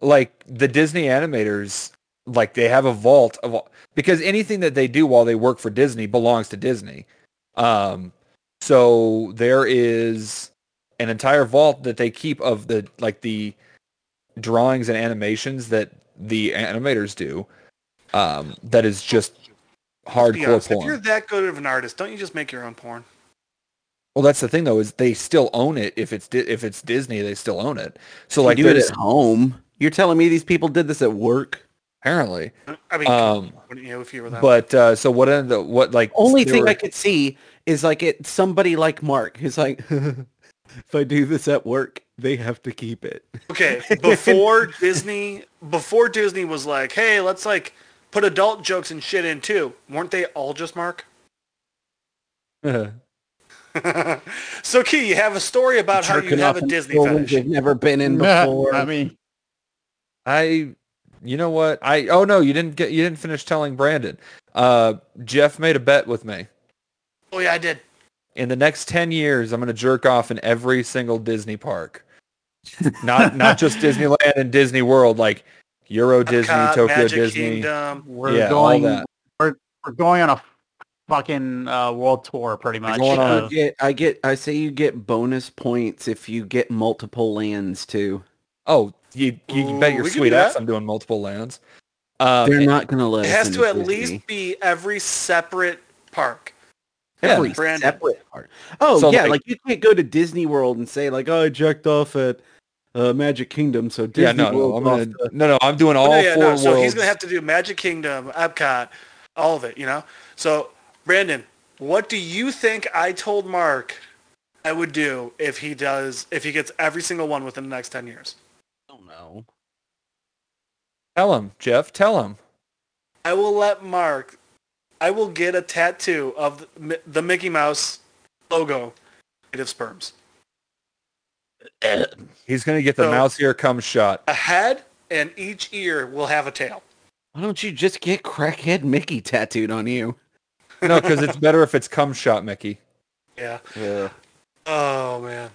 [SPEAKER 2] like the Disney animators, like they have a vault of all- because anything that they do while they work for Disney belongs to Disney. Um, so there is an entire vault that they keep of the like the drawings and animations that the animators do. Um, that is just
[SPEAKER 4] Let's be
[SPEAKER 2] hardcore
[SPEAKER 4] honest, If
[SPEAKER 2] porn.
[SPEAKER 4] you're that good of an artist, don't you just make your own porn?
[SPEAKER 2] Well, that's the thing though is they still own it. If it's Di- if it's Disney, they still own it. So
[SPEAKER 6] Like
[SPEAKER 2] like
[SPEAKER 6] do it
[SPEAKER 2] there's
[SPEAKER 6] at home. You're telling me these people did this at work?
[SPEAKER 2] apparently.
[SPEAKER 4] I mean,
[SPEAKER 2] Um,
[SPEAKER 4] wouldn't you if you were that?
[SPEAKER 2] But uh, so what? Ended up, what like
[SPEAKER 6] Only
[SPEAKER 2] there
[SPEAKER 6] thing
[SPEAKER 2] were-
[SPEAKER 6] I could see is like it. Somebody like Mark who's like, if I do this at work, they have to keep it.
[SPEAKER 4] Okay, before Disney, before Disney was like, "Hey, let's like put adult jokes and shit in too." Weren't they all just Mark? so, Key, you have a story about how you
[SPEAKER 6] Jerking
[SPEAKER 4] have
[SPEAKER 6] off
[SPEAKER 4] a
[SPEAKER 6] in
[SPEAKER 4] Disney
[SPEAKER 6] buildings
[SPEAKER 4] fetish.
[SPEAKER 6] They've never been in
[SPEAKER 3] Nah,
[SPEAKER 6] before.
[SPEAKER 3] I mean,
[SPEAKER 2] I, you know what? I oh no, you didn't get you didn't finish telling Brandon. Uh, Jeff made a bet with me.
[SPEAKER 4] Oh yeah, I did.
[SPEAKER 2] In the next ten years, I'm gonna jerk off in every single Disney park, not not just Disneyland and Disney World, like Euro Disney,
[SPEAKER 4] Epcot,
[SPEAKER 2] Tokyo
[SPEAKER 4] Magic
[SPEAKER 2] Disney.
[SPEAKER 4] Kingdom.
[SPEAKER 3] we're
[SPEAKER 2] yeah, all
[SPEAKER 3] going.
[SPEAKER 2] that.
[SPEAKER 3] We're, we're going on a fucking uh, world tour, pretty much.
[SPEAKER 2] going on
[SPEAKER 3] of-
[SPEAKER 6] You get, I get. I say you get bonus points if you get multiple lands too.
[SPEAKER 2] Oh, you you
[SPEAKER 4] Ooh,
[SPEAKER 2] bet your
[SPEAKER 4] we can
[SPEAKER 2] sweet
[SPEAKER 4] do
[SPEAKER 2] ass
[SPEAKER 4] that.
[SPEAKER 2] I'm doing multiple lands. Um,
[SPEAKER 6] They're not gonna let.
[SPEAKER 4] It
[SPEAKER 6] us
[SPEAKER 4] has
[SPEAKER 6] into
[SPEAKER 4] to at
[SPEAKER 6] Disney.
[SPEAKER 4] least be every separate park.
[SPEAKER 2] Yeah.
[SPEAKER 6] every
[SPEAKER 4] Brandon.
[SPEAKER 6] separate part. Oh
[SPEAKER 2] So,
[SPEAKER 6] yeah,
[SPEAKER 2] like-
[SPEAKER 6] like, you can't go to Disney World and say like, oh, I jacked off at uh, Magic Kingdom, so Disney
[SPEAKER 2] yeah, no, no, I'm
[SPEAKER 6] World.
[SPEAKER 2] gonna, no, no, I'm doing all
[SPEAKER 4] Oh, no, yeah,
[SPEAKER 2] four
[SPEAKER 4] no.
[SPEAKER 2] worlds.
[SPEAKER 4] So he's gonna have to do Magic Kingdom, Epcot, all of it. You know. So Brandon, what do you think I told Mark I would do if he does if he gets every single one within the next ten years?
[SPEAKER 6] don't know.
[SPEAKER 2] tell him, Jeff. Tell him.
[SPEAKER 4] I will let Mark. I will get a tattoo of the, the Mickey Mouse logo, made of sperms,
[SPEAKER 2] He's gonna get the
[SPEAKER 4] So-
[SPEAKER 2] mouse ear cum shot.
[SPEAKER 4] a head, and each ear will have a tail.
[SPEAKER 6] Why don't you just get crackhead Mickey tattooed on you?
[SPEAKER 2] No, because it's better if it's cum shot, Mickey.
[SPEAKER 4] Yeah.
[SPEAKER 6] Yeah.
[SPEAKER 4] Oh man.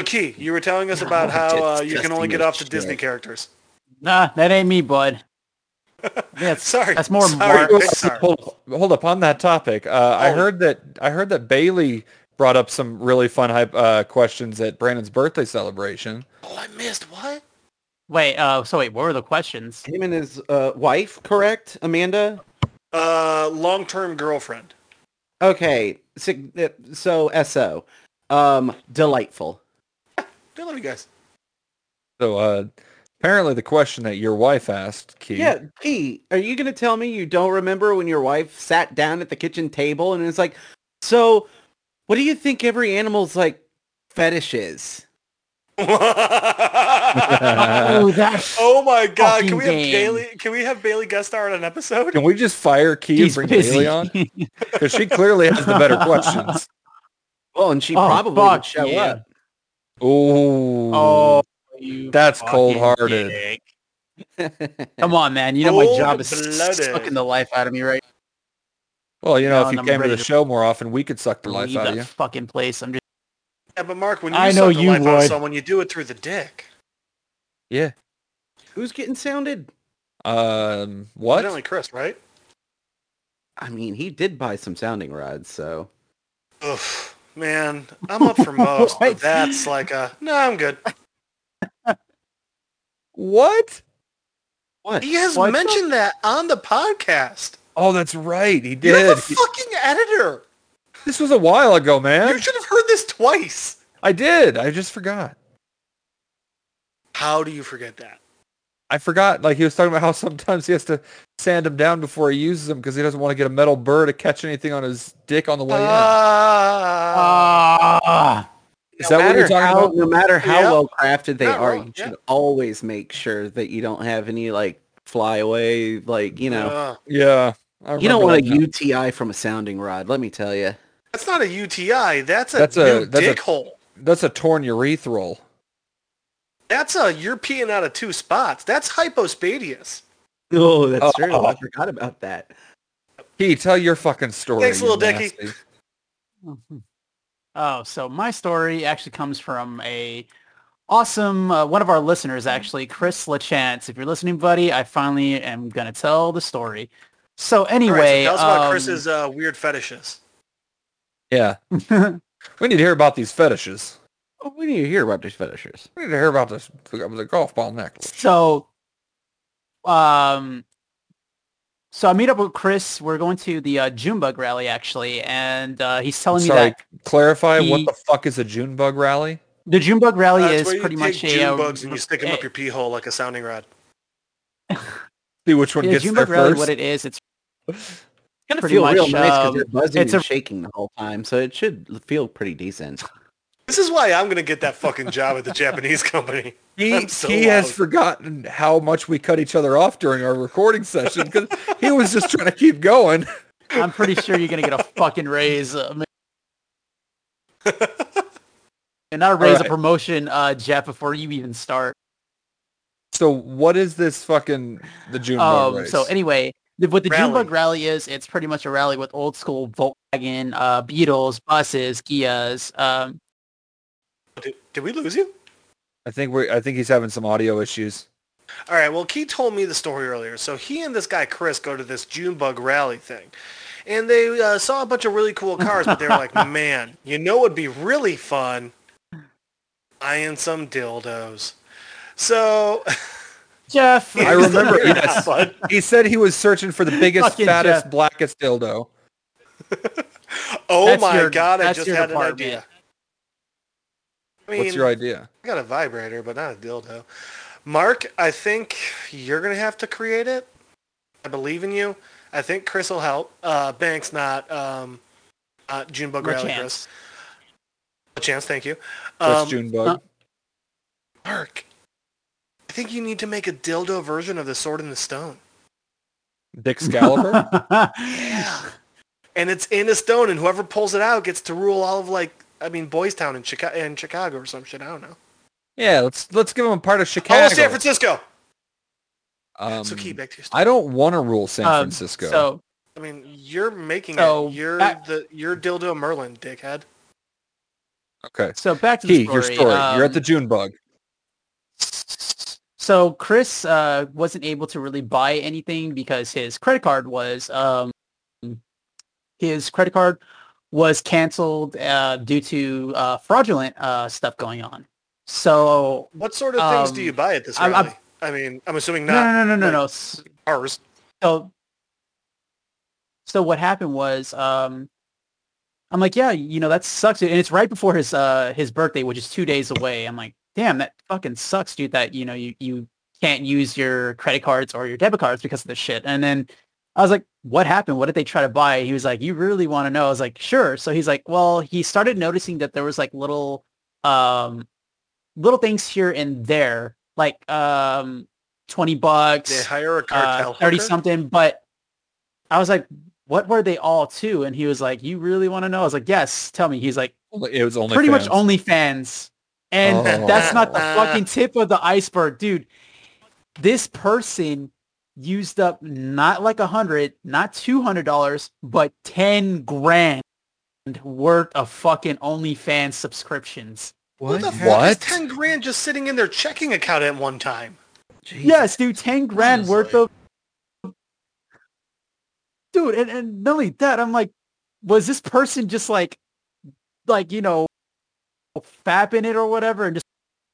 [SPEAKER 4] Okay, you were telling us
[SPEAKER 6] No,
[SPEAKER 4] about how uh,
[SPEAKER 6] disgusting
[SPEAKER 4] you can only get off the
[SPEAKER 6] shit.
[SPEAKER 4] Disney characters.
[SPEAKER 3] Nah, that ain't me, bud. That's
[SPEAKER 4] Sorry,
[SPEAKER 3] that's more
[SPEAKER 4] sorry,
[SPEAKER 3] Mark.
[SPEAKER 4] Pixar.
[SPEAKER 2] Hold, hold up on that topic. Uh, I
[SPEAKER 4] Oh.
[SPEAKER 2] heard that I heard that Bailey brought up some really fun hype, uh, questions at Brandon's birthday celebration.
[SPEAKER 4] Oh, I missed what?
[SPEAKER 3] Wait, uh, so wait, what were the questions?
[SPEAKER 6] Him and his uh, wife, correct, Amanda?
[SPEAKER 4] Uh, long-term girlfriend.
[SPEAKER 6] Okay, sig- uh, so so, um, delightful.
[SPEAKER 4] I love you guys.
[SPEAKER 2] So uh, apparently, the question that your wife asked, Keith.
[SPEAKER 6] Yeah, Pete, are you gonna tell me you don't remember when your wife sat down at the kitchen table and it's like, so, what do you think every animal's like fetish is?
[SPEAKER 3] oh, that's
[SPEAKER 4] oh my god!
[SPEAKER 3] Fucking
[SPEAKER 4] Can we have
[SPEAKER 3] game.
[SPEAKER 4] Bailey? Can we have Bailey guest star on an episode?
[SPEAKER 2] Can we just fire Key and
[SPEAKER 3] he's
[SPEAKER 2] bring
[SPEAKER 3] busy.
[SPEAKER 2] Bailey on? Because she clearly has the better questions.
[SPEAKER 6] Well, and she
[SPEAKER 3] Oh,
[SPEAKER 6] probably would
[SPEAKER 3] fuck
[SPEAKER 6] show
[SPEAKER 3] yeah.
[SPEAKER 6] up.
[SPEAKER 2] Ooh.
[SPEAKER 3] oh, you
[SPEAKER 2] Hmm. That's
[SPEAKER 3] fucking
[SPEAKER 2] cold-hearted.
[SPEAKER 3] dick. Come on, man. You know my job is
[SPEAKER 4] Cold-blooded.
[SPEAKER 3] sucking the life out of me right
[SPEAKER 2] Well, you know,
[SPEAKER 3] No,
[SPEAKER 2] if
[SPEAKER 3] and
[SPEAKER 2] you
[SPEAKER 3] I'm
[SPEAKER 2] came to
[SPEAKER 3] ready
[SPEAKER 2] the
[SPEAKER 3] to-
[SPEAKER 2] show more often, we could suck the
[SPEAKER 3] now.
[SPEAKER 2] life
[SPEAKER 3] Leave
[SPEAKER 2] out of
[SPEAKER 3] that
[SPEAKER 2] you.
[SPEAKER 3] fucking place. I'm just
[SPEAKER 4] Yeah, but Mark, when you
[SPEAKER 3] I
[SPEAKER 4] suck
[SPEAKER 3] know
[SPEAKER 4] the
[SPEAKER 3] you
[SPEAKER 4] life out of
[SPEAKER 3] would.
[SPEAKER 4] someone, you do it through the dick.
[SPEAKER 2] Yeah.
[SPEAKER 6] Who's getting sounded?
[SPEAKER 2] Um. What?
[SPEAKER 4] Evidently, Chris, right?
[SPEAKER 6] I mean, he did buy some sounding rods, so
[SPEAKER 4] Ugh, man, I'm up for most,
[SPEAKER 3] Right.
[SPEAKER 4] but that's like a no. I'm good.
[SPEAKER 2] What?
[SPEAKER 6] what?
[SPEAKER 4] He has
[SPEAKER 3] What's up?
[SPEAKER 4] mentioned that on the podcast.
[SPEAKER 2] Oh, that's right. He
[SPEAKER 4] You're
[SPEAKER 2] did.
[SPEAKER 4] the fucking editor.
[SPEAKER 2] this was a while ago, man.
[SPEAKER 4] You should have heard this twice.
[SPEAKER 2] I did. I just forgot.
[SPEAKER 4] How do you forget that?
[SPEAKER 2] I forgot. Like he was talking about how sometimes he has to sand him down before he uses them because he doesn't want to get a metal burr to catch anything on his dick on the way
[SPEAKER 3] Uh,
[SPEAKER 2] in.
[SPEAKER 4] Ah.
[SPEAKER 3] Ah.
[SPEAKER 2] Is that what you're talking
[SPEAKER 6] how,
[SPEAKER 2] about?
[SPEAKER 6] No matter how
[SPEAKER 4] Yeah.
[SPEAKER 6] well crafted they
[SPEAKER 4] Not
[SPEAKER 6] are,
[SPEAKER 4] wrong,
[SPEAKER 6] you
[SPEAKER 4] yeah.
[SPEAKER 6] should always make sure that you don't have any like flyaway, like you know,
[SPEAKER 4] Uh,
[SPEAKER 2] Yeah. I
[SPEAKER 6] you don't
[SPEAKER 2] remember
[SPEAKER 6] want a
[SPEAKER 2] that now.
[SPEAKER 6] UTI from a sounding rod. Let me tell you.
[SPEAKER 4] that's not a UTI. That's a
[SPEAKER 2] That's a-
[SPEAKER 4] new
[SPEAKER 2] that's a-
[SPEAKER 4] dick hole.
[SPEAKER 2] That's a torn urethral.
[SPEAKER 4] That's a you're peeing out of two spots. That's hypospadias.
[SPEAKER 6] Oh, that's true.
[SPEAKER 2] Oh.
[SPEAKER 6] I forgot about that.
[SPEAKER 2] Key, tell your fucking story.
[SPEAKER 4] Thanks,
[SPEAKER 2] you
[SPEAKER 4] little dickie.
[SPEAKER 2] nasty.
[SPEAKER 3] Mm-hmm. Oh, so my story actually comes from a awesome uh, one of our listeners,
[SPEAKER 4] Mm-hmm.
[SPEAKER 3] actually, Chris Lachance. If you're listening, buddy, I finally am gonna tell the story. So
[SPEAKER 4] All right,
[SPEAKER 3] anyway,
[SPEAKER 4] so tell us about
[SPEAKER 3] um,
[SPEAKER 4] Chris's uh, weird fetishes.
[SPEAKER 2] Yeah.
[SPEAKER 3] um,
[SPEAKER 2] we need to hear about these fetishes.
[SPEAKER 6] Oh, we need to hear about these fetishers.
[SPEAKER 2] We need to hear about this the golf ball necklace.
[SPEAKER 3] So, um, so I meet up with Chris. We're going to the uh, June Bug Rally actually, and uh, he's telling me
[SPEAKER 2] Sorry,
[SPEAKER 3] that
[SPEAKER 2] clarify what
[SPEAKER 3] He-
[SPEAKER 2] the fuck is a June bug rally?
[SPEAKER 3] the June Bug Rally
[SPEAKER 4] That's
[SPEAKER 3] Oh, is
[SPEAKER 4] where you
[SPEAKER 3] pretty
[SPEAKER 4] take
[SPEAKER 3] much
[SPEAKER 4] June
[SPEAKER 3] a uh,
[SPEAKER 4] bugs and you stick them
[SPEAKER 3] eh,
[SPEAKER 4] up your pee hole like a sounding rod.
[SPEAKER 2] See which one
[SPEAKER 3] yeah,
[SPEAKER 2] gets
[SPEAKER 3] June
[SPEAKER 2] there
[SPEAKER 3] Bug Rally.
[SPEAKER 2] first.
[SPEAKER 3] What it is, it's
[SPEAKER 6] It's gonna
[SPEAKER 3] pretty
[SPEAKER 6] feel
[SPEAKER 3] much,
[SPEAKER 6] real nice because they're
[SPEAKER 3] um,
[SPEAKER 6] buzzing
[SPEAKER 3] it's
[SPEAKER 6] and
[SPEAKER 3] a-
[SPEAKER 6] shaking the whole time, so it should l- feel pretty decent.
[SPEAKER 4] This is why I'm gonna get that fucking job at the Japanese company.
[SPEAKER 2] he
[SPEAKER 4] I'm so
[SPEAKER 2] he has
[SPEAKER 4] loud.
[SPEAKER 2] forgotten how much we cut each other off during our recording session because he was just trying to keep going.
[SPEAKER 3] I'm pretty sure you're gonna get a fucking raise. Uh, ma- and not a raise,
[SPEAKER 2] right.
[SPEAKER 3] a promotion, uh, Jeff, before you even start.
[SPEAKER 2] So what is this fucking the June bug
[SPEAKER 3] Um,
[SPEAKER 2] race?
[SPEAKER 3] so anyway, the, what the June
[SPEAKER 4] Rally.
[SPEAKER 3] Bug Rally is, it's pretty much a rally with old school Volkswagen, uh, Beetles, buses, Kias. Um,
[SPEAKER 4] Did, did we lose you?
[SPEAKER 2] I think we're I think he's having some audio issues.
[SPEAKER 4] All right. Well, Key told me the story earlier. So he and this guy Chris go to this June bug rally thing, and they uh, saw a bunch of really cool cars. But they were like, "Man, you know what'd be really fun? Buying some dildos." So
[SPEAKER 3] Jeff.
[SPEAKER 2] I remember.
[SPEAKER 4] Have
[SPEAKER 2] Yes,
[SPEAKER 4] fun.
[SPEAKER 2] he said he was searching for the biggest,
[SPEAKER 3] Fucking
[SPEAKER 2] fattest,
[SPEAKER 3] Jeff.
[SPEAKER 2] blackest dildo.
[SPEAKER 4] Oh
[SPEAKER 3] That's
[SPEAKER 4] my
[SPEAKER 3] your-
[SPEAKER 4] god! I
[SPEAKER 3] that's
[SPEAKER 4] just
[SPEAKER 3] your
[SPEAKER 4] had
[SPEAKER 3] department.
[SPEAKER 4] an idea. I mean,
[SPEAKER 2] What's your idea?
[SPEAKER 4] I got a vibrator, but not a dildo. Mark, I think you're gonna have to create it. I believe in you. I think Chris will help. Uh, Banks, not um, uh, Junebug
[SPEAKER 3] More
[SPEAKER 4] Rally,
[SPEAKER 3] chance.
[SPEAKER 4] Chris. A chance, thank you.
[SPEAKER 2] Chris
[SPEAKER 4] Um,
[SPEAKER 2] Junebug.
[SPEAKER 3] uh,
[SPEAKER 4] Mark, I think you need to make a dildo version of the Sword in the Stone,
[SPEAKER 2] Dick Scalliper.
[SPEAKER 4] and it's in a stone, and whoever pulls it out gets to rule all of like, I mean, Boys Town in Chicago, in Chicago or some shit. I don't know.
[SPEAKER 2] yeah, let's let's give him a part of Chicago.
[SPEAKER 4] Oh, San Francisco.
[SPEAKER 2] Um,
[SPEAKER 4] so key back to your story.
[SPEAKER 2] I don't want to rule San
[SPEAKER 3] Um,
[SPEAKER 2] Francisco.
[SPEAKER 3] So
[SPEAKER 4] I mean, you're making
[SPEAKER 3] So,
[SPEAKER 4] it. You're
[SPEAKER 3] back-
[SPEAKER 4] the you're dildo Merlin, dickhead.
[SPEAKER 2] okay,
[SPEAKER 3] so back to the
[SPEAKER 2] Key,
[SPEAKER 3] story.
[SPEAKER 2] your story. You're at the
[SPEAKER 3] Um,
[SPEAKER 2] Junebug.
[SPEAKER 3] So Chris uh, wasn't able to really buy anything because his credit card was um, his credit card was canceled uh, due to uh, fraudulent uh, stuff going on. So
[SPEAKER 4] What sort of things do
[SPEAKER 3] Um,
[SPEAKER 4] you buy at this
[SPEAKER 3] I'm-
[SPEAKER 4] rally?
[SPEAKER 3] I'm-
[SPEAKER 4] i mean, I'm assuming
[SPEAKER 3] no,
[SPEAKER 4] not
[SPEAKER 3] no, no, no, no,
[SPEAKER 4] like-
[SPEAKER 3] no. S-
[SPEAKER 4] ours.
[SPEAKER 3] so so what happened was um i'm like yeah you know that sucks dude. and it's right before his uh his birthday which is two days away i'm like damn that fucking sucks dude that you know you you can't use your credit cards or your debit cards because of this shit and then i was like what happened what did they try to buy he was like you really want to know i was like sure so he's like well he started noticing that there was like little um little things here and there like um 20 bucks
[SPEAKER 4] They hire a cartel.
[SPEAKER 3] uh, 30
[SPEAKER 4] hooker?
[SPEAKER 3] something but i was like what were they all to and he was like you really want to know i was like yes tell me he's like
[SPEAKER 2] Only- It was only
[SPEAKER 3] pretty much
[SPEAKER 2] fans.
[SPEAKER 3] only fans and
[SPEAKER 2] Oh.
[SPEAKER 3] that's not the fucking tip of the iceberg dude this person used up not like a hundred not two hundred dollars but 10 grand worth of fucking OnlyFans subscriptions.
[SPEAKER 4] What the fuck is
[SPEAKER 2] What?
[SPEAKER 4] ten grand just sitting in their checking account at one time?
[SPEAKER 3] Yes, dude, ten grand
[SPEAKER 5] Jesus,
[SPEAKER 3] worth
[SPEAKER 5] like-
[SPEAKER 3] of dude, and, and not only that, I'm like, was this person just like like, you know, fapping it or whatever and just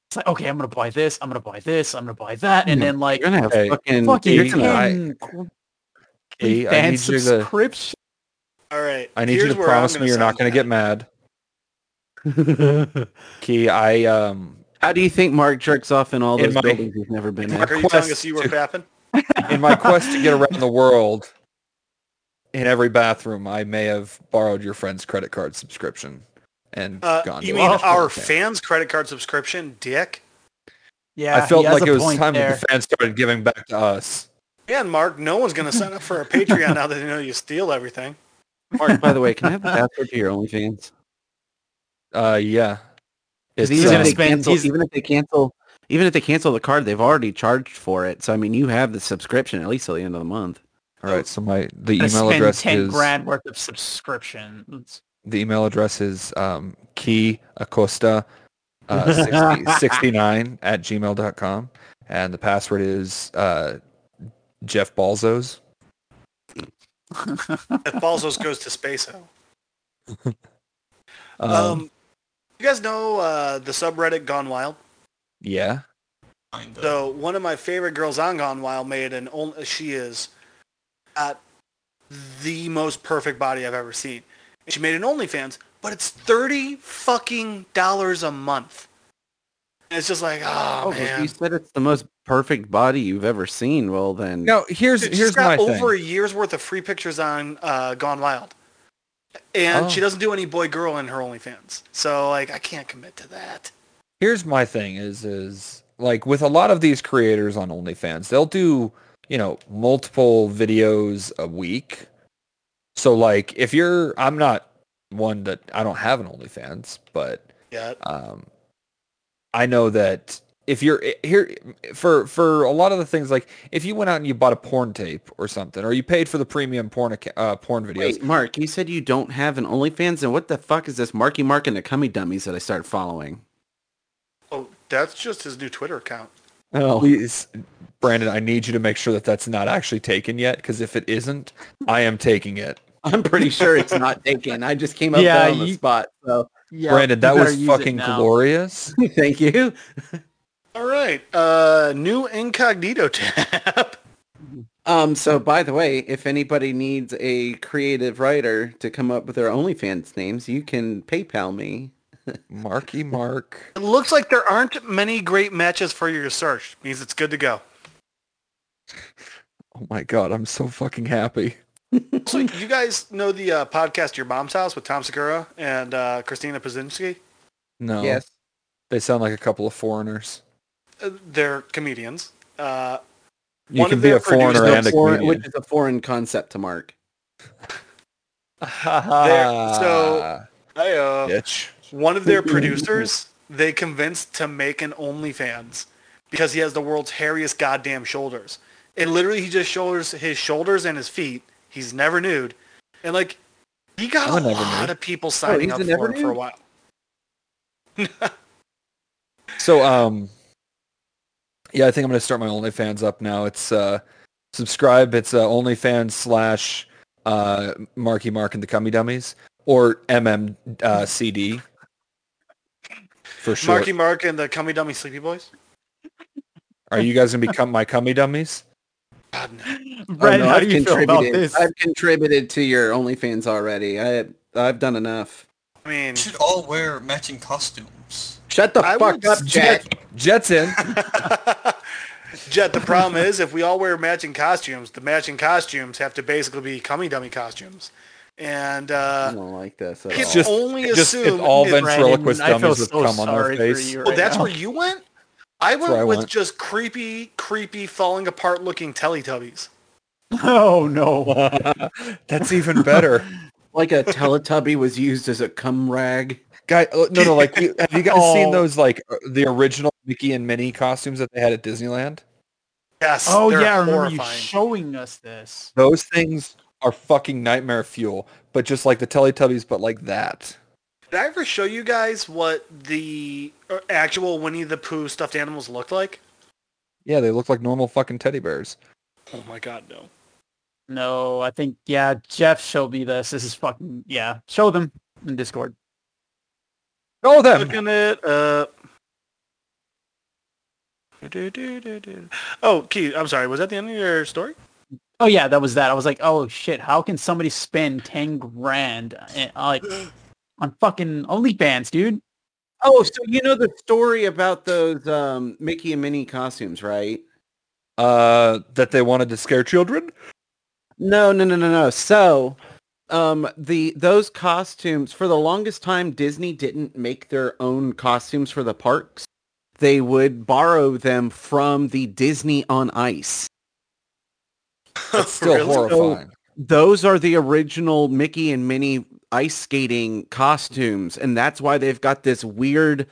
[SPEAKER 3] it's like, okay, I'm gonna buy this, I'm gonna buy this, I'm gonna buy that, and
[SPEAKER 6] No,
[SPEAKER 3] then like
[SPEAKER 6] You're gonna have
[SPEAKER 2] Hey,
[SPEAKER 6] fucking.
[SPEAKER 3] fucking
[SPEAKER 6] you're
[SPEAKER 2] gonna- I-
[SPEAKER 3] ten
[SPEAKER 2] Key, I
[SPEAKER 3] fan
[SPEAKER 2] need you to.
[SPEAKER 3] subscription.
[SPEAKER 4] All right.
[SPEAKER 2] I need
[SPEAKER 4] here's
[SPEAKER 2] you to
[SPEAKER 4] where I'm
[SPEAKER 2] promise
[SPEAKER 4] gonna
[SPEAKER 2] me you're not
[SPEAKER 4] sound
[SPEAKER 2] going to
[SPEAKER 4] bad.
[SPEAKER 2] get mad.
[SPEAKER 6] gonna-
[SPEAKER 2] Key, I um
[SPEAKER 6] How do you think Mark jerks off in all
[SPEAKER 2] In
[SPEAKER 6] those
[SPEAKER 2] my-
[SPEAKER 6] buildings he's never been
[SPEAKER 2] in
[SPEAKER 6] in?
[SPEAKER 2] my-
[SPEAKER 4] Mark, are you telling us
[SPEAKER 2] Request
[SPEAKER 4] you were
[SPEAKER 2] to-
[SPEAKER 4] fapping?
[SPEAKER 2] in my quest to get around the world in every bathroom, I may have borrowed your friend's credit card subscription and
[SPEAKER 4] Uh,
[SPEAKER 2] gone.
[SPEAKER 4] you
[SPEAKER 2] to
[SPEAKER 4] mean
[SPEAKER 2] a national
[SPEAKER 4] our
[SPEAKER 2] camp.
[SPEAKER 4] fans' credit card subscription, dick?
[SPEAKER 3] Yeah,
[SPEAKER 2] I felt
[SPEAKER 3] he has
[SPEAKER 2] like
[SPEAKER 3] a
[SPEAKER 2] it was
[SPEAKER 3] point
[SPEAKER 2] time
[SPEAKER 3] there.
[SPEAKER 2] that the fans started giving back to us.
[SPEAKER 4] Man, Mark, no one's gonna sign up for a Patreon now that they know you steal everything.
[SPEAKER 6] Mark, by the way, can I have the password to your OnlyFans?
[SPEAKER 2] Uh, yeah. It's,
[SPEAKER 6] Even,
[SPEAKER 2] um,
[SPEAKER 6] if they
[SPEAKER 3] spend-
[SPEAKER 6] cancel,
[SPEAKER 3] he's-
[SPEAKER 6] even if they cancel, even if they cancel the card, they've already charged for it. So I mean, you have the subscription at least till the end of the month.
[SPEAKER 2] all right. So my the
[SPEAKER 3] Gonna
[SPEAKER 2] email
[SPEAKER 3] spend
[SPEAKER 2] address
[SPEAKER 3] ten
[SPEAKER 2] is
[SPEAKER 3] grand worth of subscriptions.
[SPEAKER 2] the email address is um, key acosta uh, 60, 69 at gmail.com and the password is uh, jeff balzos
[SPEAKER 4] If Balzos goes to Spaceo.
[SPEAKER 2] um,
[SPEAKER 4] Um, you guys know uh, the subreddit Gone Wild?
[SPEAKER 2] yeah
[SPEAKER 4] So one of my favorite girls on Gone Wild made an only she is at the most perfect body I've ever seen. And She made an OnlyFans, but it's thirty fucking dollars a month. And it's just like, oh,
[SPEAKER 6] Oh, if
[SPEAKER 4] man.
[SPEAKER 6] you said it's the most perfect body you've ever seen. Well, then
[SPEAKER 2] now here's
[SPEAKER 4] Dude, she's
[SPEAKER 2] here's my
[SPEAKER 4] got over
[SPEAKER 2] thing
[SPEAKER 4] a year's worth of free pictures on uh, Gone Wild. And
[SPEAKER 2] Oh.
[SPEAKER 4] she doesn't do any boy girl in her OnlyFans. So like I can't commit to that.
[SPEAKER 2] here's my thing is is like with a lot of these creators on onlyfans they'll do you know multiple videos a week so like if you're i'm not one that i don't have an onlyfans but
[SPEAKER 4] Yeah.
[SPEAKER 2] um, I know that if you're i- here for for a lot of the things like if you went out and you bought a porn tape or something or you paid for the premium porn acc- uh, porn videos
[SPEAKER 6] wait, Mark, you said you don't have an OnlyFans, and what the fuck is this Marky Mark and the Cummy Dummies that I started following?
[SPEAKER 4] Oh, that's just his new Twitter account.
[SPEAKER 6] Oh,
[SPEAKER 2] please Brandon I need you to make sure that that's not actually taken yet because if it isn't I am taking it
[SPEAKER 6] I'm pretty sure it's not taken. I just came up
[SPEAKER 3] Yeah,
[SPEAKER 6] there on the
[SPEAKER 3] you-
[SPEAKER 6] spot. So
[SPEAKER 3] Yeah,
[SPEAKER 2] Brandon
[SPEAKER 3] you
[SPEAKER 2] that
[SPEAKER 3] better
[SPEAKER 2] was
[SPEAKER 3] use it
[SPEAKER 2] fucking
[SPEAKER 3] now.
[SPEAKER 2] glorious
[SPEAKER 6] thank you.
[SPEAKER 4] All right. Uh, new incognito tab.
[SPEAKER 6] Um, so by the way, if anybody needs a creative writer to come up with their OnlyFans names, you can PayPal me.
[SPEAKER 2] Marky Mark.
[SPEAKER 4] it looks like there aren't many great matches for your search. Means it's good to go.
[SPEAKER 2] Oh my god, I'm so fucking happy.
[SPEAKER 4] So you guys know the uh, podcast Your Mom's House with Tom Segura and uh, Christina Pazinski?
[SPEAKER 2] No.
[SPEAKER 6] Yes.
[SPEAKER 2] They sound like a couple of foreigners.
[SPEAKER 4] Uh, they're comedians. Uh,
[SPEAKER 2] You
[SPEAKER 4] One
[SPEAKER 2] can
[SPEAKER 4] of
[SPEAKER 2] be
[SPEAKER 4] their
[SPEAKER 2] a foreigner
[SPEAKER 4] producers-
[SPEAKER 2] and a
[SPEAKER 6] Foreign-
[SPEAKER 2] comedian.
[SPEAKER 6] which is a foreign concept to Mark.
[SPEAKER 4] so- I, uh,
[SPEAKER 2] Ah, bitch.
[SPEAKER 4] one of their producers they convinced to make an OnlyFans because he has the world's hairiest goddamn shoulders. And literally, he just shows his shoulders and his feet. He's never nude, and like he got
[SPEAKER 2] I'm
[SPEAKER 4] a
[SPEAKER 2] a never
[SPEAKER 4] lot
[SPEAKER 2] nude.
[SPEAKER 4] of people
[SPEAKER 6] Oh, he's
[SPEAKER 4] signing up
[SPEAKER 6] a
[SPEAKER 4] for
[SPEAKER 6] never
[SPEAKER 4] it for a
[SPEAKER 6] nude?
[SPEAKER 4] while.
[SPEAKER 2] So um yeah, I think I'm gonna start my OnlyFans up now. It's uh subscribe, it's uh OnlyFans slash uh Marky Mark and the Cummy Dummies or MM uh CD for sure.
[SPEAKER 4] Marky Mark and the Cummy Dummy Sleepy Boys.
[SPEAKER 2] Are you guys gonna become my cummy dummies?
[SPEAKER 4] God no.
[SPEAKER 3] Brett,
[SPEAKER 6] no,
[SPEAKER 3] how
[SPEAKER 6] I've
[SPEAKER 3] do you feel about
[SPEAKER 6] contributed-
[SPEAKER 3] this?
[SPEAKER 6] I've contributed to your OnlyFans already. I I've done enough.
[SPEAKER 4] I mean,
[SPEAKER 5] We should all wear matching costumes.
[SPEAKER 6] Shut the
[SPEAKER 4] I
[SPEAKER 6] fuck
[SPEAKER 4] would
[SPEAKER 6] up, Jack.
[SPEAKER 2] Jets in.
[SPEAKER 4] Jet. The problem is, if we all wear matching costumes, the matching costumes have to basically be Cummy Dummy costumes, and uh,
[SPEAKER 6] I don't like this at
[SPEAKER 4] It's
[SPEAKER 6] all.
[SPEAKER 2] just,
[SPEAKER 4] only
[SPEAKER 2] it's just
[SPEAKER 4] assume
[SPEAKER 2] it's all
[SPEAKER 4] if
[SPEAKER 2] ventriloquist
[SPEAKER 3] Brandon- I feel
[SPEAKER 2] dummies with
[SPEAKER 3] so
[SPEAKER 2] cum on their
[SPEAKER 3] sorry for
[SPEAKER 2] face.
[SPEAKER 3] you
[SPEAKER 4] Well,
[SPEAKER 3] right
[SPEAKER 4] that's
[SPEAKER 3] now.
[SPEAKER 4] where you went. I went
[SPEAKER 2] where I
[SPEAKER 4] with
[SPEAKER 2] went.
[SPEAKER 4] just creepy, creepy, falling apart looking Teletubbies.
[SPEAKER 3] Oh no.
[SPEAKER 2] That's even better,
[SPEAKER 6] like a Teletubby was used as a cum rag.
[SPEAKER 2] guy. oh, No, no, like you- have you guys seen
[SPEAKER 3] Oh.
[SPEAKER 2] those like uh, the original Mickey and Minnie costumes that they had at Disneyland?
[SPEAKER 4] Yes.
[SPEAKER 3] Oh
[SPEAKER 4] they're
[SPEAKER 3] yeah, I remember you
[SPEAKER 4] horrifying.
[SPEAKER 3] showing us this.
[SPEAKER 2] Those things are fucking nightmare fuel, but just like the Teletubbies, but like that.
[SPEAKER 4] Did I ever show you guys what the uh, actual Winnie the Pooh stuffed animals looked like?
[SPEAKER 2] Yeah, they look like normal fucking teddy bears.
[SPEAKER 4] Oh my god, no.
[SPEAKER 3] No, I think yeah, Jeff showed me this. This is fucking yeah. Show them in Discord.
[SPEAKER 2] Oh, them.
[SPEAKER 4] Looking at uh. Do-do-do-do-do. Oh, Keith, I'm sorry. Was that the end of your story?
[SPEAKER 3] Oh yeah, that was that. I was like, oh shit, how can somebody spend ten grand eh, uh, on fucking OnlyFans, dude?
[SPEAKER 6] Oh, so you know the story about those um, Mickey and Minnie costumes, right?
[SPEAKER 2] Uh, that they wanted to scare children.
[SPEAKER 6] No, no, no, no, no. So, um, the those costumes for the longest time Disney didn't make their own costumes for the parks. They would borrow them from the Disney on Ice.
[SPEAKER 2] That's still
[SPEAKER 4] Really?
[SPEAKER 2] horrifying.
[SPEAKER 6] Those are the original Mickey and Minnie ice skating costumes, and that's why they've got this weird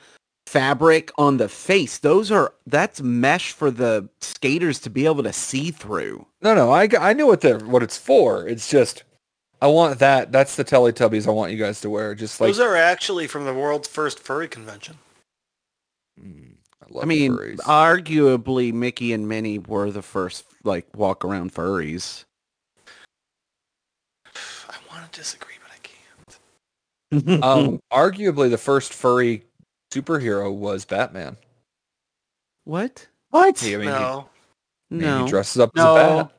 [SPEAKER 6] fabric on the face. Those are that's mesh for the skaters to be able to see through.
[SPEAKER 2] No, no, I, g- I knew what the what it's for. It's just I want that. That's the Teletubbies I want you guys to wear. Just like
[SPEAKER 4] Those are actually from the world's first furry convention.
[SPEAKER 2] Mm, I, love
[SPEAKER 6] I mean,
[SPEAKER 2] furries.
[SPEAKER 6] arguably, Mickey and Minnie were the first like walk around furries.
[SPEAKER 4] I want to disagree, but I can't.
[SPEAKER 2] um, arguably the first furry superhero was Batman.
[SPEAKER 6] what?
[SPEAKER 3] What?
[SPEAKER 2] He, I mean, he-
[SPEAKER 4] no.
[SPEAKER 2] I mean, he,
[SPEAKER 6] No,
[SPEAKER 2] dresses up
[SPEAKER 3] No.
[SPEAKER 2] as a bat.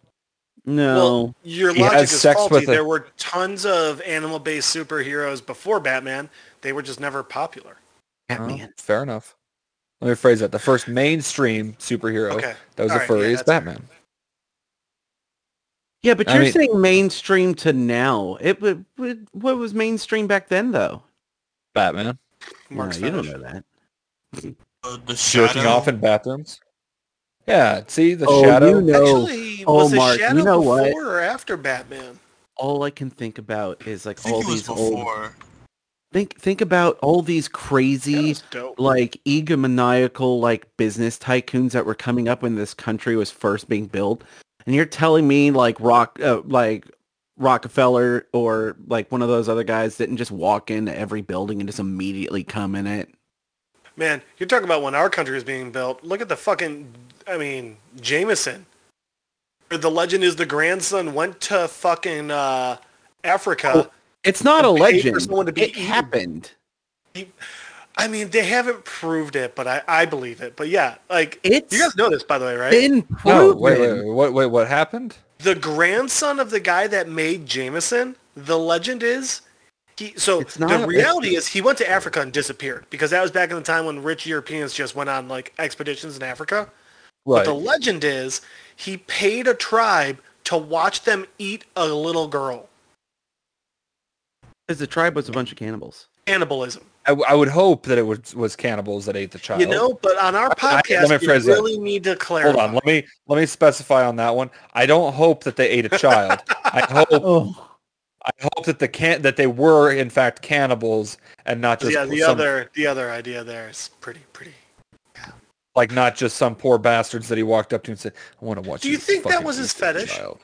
[SPEAKER 6] no.
[SPEAKER 4] Well, your
[SPEAKER 2] He
[SPEAKER 4] logic
[SPEAKER 2] has
[SPEAKER 4] is
[SPEAKER 2] sex
[SPEAKER 4] faulty.
[SPEAKER 2] with a-
[SPEAKER 4] there were tons of animal-based superheroes before Batman. They were just never popular.
[SPEAKER 2] Oh,
[SPEAKER 6] Batman.
[SPEAKER 2] fair enough. Let me phrase that. The first mainstream superhero
[SPEAKER 4] Okay.
[SPEAKER 2] that was
[SPEAKER 4] All
[SPEAKER 2] a
[SPEAKER 4] right,
[SPEAKER 2] furry
[SPEAKER 4] yeah,
[SPEAKER 2] is
[SPEAKER 4] that's fair.
[SPEAKER 2] Batman.
[SPEAKER 6] Yeah, but
[SPEAKER 2] I
[SPEAKER 6] you're
[SPEAKER 2] mean-
[SPEAKER 6] saying mainstream to now. It, would would- what was mainstream back then though?
[SPEAKER 2] Batman.
[SPEAKER 4] Mark's
[SPEAKER 6] no, you don't
[SPEAKER 4] fetish.
[SPEAKER 6] know that.
[SPEAKER 5] Uh, the
[SPEAKER 2] Jerking
[SPEAKER 5] shadow.
[SPEAKER 2] off in bathrooms. Yeah, see the
[SPEAKER 6] Oh,
[SPEAKER 2] shadow.
[SPEAKER 6] you know-
[SPEAKER 4] Actually,
[SPEAKER 6] Oh,
[SPEAKER 4] was the
[SPEAKER 6] Mark, you
[SPEAKER 4] Shadow
[SPEAKER 6] know
[SPEAKER 4] before
[SPEAKER 6] what?
[SPEAKER 4] or after Batman?
[SPEAKER 6] All I can think about is like
[SPEAKER 5] I think
[SPEAKER 6] all
[SPEAKER 5] it was
[SPEAKER 6] these old
[SPEAKER 5] before.
[SPEAKER 6] think think about all these
[SPEAKER 4] That
[SPEAKER 6] crazy
[SPEAKER 4] was dope.
[SPEAKER 6] like egomaniacal like business tycoons that were coming up when this country was first being built and you're telling me like rock uh, like rockefeller or like one of those other guys didn't just walk into every building and just immediately come in it
[SPEAKER 4] Man, you're talking about when our country was being built. Look at the fucking, I mean, Jameson. The legend is the grandson went to fucking uh, Africa.
[SPEAKER 6] it's not a
[SPEAKER 4] They paid for
[SPEAKER 6] legend
[SPEAKER 4] someone to be
[SPEAKER 6] it
[SPEAKER 4] eaten.
[SPEAKER 6] happened
[SPEAKER 4] I mean, they haven't proved it, but I, I believe it. But yeah, like
[SPEAKER 6] It's
[SPEAKER 4] you guys know this by the way, right?
[SPEAKER 6] been
[SPEAKER 2] No,
[SPEAKER 6] proven.
[SPEAKER 2] wait, wait, wait, what, wait, what happened?
[SPEAKER 4] the grandson of the guy that made Jameson, the legend is he so
[SPEAKER 6] It's
[SPEAKER 4] the
[SPEAKER 6] not-
[SPEAKER 4] reality is he went to Africa and disappeared because that was back in the time when rich Europeans just went on like expeditions in Africa. But
[SPEAKER 2] Right.
[SPEAKER 4] the legend is he paid a tribe to watch them eat a little girl.
[SPEAKER 6] Because the tribe was a bunch of cannibals.
[SPEAKER 4] Cannibalism.
[SPEAKER 2] I, w- I would hope that it was, was cannibals that ate the child.
[SPEAKER 4] You know, but on our
[SPEAKER 2] I- let
[SPEAKER 4] podcast,
[SPEAKER 2] me
[SPEAKER 4] we
[SPEAKER 2] phrase that.
[SPEAKER 4] really need to clarify.
[SPEAKER 2] Hold on, let me let me specify on that one. I don't hope that they ate a child. I hope
[SPEAKER 3] Oh,
[SPEAKER 2] I hope that the can that they were in fact cannibals and not just
[SPEAKER 4] yeah, the
[SPEAKER 2] some-
[SPEAKER 4] other the other idea there is pretty pretty.
[SPEAKER 2] like not just some poor bastards that he walked up to and said, "I want to watch."
[SPEAKER 4] Do you
[SPEAKER 2] this
[SPEAKER 4] think that
[SPEAKER 2] fucking
[SPEAKER 4] was his
[SPEAKER 2] eat this
[SPEAKER 4] fetish?
[SPEAKER 2] child."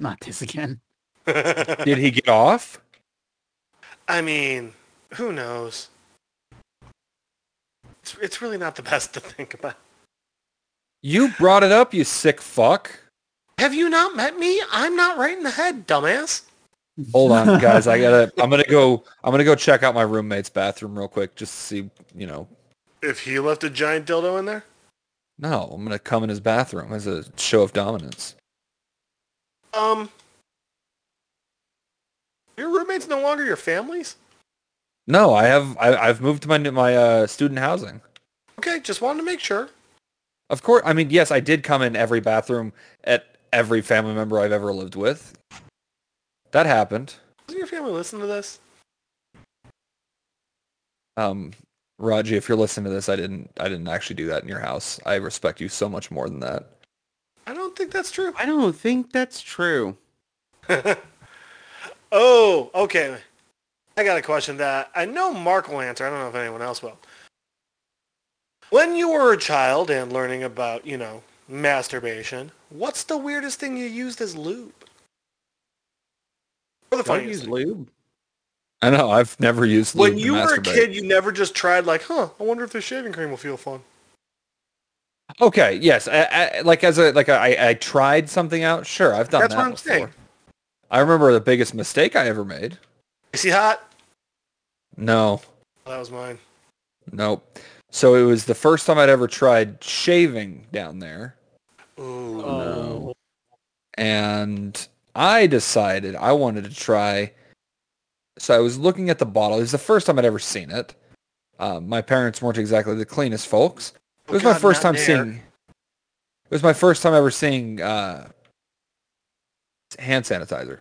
[SPEAKER 3] not this again.
[SPEAKER 2] Did he get off?
[SPEAKER 4] I mean, who knows? It's, it's really not the best to think about.
[SPEAKER 2] You brought it up, you sick fuck.
[SPEAKER 4] Have you not met me? I'm not right in the head, dumbass.
[SPEAKER 2] Hold on, guys. I gotta. I'm gonna go. I'm gonna go check out my roommate's bathroom real quick, just to see. You know,
[SPEAKER 4] If he left a giant dildo in there?
[SPEAKER 2] no. I'm gonna come in his bathroom as a show of dominance.
[SPEAKER 4] Um. Your roommate's no longer your family's?
[SPEAKER 2] No, I have. I, I've moved to my new- my uh, student housing.
[SPEAKER 4] Okay, just wanted to make sure.
[SPEAKER 2] Of course. I mean, yes, I did come in every bathroom at every family member I've ever lived with. That happened.
[SPEAKER 4] Doesn't your family listen to this?
[SPEAKER 2] Um, Raji, if you're listening to this, I didn't. I didn't actually do that in your house. I respect you so much more than that.
[SPEAKER 4] I don't think that's true.
[SPEAKER 6] I don't think that's true.
[SPEAKER 4] oh, okay. I got a question that I know Mark will answer. I don't know if anyone else will. When you were a child and learning about, you know, masturbation, what's the weirdest thing you used as lube? Or the
[SPEAKER 6] Don't
[SPEAKER 4] funniest
[SPEAKER 6] use
[SPEAKER 4] thing?
[SPEAKER 6] lube.
[SPEAKER 2] I know. I've never used.
[SPEAKER 4] When
[SPEAKER 2] lube to
[SPEAKER 4] you were a
[SPEAKER 2] masturbate.
[SPEAKER 4] kid, you never just tried like, huh, I wonder if this shaving cream will feel fun.
[SPEAKER 2] Okay. Yes. I, I, like as a like I, I tried something out. Sure, I've done
[SPEAKER 4] That's
[SPEAKER 2] that
[SPEAKER 4] what I'm
[SPEAKER 2] before.
[SPEAKER 4] saying.
[SPEAKER 2] I remember the biggest mistake I ever made.
[SPEAKER 4] Is he hot?
[SPEAKER 2] No.
[SPEAKER 4] Oh, that was mine.
[SPEAKER 2] Nope. So it was the first time I'd ever tried shaving down there,
[SPEAKER 4] Ooh.
[SPEAKER 6] No.
[SPEAKER 2] and I decided I wanted to try. So I was looking at the bottle. It was the first time I'd ever seen it. Um, my parents weren't exactly the cleanest folks. It
[SPEAKER 4] Oh,
[SPEAKER 2] was my
[SPEAKER 4] God,
[SPEAKER 2] first
[SPEAKER 4] not
[SPEAKER 2] time
[SPEAKER 4] there.
[SPEAKER 2] seeing. It was my first time ever seeing uh, hand sanitizer.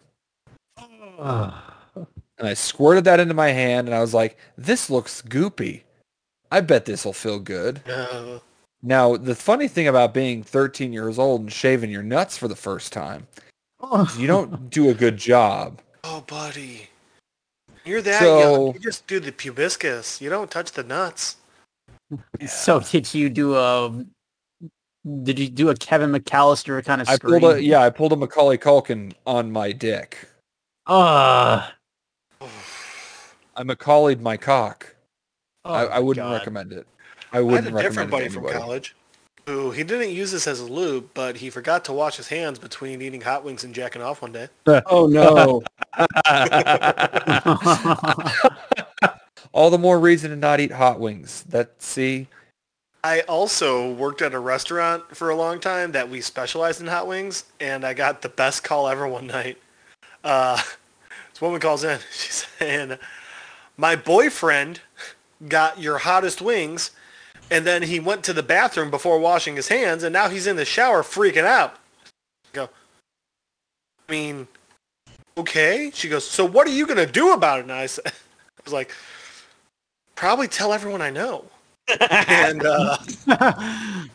[SPEAKER 2] and I squirted that into my hand and I was like, this looks goopy. I bet this will feel good.
[SPEAKER 4] No.
[SPEAKER 2] Now, the funny thing about being 13 years old and shaving your nuts for the first time, is you don't do a good job.
[SPEAKER 4] Oh, buddy. You're that
[SPEAKER 2] So-
[SPEAKER 4] young. You just do the pubiscus. You don't touch the nuts.
[SPEAKER 3] So did you do a? Did you do a Kevin McAllister kind of
[SPEAKER 2] I
[SPEAKER 3] scream?
[SPEAKER 2] pulled a, yeah, I pulled a Macaulay Culkin on my dick.
[SPEAKER 3] Uh,
[SPEAKER 2] I Macaulayed my cock.
[SPEAKER 3] oh
[SPEAKER 2] I, I
[SPEAKER 3] my
[SPEAKER 2] wouldn't
[SPEAKER 3] God.
[SPEAKER 2] recommend it. I
[SPEAKER 4] I
[SPEAKER 2] wouldn't
[SPEAKER 4] had a different
[SPEAKER 2] recommend it to
[SPEAKER 4] buddy from
[SPEAKER 2] anybody.
[SPEAKER 4] college who he didn't use this as a lube, but he forgot to wash his hands between eating hot wings and jacking off one day.
[SPEAKER 6] Oh no.
[SPEAKER 2] All the more reason to not eat hot wings. That see,
[SPEAKER 4] I also worked at a restaurant for a long time that we specialized in hot wings, and I got the best call ever one night. Uh, this woman calls in. She's saying, "My boyfriend got your hottest wings, and then he went to the bathroom before washing his hands, and now he's in the shower freaking out." I go. I mean, okay. She goes. So what are you gonna do about it? And I, s- I was like, probably tell everyone I know. and uh, that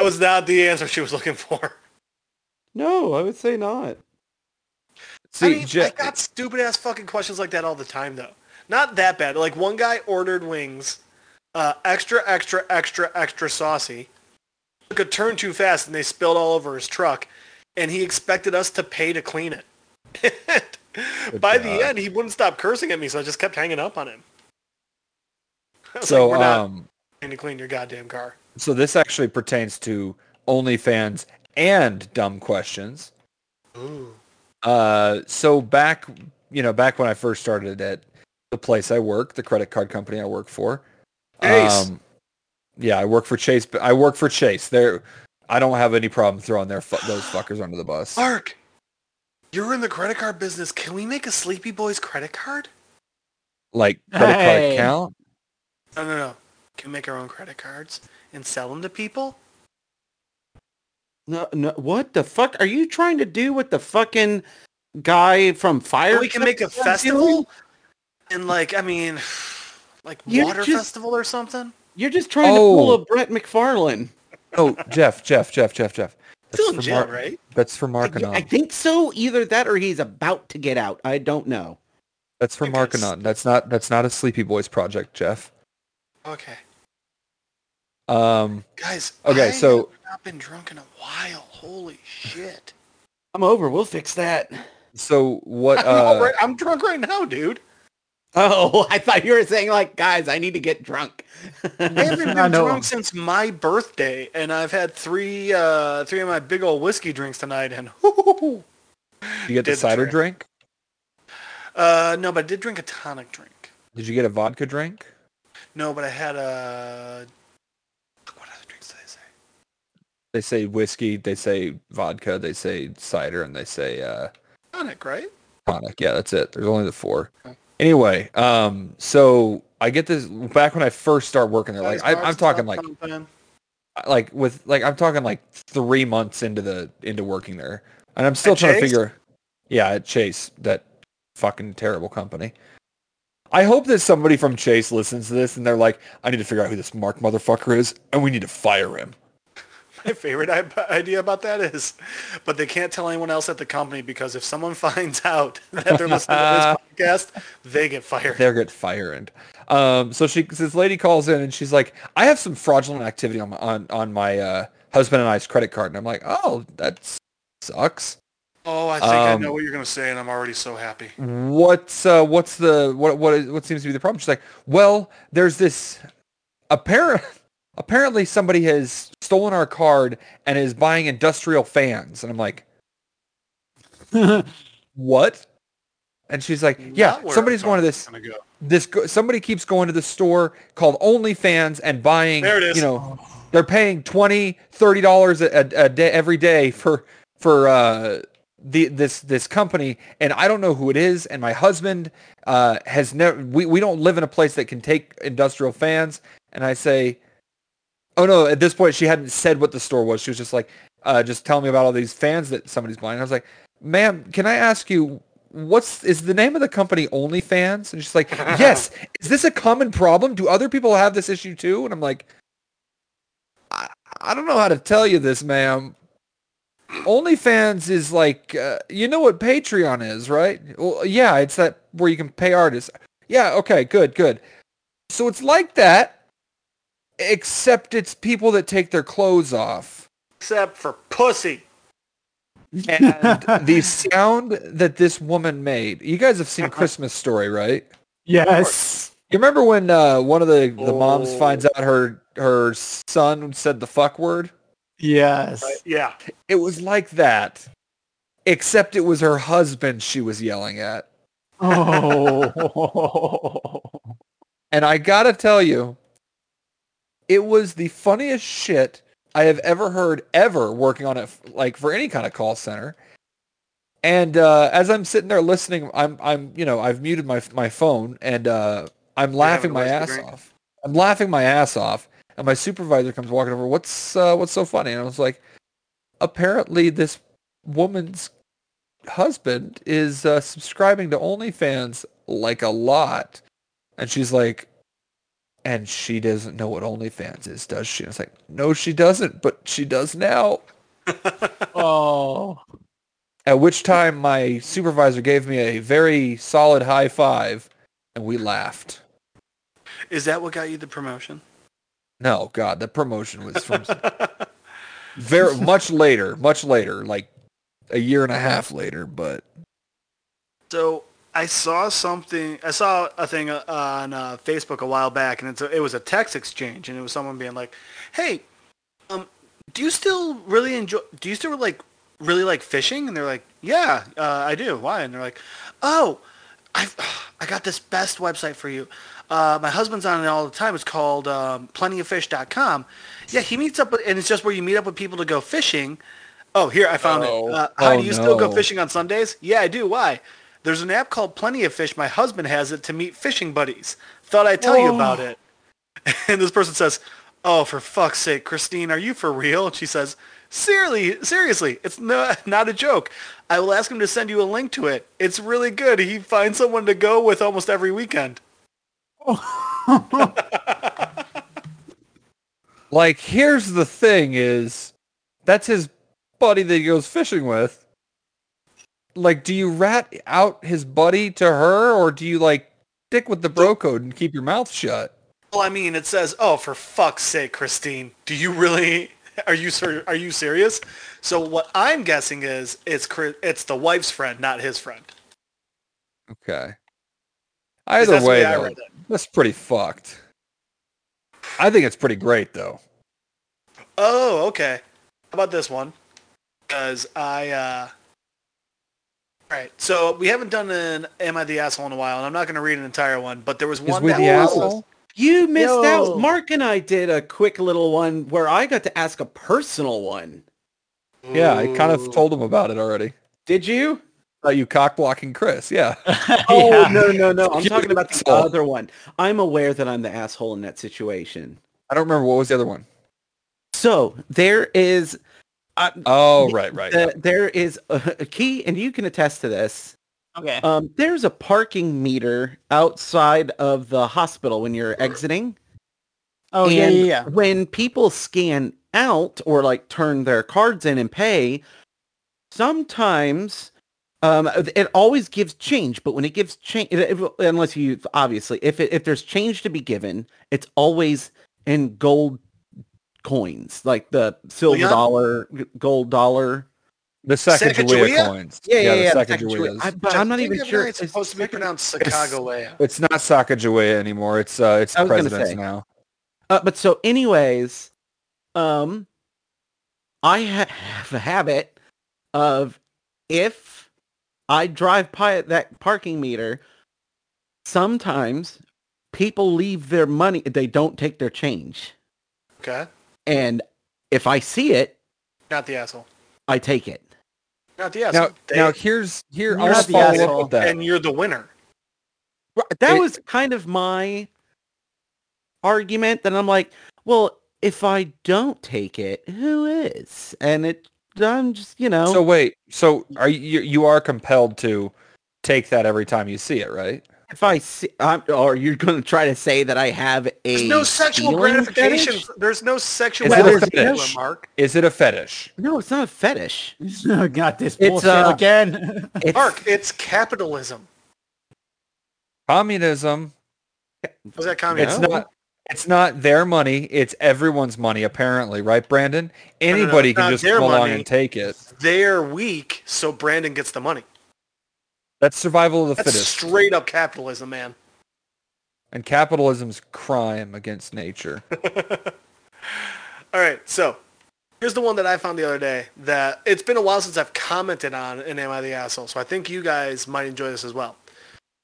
[SPEAKER 4] was not the answer she was looking for.
[SPEAKER 6] no, I would say not.
[SPEAKER 2] see,
[SPEAKER 4] I mean,
[SPEAKER 2] Je-
[SPEAKER 4] I got stupid ass fucking questions like that all the time though. Not that bad. Like one guy ordered wings, uh, extra, extra, extra, extra saucy. Took a turn too fast and they spilled all over his truck, and he expected us to pay to clean it. By
[SPEAKER 2] God.
[SPEAKER 4] the end, he wouldn't stop cursing at me, so I just kept hanging up on him. I was
[SPEAKER 2] so
[SPEAKER 4] like, we're not
[SPEAKER 2] um,
[SPEAKER 4] paying to clean your goddamn car.
[SPEAKER 2] So this actually pertains to OnlyFans and dumb questions.
[SPEAKER 4] Ooh.
[SPEAKER 2] Uh, so back, you know, back when I first started at the place I work, the credit card company I work for. um,
[SPEAKER 4] Chase.
[SPEAKER 2] yeah, I work for Chase. But I work for Chase. There, I don't have any problem throwing their fu- those fuckers under the bus.
[SPEAKER 4] Mark, you're in the credit card business. Can we make a Sleepy Boys credit card?
[SPEAKER 2] Like credit card
[SPEAKER 3] Hey.
[SPEAKER 2] account.
[SPEAKER 4] No, no, no. Can we make our own credit cards and sell them to people?
[SPEAKER 6] No, no. What the fuck are you trying to do with the fucking guy from Fire?
[SPEAKER 4] Or we can make a
[SPEAKER 6] Festival
[SPEAKER 4] festival and like, I mean, like
[SPEAKER 6] You
[SPEAKER 4] water
[SPEAKER 6] just-
[SPEAKER 4] festival or something.
[SPEAKER 6] You're just trying to pull
[SPEAKER 2] Oh.
[SPEAKER 6] a Brett McFarlane.
[SPEAKER 2] Oh, Jeff, Jeff, Jeff, Jeff, Jeff.
[SPEAKER 4] Still in
[SPEAKER 2] for
[SPEAKER 4] jail,
[SPEAKER 2] Mark-
[SPEAKER 4] right?
[SPEAKER 2] That's for Markanon.
[SPEAKER 6] I think so. Either that or he's about to get out. I don't know.
[SPEAKER 2] That's for
[SPEAKER 4] Okay,
[SPEAKER 2] Markanon. That's not. That's not a Sleepy Boys project, Jeff.
[SPEAKER 4] Okay,
[SPEAKER 2] Um.
[SPEAKER 4] guys.
[SPEAKER 2] Okay,
[SPEAKER 4] I
[SPEAKER 2] so-
[SPEAKER 4] have not been drunk in a while. Holy shit!
[SPEAKER 6] I'm over. We'll fix that.
[SPEAKER 2] So what?
[SPEAKER 4] I'm,
[SPEAKER 2] uh,
[SPEAKER 4] alright- I'm drunk right now, dude.
[SPEAKER 6] Oh, I thought you were saying like, guys, I need to get drunk.
[SPEAKER 4] I haven't been
[SPEAKER 3] I know.
[SPEAKER 4] drunk since my birthday, and I've had three uh, three of my big old whiskey drinks tonight. And
[SPEAKER 2] uh, Did you get the
[SPEAKER 4] Did the
[SPEAKER 2] cider
[SPEAKER 4] drink.
[SPEAKER 2] drink?
[SPEAKER 4] uh, no, but I did drink a tonic drink.
[SPEAKER 2] Did you get a vodka drink?
[SPEAKER 4] No, but I had a. What other drinks did I say?
[SPEAKER 2] They say whiskey, they say vodka, they say cider, and they say uh,
[SPEAKER 4] Tonic, right?
[SPEAKER 2] tonic. Yeah, that's it. There's only the four. Anyway, um, so I get this back when I first start working there. Like I, I'm talking like like with like I'm talking like three months into the into working there, and I'm still
[SPEAKER 4] At
[SPEAKER 2] trying to
[SPEAKER 4] Chase?
[SPEAKER 2] figure. Yeah, at Chase, that fucking terrible company. I hope that somebody from Chase listens to this and they're like, I need to figure out who this Mark motherfucker is, and we need to fire him.
[SPEAKER 4] My favorite i- idea about that is, but they can't tell anyone else at the company because if someone finds out that they're listening to this podcast, they get fired.
[SPEAKER 2] They'll get fired. Um, so she, this lady calls in and she's like, I have some fraudulent activity on my, on, on my uh, husband and I's credit card. And I'm like, oh, that sucks.
[SPEAKER 4] Oh, I think I
[SPEAKER 2] Um,
[SPEAKER 4] know what you're gonna say, and I'm already so happy.
[SPEAKER 2] what's uh, what's the what what is, what seems to be the problem? She's like, well, there's this apparent apparently somebody has stolen our card and is buying industrial fans, and I'm like, what? And she's like, yeah,
[SPEAKER 4] Not where I
[SPEAKER 2] somebody's
[SPEAKER 4] thought
[SPEAKER 2] going to
[SPEAKER 4] it was
[SPEAKER 2] this
[SPEAKER 4] gonna go.
[SPEAKER 2] this go- somebody keeps going to the store called OnlyFans and buying.
[SPEAKER 4] There it is.
[SPEAKER 2] You know, they're paying 20 30 dollars a, a day every day for for uh, the this this company, and I don't know who it is. And my husband uh, has never. We we don't live in a place that can take industrial fans. And I say, oh no! At this point, she hadn't said what the store was. She was just like, uh, just tell me about all these fans that somebody's buying. I was like, ma'am, can I ask you? What's is the name of the company OnlyFans? And she's like, yes. Is this a common problem? Do other people have this issue too? And I'm like, I, I don't know how to tell you this, ma'am. OnlyFans is like, uh, you know what Patreon is, right? Well, yeah, it's that where you can pay artists. Yeah, okay, good, good. So it's like that, except it's people that take their clothes off.
[SPEAKER 4] Except for pussy.
[SPEAKER 2] And the sound that this woman made, you guys have seen Christmas Story, right?
[SPEAKER 3] yes.
[SPEAKER 2] You remember when uh, one of the, the moms finds out her her son said the fuck word?
[SPEAKER 3] Yes.
[SPEAKER 4] Yeah.
[SPEAKER 2] It was like that, except it was her husband she was yelling at.
[SPEAKER 3] Oh.
[SPEAKER 2] And I gotta tell you, it was the funniest shit I have ever heard ever working on it, like for any kind of call center. And uh, as I'm sitting there listening, I'm I'm you know I've muted my my phone and uh, I'm laughing
[SPEAKER 4] a
[SPEAKER 2] my
[SPEAKER 4] whiskey
[SPEAKER 2] ass
[SPEAKER 4] drink?
[SPEAKER 2] off. I'm laughing my ass off, and my supervisor comes walking over. What's uh, what's so funny? And I was like, apparently this woman's husband is uh, subscribing to OnlyFans like a lot, and she's like, and she doesn't know what OnlyFans is, does she? And it's like, no, she doesn't, but she does now.
[SPEAKER 3] oh.
[SPEAKER 2] At which time my supervisor gave me a very solid high five and we laughed.
[SPEAKER 4] Is that what got you the promotion?
[SPEAKER 2] No, God, the promotion was from very much later, much later, like a year and a half later, but
[SPEAKER 4] So I saw something. I saw a thing uh, on uh, Facebook a while back, and it's a, it was a text exchange, and it was someone being like, "Hey, um, do you still really enjoy? Do you still like really like fishing?" And they're like, "Yeah, uh, I do. Why?" And they're like, "Oh, I've, I got this best website for you. Uh, my husband's on it all the time. It's called um, plentyoffish.com. Yeah, he meets up with, and it's just where you meet up with people to go fishing. Oh, here, I found
[SPEAKER 2] Oh.
[SPEAKER 4] it. Uh, how
[SPEAKER 2] Oh,
[SPEAKER 4] do you still go
[SPEAKER 2] no.
[SPEAKER 4] fishing on Sundays? Yeah, I do. Why? There's an app called Plenty of Fish. My husband has it to meet fishing buddies. Thought I'd tell you about it. And this person says, "Oh, for fuck's sake, Christine, are you for real?" And she says, "Seriously, seriously, it's no, not a joke. I will ask him to send you a link to it. It's really good. He finds someone to go with almost every weekend."
[SPEAKER 2] Like, here's the thing: is that's his buddy that he goes fishing with. Like, do you rat out his buddy to her, or do you like stick with the bro code and keep your mouth shut?
[SPEAKER 4] Well, I mean, it says, "Oh, for fuck's sake, Christine, do you really? Are you ser- are you serious?" So what I'm guessing is it's Chri- it's the wife's friend, not his friend.
[SPEAKER 2] Okay.
[SPEAKER 4] 'Cause
[SPEAKER 2] Either
[SPEAKER 4] that's the
[SPEAKER 2] way,
[SPEAKER 4] way I
[SPEAKER 2] though,
[SPEAKER 4] read it.
[SPEAKER 2] that's pretty fucked. I think it's pretty great, though.
[SPEAKER 4] Oh, okay. How about this one? Because I, uh... Alright, so we haven't done an Am I the Asshole in a while, and I'm not going to read an entire one, but there was
[SPEAKER 2] Is
[SPEAKER 4] one
[SPEAKER 2] with
[SPEAKER 4] that
[SPEAKER 2] the
[SPEAKER 4] was-
[SPEAKER 2] asshole?
[SPEAKER 6] You missed
[SPEAKER 3] Yo.
[SPEAKER 6] out. Mark and I did a quick little one where I got to ask a personal one.
[SPEAKER 2] Yeah, I kind
[SPEAKER 4] Ooh.
[SPEAKER 2] of told him about it already.
[SPEAKER 6] Did you?
[SPEAKER 2] About you cock blocking Chris. Yeah.
[SPEAKER 6] Oh
[SPEAKER 3] Yeah.
[SPEAKER 6] no no no! I'm
[SPEAKER 2] You're
[SPEAKER 6] talking
[SPEAKER 2] the
[SPEAKER 6] about the
[SPEAKER 2] asshole.
[SPEAKER 6] other one. I'm aware that I'm the asshole in that situation.
[SPEAKER 2] I don't remember what was the other one.
[SPEAKER 6] So there is
[SPEAKER 2] Oh, right, right.
[SPEAKER 6] uh, there is a, a key, and you can attest to this.
[SPEAKER 3] Okay.
[SPEAKER 6] Um, there's a parking meter outside of the hospital when you're exiting.
[SPEAKER 3] Oh yeah,
[SPEAKER 6] and
[SPEAKER 3] yeah, yeah.
[SPEAKER 6] When people scan out or like turn their cards in and pay, sometimes um, it always gives change. But when it gives change, unless you obviously if it, if there's change to be given, it's always in gold coins, like the silver
[SPEAKER 4] Bullion?
[SPEAKER 6] dollar, gold dollar.
[SPEAKER 2] the second
[SPEAKER 4] Sacagawea?
[SPEAKER 2] Sacagawea coins. the second
[SPEAKER 6] Sacagawea. I,
[SPEAKER 2] Sacagaweas.
[SPEAKER 6] but I'm not
[SPEAKER 4] think
[SPEAKER 6] even
[SPEAKER 4] I've
[SPEAKER 6] sure.
[SPEAKER 4] heard It's
[SPEAKER 6] is
[SPEAKER 4] supposed to be
[SPEAKER 6] second-
[SPEAKER 4] pronounced Sacagawea.
[SPEAKER 2] It's not Sacagawea anymore. It's uh, it's
[SPEAKER 6] I was gonna
[SPEAKER 2] presidents
[SPEAKER 6] say.
[SPEAKER 2] now.
[SPEAKER 6] Uh, but so, anyways, um, I ha- have a habit of if I drive by that parking meter, sometimes people leave their money; they don't take their change,
[SPEAKER 4] Okay.
[SPEAKER 6] and if I see it,
[SPEAKER 4] Not the asshole.
[SPEAKER 6] I take it.
[SPEAKER 4] Not the asshole.
[SPEAKER 2] Now,
[SPEAKER 4] They-
[SPEAKER 2] now here's here.
[SPEAKER 3] You're
[SPEAKER 2] I'll
[SPEAKER 3] not the
[SPEAKER 2] follow up
[SPEAKER 3] asshole.
[SPEAKER 2] with that.
[SPEAKER 4] and you're the winner.
[SPEAKER 6] Ri- That
[SPEAKER 2] It-
[SPEAKER 6] was kind of my argument. That I'm like, well, if I don't take it, who is? And it, I'm just, you know.
[SPEAKER 2] So wait. So are you you are compelled to take that every time you see it, right?
[SPEAKER 6] If I see, I'm, or you're going to try to say that I have a
[SPEAKER 4] There's no sexual
[SPEAKER 6] stealing
[SPEAKER 4] gratification.
[SPEAKER 6] fetish?
[SPEAKER 4] There's no sexual
[SPEAKER 2] Is it a
[SPEAKER 4] gratification,
[SPEAKER 2] fetish?
[SPEAKER 4] Mark.
[SPEAKER 2] Is it a fetish?
[SPEAKER 6] No, it's not a fetish.
[SPEAKER 3] got this
[SPEAKER 6] It's,
[SPEAKER 3] bullshit
[SPEAKER 6] uh,
[SPEAKER 3] again.
[SPEAKER 6] It's,
[SPEAKER 4] Mark, it's capitalism.
[SPEAKER 2] Communism.
[SPEAKER 4] Was that communist?
[SPEAKER 2] It's not. It's not their money. It's everyone's money, apparently, right, Brandon?
[SPEAKER 4] no, no,
[SPEAKER 2] Anybody
[SPEAKER 4] it's not
[SPEAKER 2] can just
[SPEAKER 4] their
[SPEAKER 2] come along
[SPEAKER 4] money.
[SPEAKER 2] and take it.
[SPEAKER 4] They're weak, so Brandon gets the money.
[SPEAKER 2] That's survival of the
[SPEAKER 4] That's
[SPEAKER 2] fittest,
[SPEAKER 4] straight up capitalism, man.
[SPEAKER 2] and capitalism's crime against nature.
[SPEAKER 4] All right, so here's the one that I found the other day that it's been a while since I've commented on in Am I the Asshole, so I think you guys might enjoy this as well.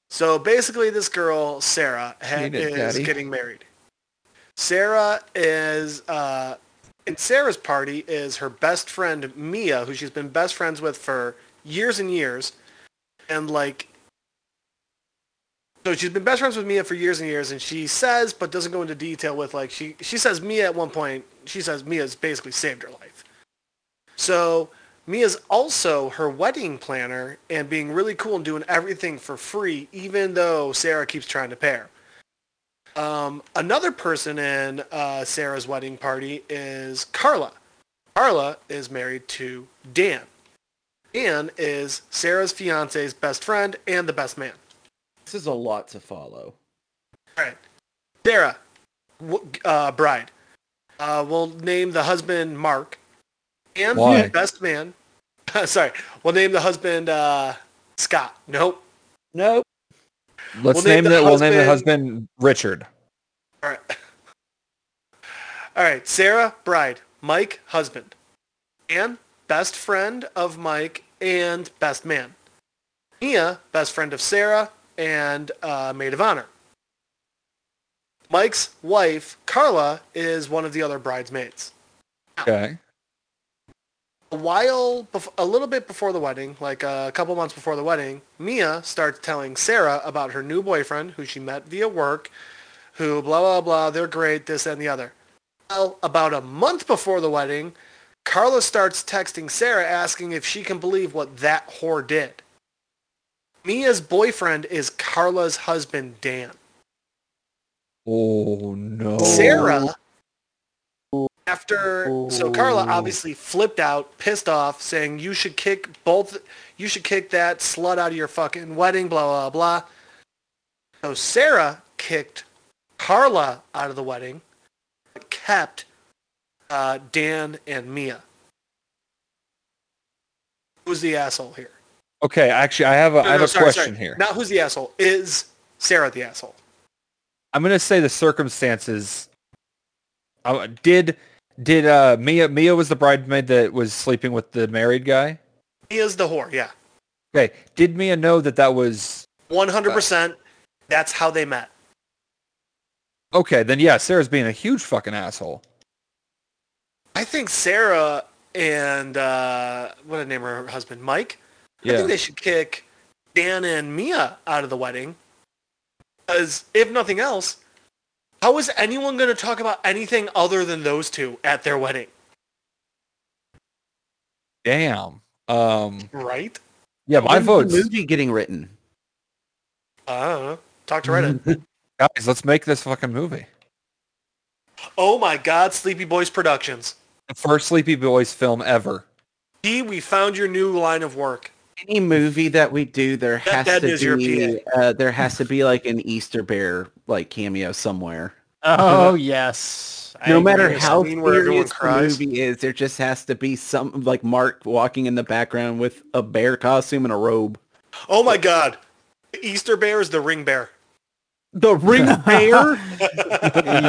[SPEAKER 4] So basically, this girl, Sarah, ha-
[SPEAKER 2] Need it,
[SPEAKER 4] is
[SPEAKER 2] Daddy.
[SPEAKER 4] getting married. Sarah is, uh, and Sarah's party is her best friend, Mia, who she's been best friends with for years and years. And like, so she's been best friends with Mia for years and years, and she says, but doesn't go into detail with like she she says Mia at one point she says Mia's basically saved her life. So Mia's also her wedding planner and being really cool and doing everything for free, even though Sarah keeps trying to pay her. Um, another person in uh, Sarah's wedding party is Carla. Carla is married to Dan. Dan is Sarah's fiance's best friend and the best man.
[SPEAKER 6] this is a lot to follow.
[SPEAKER 4] All right. Sarah, w- uh, bride. Uh, we'll name the husband Mark. And
[SPEAKER 2] Why?
[SPEAKER 4] the best man. Sorry. We'll name the husband uh, Scott. Nope.
[SPEAKER 6] No,
[SPEAKER 4] We'll
[SPEAKER 2] Let's
[SPEAKER 4] name
[SPEAKER 2] name
[SPEAKER 4] the
[SPEAKER 2] that. We'll name the
[SPEAKER 4] husband-
[SPEAKER 2] husband Richard.
[SPEAKER 4] All right. All right. Sarah, bride. Mike, husband. And best friend of Mike and best man. Mia, best friend of Sarah and uh, Maid of Honor. Mike's wife, Carla, is one of the other bridesmaids.
[SPEAKER 2] Okay.
[SPEAKER 4] A while, bef- a little bit before the wedding, like uh, a couple months before the wedding, Mia starts telling Sarah about her new boyfriend, who she met via work, who blah, blah, blah, they're great, this and the other. Well, about a month before the wedding, Carla starts texting Sarah asking if she can believe what that whore did. Mia's boyfriend is Carla's husband, Dan.
[SPEAKER 2] Oh no.
[SPEAKER 4] Sarah,
[SPEAKER 2] Oh.
[SPEAKER 4] after so Carla obviously flipped out, pissed off, saying you should kick both, you should kick that slut out of your fucking wedding, blah blah blah. So Sarah kicked Carla out of the wedding, but kept uh, Dan and Mia. Who's the asshole here?
[SPEAKER 2] Okay, actually, I have a I
[SPEAKER 4] No,
[SPEAKER 2] have
[SPEAKER 4] no,
[SPEAKER 2] a
[SPEAKER 4] sorry, sorry.
[SPEAKER 2] question here.
[SPEAKER 4] Not who's the asshole. Is Sarah the asshole?
[SPEAKER 2] I'm gonna say the circumstances. Uh, did did uh, Mia Mia was the bridesmaid that was sleeping with the married guy?
[SPEAKER 4] Mia's the whore. Yeah.
[SPEAKER 2] Okay. Did Mia know that that was
[SPEAKER 4] One hundred percent. That's how they met.
[SPEAKER 2] okay? Then yeah, Sarah's being a huge fucking asshole.
[SPEAKER 4] I think Sarah and uh, what a name her husband Mike. I
[SPEAKER 2] Yeah.
[SPEAKER 4] think they should kick Dan and Mia out of the wedding. Because if nothing else, how is anyone going to talk about anything other than those two at their wedding?
[SPEAKER 2] Damn. Um.
[SPEAKER 4] Right?
[SPEAKER 2] Yeah, my
[SPEAKER 6] When's the
[SPEAKER 2] vote's
[SPEAKER 6] movie getting written.
[SPEAKER 4] I don't know. Uh-huh. Talk to Reddit.
[SPEAKER 6] Mm-hmm.
[SPEAKER 2] guys. Let's make this fucking movie.
[SPEAKER 4] oh my God, Sleepy Boys Productions.
[SPEAKER 2] The first Sleepy Boys film ever.
[SPEAKER 4] D, we found your new line of work.
[SPEAKER 6] Any movie that we do, there has
[SPEAKER 4] that
[SPEAKER 6] to
[SPEAKER 4] is your
[SPEAKER 6] be uh, there has to be like an Easter bear like cameo somewhere.
[SPEAKER 3] Oh yes. I
[SPEAKER 6] no
[SPEAKER 3] agree.
[SPEAKER 6] matter
[SPEAKER 4] agree.
[SPEAKER 6] how
[SPEAKER 4] Scene where everyone
[SPEAKER 6] serious the
[SPEAKER 4] cries.
[SPEAKER 6] movie is, there just has to be some like Mark walking in the background with a bear costume and a robe.
[SPEAKER 4] Oh my God. The Easter Bear is the Ring Bear.
[SPEAKER 6] The ring bear.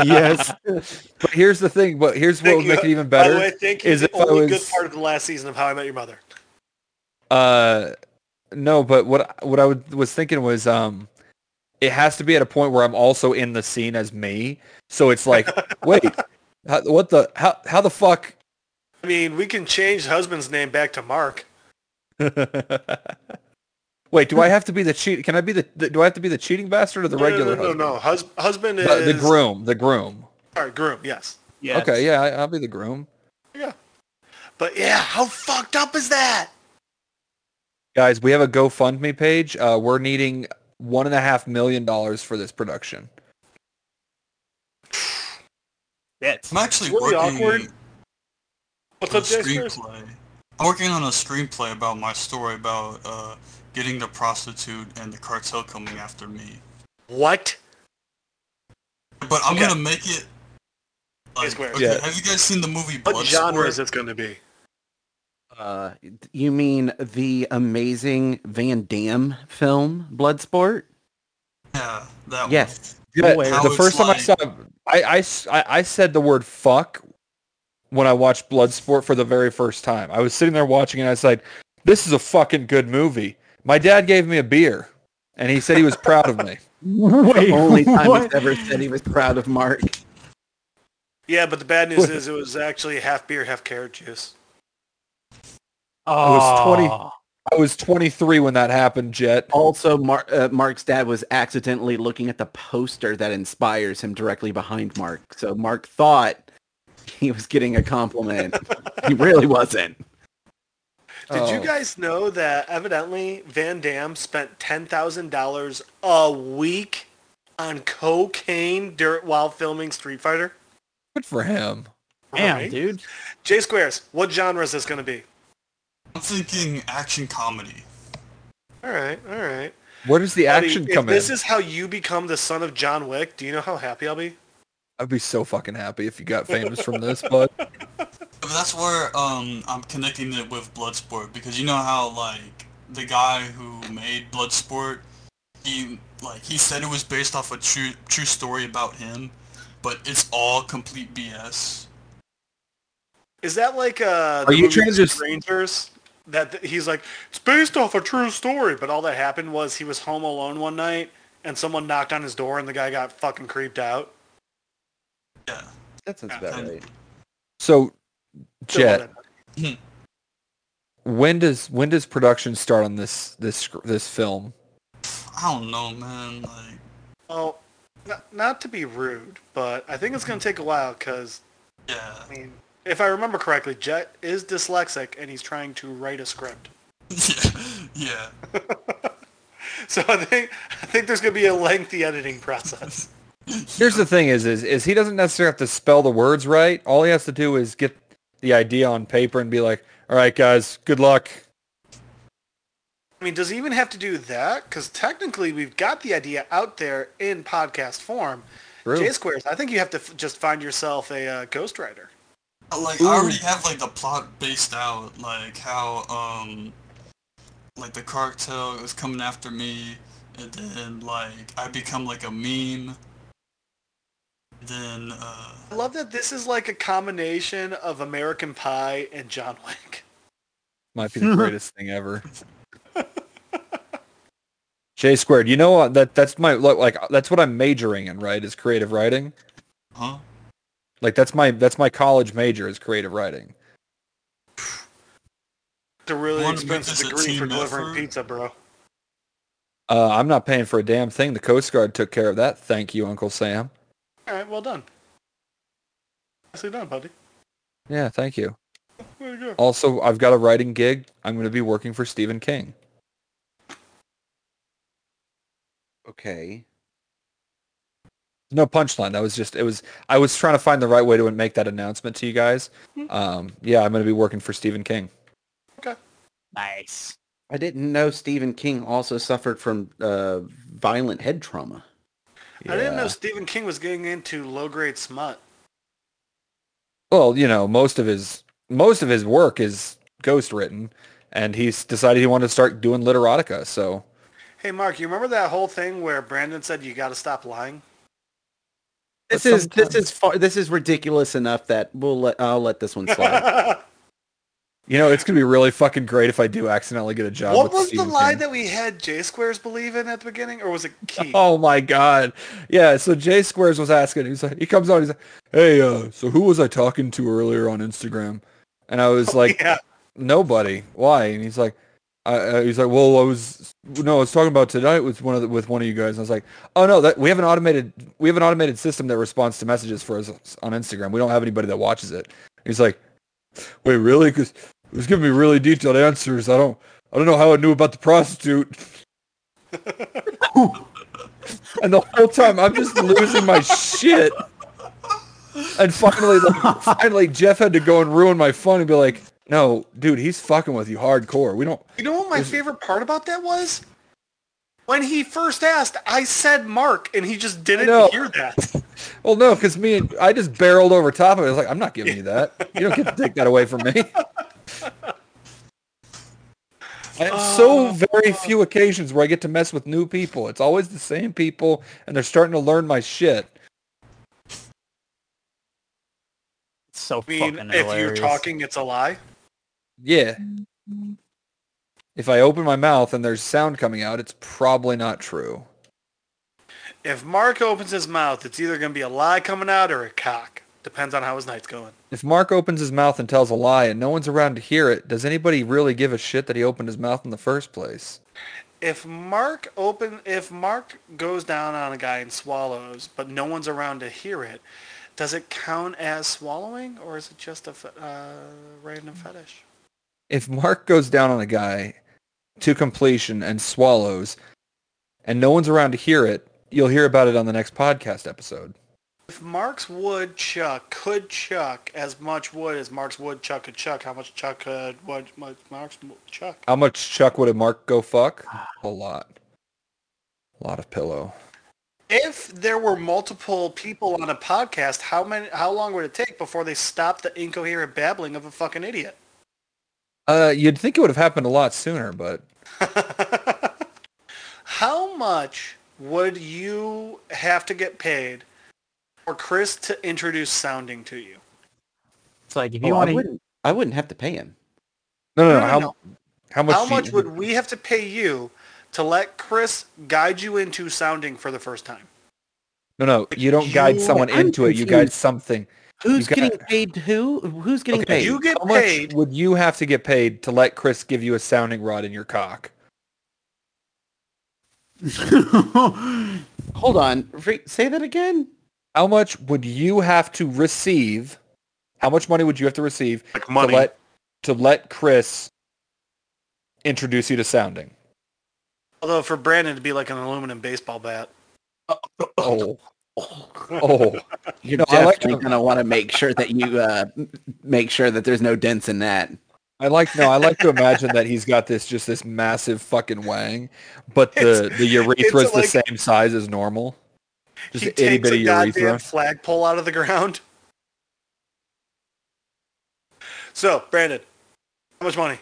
[SPEAKER 6] yes.
[SPEAKER 2] But here's the thing. But here's what
[SPEAKER 4] Thank
[SPEAKER 2] would
[SPEAKER 4] you.
[SPEAKER 2] make it even
[SPEAKER 4] By
[SPEAKER 2] better.
[SPEAKER 4] the way, thank you.
[SPEAKER 2] is
[SPEAKER 4] the
[SPEAKER 2] if I
[SPEAKER 4] only good
[SPEAKER 2] was-
[SPEAKER 4] part of the last season of How I Met Your Mother.
[SPEAKER 2] Uh, no, but what what I would, was thinking was um, it has to be at a point where I'm also in the scene as me. So it's like, wait, how, what the how how the fuck?
[SPEAKER 4] I mean, we can change the husband's name back to Mark.
[SPEAKER 2] wait, do I have to be the cheat? Can I be the, the- do I have to be the cheating bastard or the
[SPEAKER 4] No,
[SPEAKER 2] regular?
[SPEAKER 4] no, no, no, no. Hus- husband is
[SPEAKER 2] husband? The, the groom, the groom.
[SPEAKER 4] Sorry, groom. Yes.
[SPEAKER 3] Yes.
[SPEAKER 2] Okay, yeah, I, I'll be the groom.
[SPEAKER 4] But yeah, how fucked up is that?
[SPEAKER 2] Guys, we have a GoFundMe page. Uh, we're needing one and a half million dollars for this production.
[SPEAKER 3] That's-
[SPEAKER 5] I'm actually
[SPEAKER 4] It's really
[SPEAKER 5] working
[SPEAKER 4] awkward. What's
[SPEAKER 5] on a
[SPEAKER 4] up, Jaspers?
[SPEAKER 5] screenplay. I'm working on a screenplay about my story about uh, getting the prostitute and the cartel coming after me.
[SPEAKER 4] What?
[SPEAKER 5] But I'm
[SPEAKER 4] Okay.
[SPEAKER 5] gonna make it. Like,
[SPEAKER 4] Square.
[SPEAKER 5] okay,
[SPEAKER 2] Yeah.
[SPEAKER 5] Have you guys seen the movie
[SPEAKER 4] What
[SPEAKER 5] Bloodsport?
[SPEAKER 4] genre is this going to be?
[SPEAKER 6] Uh, you mean the amazing Van Damme film Bloodsport?
[SPEAKER 5] Yeah, that one.
[SPEAKER 6] Yes.
[SPEAKER 2] Yeah,
[SPEAKER 5] Where-
[SPEAKER 2] the
[SPEAKER 5] How
[SPEAKER 2] first time I
[SPEAKER 5] it's
[SPEAKER 2] saw, I, I s- I- I said the word fuck when I watched Bloodsport for the very first time. I was sitting there watching it. And I was like, "This is a fucking good movie." My dad gave me a beer, and he said he was proud of me.
[SPEAKER 3] Wait,
[SPEAKER 6] the only time
[SPEAKER 3] what?
[SPEAKER 6] he's ever said he was proud of Mark.
[SPEAKER 4] Yeah, but the bad news is it was actually half beer, half carrot juice.
[SPEAKER 3] Oh,
[SPEAKER 2] was 20. I was 23 when that happened, Jet.
[SPEAKER 6] Also, Mar- uh, Mark's dad was accidentally looking at the poster that inspires him directly behind Mark. So Mark thought he was getting a compliment. he really wasn't.
[SPEAKER 4] Did
[SPEAKER 2] Oh.
[SPEAKER 4] you guys know that evidently Van Damme spent $10,000 a week on cocaine dirt while filming Street Fighter?
[SPEAKER 2] Good for him.
[SPEAKER 3] Damn,
[SPEAKER 4] Right?
[SPEAKER 3] dude.
[SPEAKER 4] J Squares, what genre is this going to be?
[SPEAKER 5] I'm thinking action comedy.
[SPEAKER 4] All right, all right.
[SPEAKER 2] Where does the
[SPEAKER 4] Buddy,
[SPEAKER 2] action
[SPEAKER 4] if
[SPEAKER 2] come in?
[SPEAKER 4] this is how you become the son of John Wick, do you know how happy I'll be?
[SPEAKER 2] I'd be so fucking happy if you got famous from this, bud.
[SPEAKER 5] But that's where um, I'm connecting it with Bloodsport because you know how like the guy who made Bloodsport, he like he said it was based off a true true story about him, but it's all complete BS.
[SPEAKER 4] Is that like uh?
[SPEAKER 2] Are you
[SPEAKER 4] movie
[SPEAKER 2] trying to-
[SPEAKER 4] Strangers? that th- he's like it's based off a true story, but all that happened was he was home alone one night and someone knocked on his door and the guy got fucking creeped out.
[SPEAKER 5] Yeah.
[SPEAKER 6] That sounds about right.
[SPEAKER 2] So,
[SPEAKER 4] So
[SPEAKER 2] Jet,
[SPEAKER 4] whatever.
[SPEAKER 2] when does when does production start on this this sc- this film?
[SPEAKER 5] I don't know, man. Like,
[SPEAKER 4] Well, not, not to be rude, but I think it's going to take a while because
[SPEAKER 5] yeah,
[SPEAKER 4] I mean, if I remember correctly, Jet is dyslexic and he's trying to write a script.
[SPEAKER 5] yeah, yeah.
[SPEAKER 4] So I think I think there's going to be a lengthy editing process.
[SPEAKER 2] Here's the thing: is is is he doesn't necessarily have to spell the words right. All he has to do is get the idea on paper and be like, "All right, guys, good luck."
[SPEAKER 4] I mean, does he even have to do that? Because technically, we've got the idea out there in podcast form.
[SPEAKER 2] True.
[SPEAKER 4] J squares. I think you have to f- just find yourself a uh, ghostwriter.
[SPEAKER 5] But, Like, I already have like the plot based out, like how um, like the cartel is coming after me, and then like I become like a meme. Then uh,
[SPEAKER 4] I love that this is like a combination of American Pie and John Wick.
[SPEAKER 2] Might be the greatest thing ever. J squared. You know what? That that's my like like, that's what I'm majoring in. Right? Is creative writing.
[SPEAKER 5] huh?
[SPEAKER 2] Like that's my that's my college major is creative writing.
[SPEAKER 4] It's a really
[SPEAKER 5] Wanna make
[SPEAKER 4] expensive
[SPEAKER 5] this a
[SPEAKER 4] degree for
[SPEAKER 5] team
[SPEAKER 4] delivering
[SPEAKER 5] effort?
[SPEAKER 4] pizza, bro.
[SPEAKER 2] Uh, I'm not paying for a damn thing. The Coast Guard took care of that. Thank you, Uncle Sam.
[SPEAKER 4] All right, well done. Nicely done, buddy.
[SPEAKER 2] Yeah, thank you.
[SPEAKER 4] There you go.
[SPEAKER 2] Also, I've got a writing gig. I'm going to be working for Stephen King.
[SPEAKER 6] Okay.
[SPEAKER 2] No punchline. That was just it was. I was trying to find the right way to make that announcement to you guys.
[SPEAKER 4] Hmm.
[SPEAKER 2] Um, yeah, I'm going to be working for Stephen King.
[SPEAKER 3] Nice.
[SPEAKER 6] I didn't know Stephen King also suffered from uh, violent head trauma.
[SPEAKER 4] I didn't know
[SPEAKER 2] Oh, Yeah.
[SPEAKER 4] Stephen King was getting into low grade smut.
[SPEAKER 2] Well, you know, most of his most of his work is ghost written, and he's decided he wanted to start doing literotica. So
[SPEAKER 4] Hey, Mark, you remember that whole thing where Brandon said you got to stop lying?
[SPEAKER 6] This
[SPEAKER 3] But
[SPEAKER 6] is this
[SPEAKER 3] sometimes-
[SPEAKER 6] is far, this is ridiculous enough that we'll let I'll let this one slide.
[SPEAKER 2] you know, it's going to be really fucking great if I do accidentally get a job.
[SPEAKER 4] what
[SPEAKER 2] with
[SPEAKER 4] was the
[SPEAKER 2] Stephen
[SPEAKER 4] lie
[SPEAKER 2] King.
[SPEAKER 4] that we had J Squares believe in at the beginning, or was it Key?
[SPEAKER 2] Oh my god. Yeah, so Jay Squares was asking, he's like he comes on, he's like, Hey, uh, so who was I talking to earlier on Instagram? And I was like,
[SPEAKER 4] Oh, yeah.
[SPEAKER 2] Nobody. Why? And he's like I, uh, he's like, well, I was no, I was talking about tonight with one of the, with one of you guys, and I was like, oh no, that we have an automated we have an automated system that responds to messages for us on Instagram. We don't have anybody that watches it. He's like, wait, really? Because it was giving me really detailed answers. I don't I don't know how I knew about the prostitute. and the whole time I'm just losing my shit. And finally, finally, Jeff had to go and ruin my fun and be like, "No, dude, he's fucking with you hardcore. We don't."
[SPEAKER 4] You know what my favorite part about that was? When he first asked, I said Mark, and he just
[SPEAKER 2] know.
[SPEAKER 4] didn't hear that.
[SPEAKER 2] Well, no, because me and I just barreled over top of it. I was like, "I'm not giving you that. You don't get to take that away from me." I have so very few occasions where I get to mess with new people. It's always the same people, and they're starting to learn my shit.
[SPEAKER 3] It's so
[SPEAKER 4] I mean,
[SPEAKER 3] fucking
[SPEAKER 4] if
[SPEAKER 3] hilarious.
[SPEAKER 4] you're talking, it's a lie.
[SPEAKER 2] Yeah. If I open my mouth and there's sound coming out, it's probably not true.
[SPEAKER 4] If Mark opens his mouth, it's either going to be a lie coming out or a cock. Depends on how his night's going.
[SPEAKER 2] If Mark opens his mouth and tells a lie and no one's around to hear it, does anybody really give a shit that he opened his mouth in the first place?
[SPEAKER 4] If Mark open, if Mark goes down on a guy and swallows, but no one's around to hear it, does it count as swallowing, or is it just a fe- uh, random fetish?
[SPEAKER 2] If Mark goes down on a guy to completion and swallows and no one's around to hear it, you'll hear about it on the next podcast episode.
[SPEAKER 4] If Mark's woodchuck could chuck as much wood as Mark's woodchuck could chuck, how much chuck could what much Mark's mo- chuck?
[SPEAKER 2] How much Chuck would a Mark go fuck? A lot. A lot of pillow.
[SPEAKER 4] If there were multiple people on a podcast, how many? How long would it take before they stopped the incoherent babbling of a fucking idiot?
[SPEAKER 2] Uh, you'd think it would have happened a lot sooner, but
[SPEAKER 4] How much would you have to get paid for Chris to introduce sounding to you?
[SPEAKER 3] It's like if
[SPEAKER 6] Oh,
[SPEAKER 3] you
[SPEAKER 6] I
[SPEAKER 3] want to
[SPEAKER 6] wouldn't I wouldn't have to pay him.
[SPEAKER 2] No, no, no.
[SPEAKER 4] No, no,
[SPEAKER 2] how,
[SPEAKER 4] no.
[SPEAKER 2] how much?
[SPEAKER 4] How
[SPEAKER 2] do
[SPEAKER 4] much
[SPEAKER 2] you-
[SPEAKER 4] would we have to pay you to let Chris guide you into sounding for the first time?
[SPEAKER 2] No, no. You don't guide
[SPEAKER 6] you-
[SPEAKER 2] someone
[SPEAKER 6] I'm
[SPEAKER 2] into it. You guide
[SPEAKER 6] confused.
[SPEAKER 2] something.
[SPEAKER 6] Who's
[SPEAKER 2] You got-
[SPEAKER 6] getting paid? Who? Who's getting
[SPEAKER 2] Okay,
[SPEAKER 6] paid?
[SPEAKER 4] You get
[SPEAKER 2] How much
[SPEAKER 4] paid.
[SPEAKER 2] would you have to get paid to let Chris give you a sounding rod in your cock?
[SPEAKER 6] Hold on. Re- say that again.
[SPEAKER 2] How much would you have to receive? How much money would you have to receive
[SPEAKER 4] Like
[SPEAKER 2] to let to let Chris introduce you to sounding?
[SPEAKER 4] Although for Brandon to be like an aluminum baseball bat.
[SPEAKER 2] Oh, oh,
[SPEAKER 6] You're
[SPEAKER 2] No, I like
[SPEAKER 6] definitely
[SPEAKER 2] to-
[SPEAKER 6] gonna want to make sure that you uh, m- make sure that there's no dents in that.
[SPEAKER 2] I like no. I like to imagine that he's got this just this massive fucking wang, but the
[SPEAKER 4] It's-
[SPEAKER 2] the urethra's
[SPEAKER 4] like-
[SPEAKER 2] the same size as normal. Just
[SPEAKER 4] he
[SPEAKER 2] an itty
[SPEAKER 4] takes
[SPEAKER 2] bitty
[SPEAKER 4] a goddamn
[SPEAKER 2] urethra.
[SPEAKER 4] flagpole out of the ground. So, Brandon, how much money?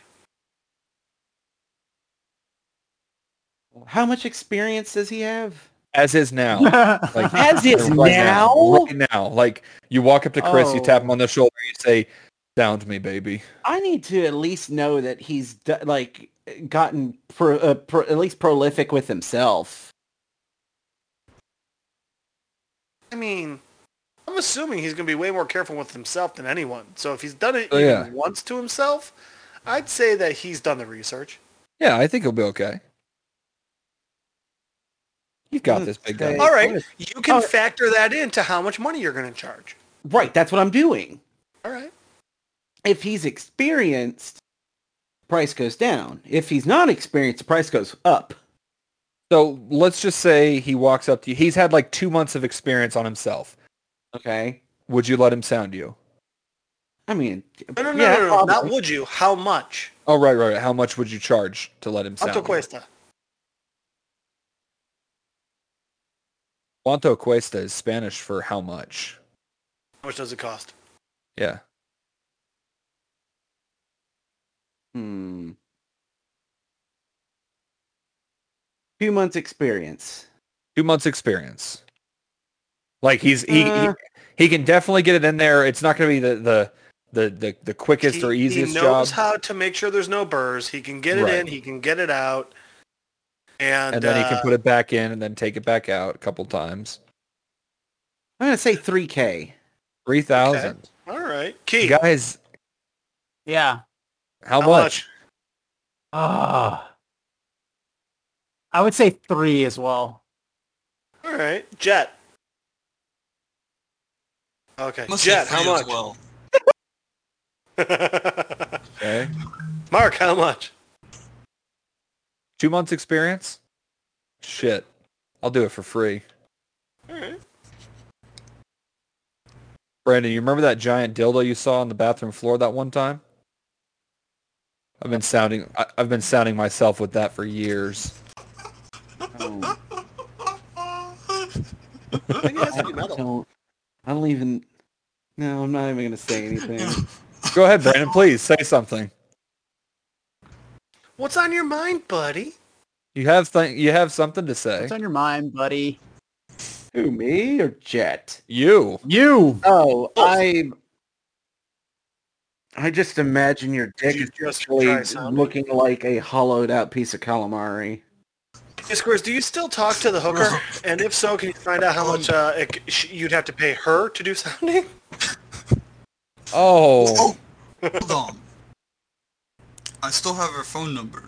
[SPEAKER 6] How much experience does he have?
[SPEAKER 2] as is now. Like
[SPEAKER 6] As is
[SPEAKER 2] right
[SPEAKER 6] now?
[SPEAKER 2] right now. Like you walk up to Chris, you
[SPEAKER 6] Oh.
[SPEAKER 2] tap him on the shoulder, you say, "Sound me, baby."
[SPEAKER 6] I need to at least know that he's d- like gotten pro- uh, pro- at least prolific with himself.
[SPEAKER 4] I mean, I'm assuming he's going to be way more careful with himself than anyone. So if he's done it
[SPEAKER 2] Oh,
[SPEAKER 4] even
[SPEAKER 2] yeah.
[SPEAKER 4] once to himself, I'd say that he's done the research.
[SPEAKER 2] Yeah, I think he'll be okay. You've got this, big guy.
[SPEAKER 6] Okay.
[SPEAKER 4] All right,
[SPEAKER 6] what
[SPEAKER 4] you can
[SPEAKER 6] all right.
[SPEAKER 4] factor that into how much money you're going to charge.
[SPEAKER 6] Right, that's what I'm doing.
[SPEAKER 4] All right.
[SPEAKER 6] If he's experienced, price goes down. If he's not experienced, the price goes up.
[SPEAKER 2] So let's just say he walks up to you. He's had like two months of experience on himself.
[SPEAKER 6] Okay.
[SPEAKER 2] Would you let him sound you?
[SPEAKER 6] I mean,
[SPEAKER 4] No, no, no,
[SPEAKER 6] yeah,
[SPEAKER 4] no, no, Not
[SPEAKER 6] probably.
[SPEAKER 4] would you? How much?
[SPEAKER 2] Oh, right, right. right. How much would you charge to let him sound?
[SPEAKER 4] Quanto
[SPEAKER 2] you?
[SPEAKER 4] cuesta?
[SPEAKER 2] Quanto cuesta is Spanish for how much?
[SPEAKER 4] How much does it cost?
[SPEAKER 2] Yeah.
[SPEAKER 6] Hmm. Few months experience.
[SPEAKER 2] two months experience. Like he's he,
[SPEAKER 6] Uh.
[SPEAKER 2] he he can definitely get it in there. It's not going to be the the the the, the quickest
[SPEAKER 4] He,
[SPEAKER 2] or
[SPEAKER 4] he
[SPEAKER 2] easiest job.
[SPEAKER 4] knows how to make sure there's no burrs. He can get it
[SPEAKER 2] Right.
[SPEAKER 4] in. He can get it out. And,
[SPEAKER 2] and then he
[SPEAKER 4] uh,
[SPEAKER 2] can put it back in and then take it back out a couple times.
[SPEAKER 6] I'm gonna say 3K.
[SPEAKER 2] Three thousand
[SPEAKER 4] All right, Keith.
[SPEAKER 2] guys.
[SPEAKER 3] yeah.
[SPEAKER 2] How,
[SPEAKER 4] How
[SPEAKER 2] much?
[SPEAKER 3] Ah. I would say three as well.
[SPEAKER 4] All right, Jet. Okay,
[SPEAKER 5] Must be
[SPEAKER 4] Jet. How
[SPEAKER 5] free as
[SPEAKER 4] much?
[SPEAKER 5] well.
[SPEAKER 2] Okay.
[SPEAKER 4] Mark, how much?
[SPEAKER 2] Two months experience. Shit, I'll do it for free.
[SPEAKER 4] All right.
[SPEAKER 2] Brandon, you remember that giant dildo you saw on the bathroom floor that one time? I've been sounding I, I've been sounding myself with that for years.
[SPEAKER 6] Oh,
[SPEAKER 4] I think it has
[SPEAKER 6] I
[SPEAKER 4] to be metal.
[SPEAKER 6] don't. I don't even. No, I'm not even gonna say anything.
[SPEAKER 2] Go ahead, Brandon. Please say something.
[SPEAKER 4] What's on your mind, buddy?
[SPEAKER 2] You have th- you have something to say.
[SPEAKER 3] What's on your mind, buddy?
[SPEAKER 6] Who me or Jet?
[SPEAKER 2] You.
[SPEAKER 3] You.
[SPEAKER 6] Oh, I. I just imagine your dick
[SPEAKER 4] you
[SPEAKER 6] is
[SPEAKER 4] just
[SPEAKER 6] just
[SPEAKER 4] try
[SPEAKER 6] really
[SPEAKER 4] sounding?
[SPEAKER 6] looking like a hollowed out piece of calamari.
[SPEAKER 4] Hey, Squares, do you still talk to the hooker? And if so, can you find out how much uh, it, sh- you'd have to pay her to do sounding?
[SPEAKER 2] Oh.
[SPEAKER 5] Hold on. I still have her phone number.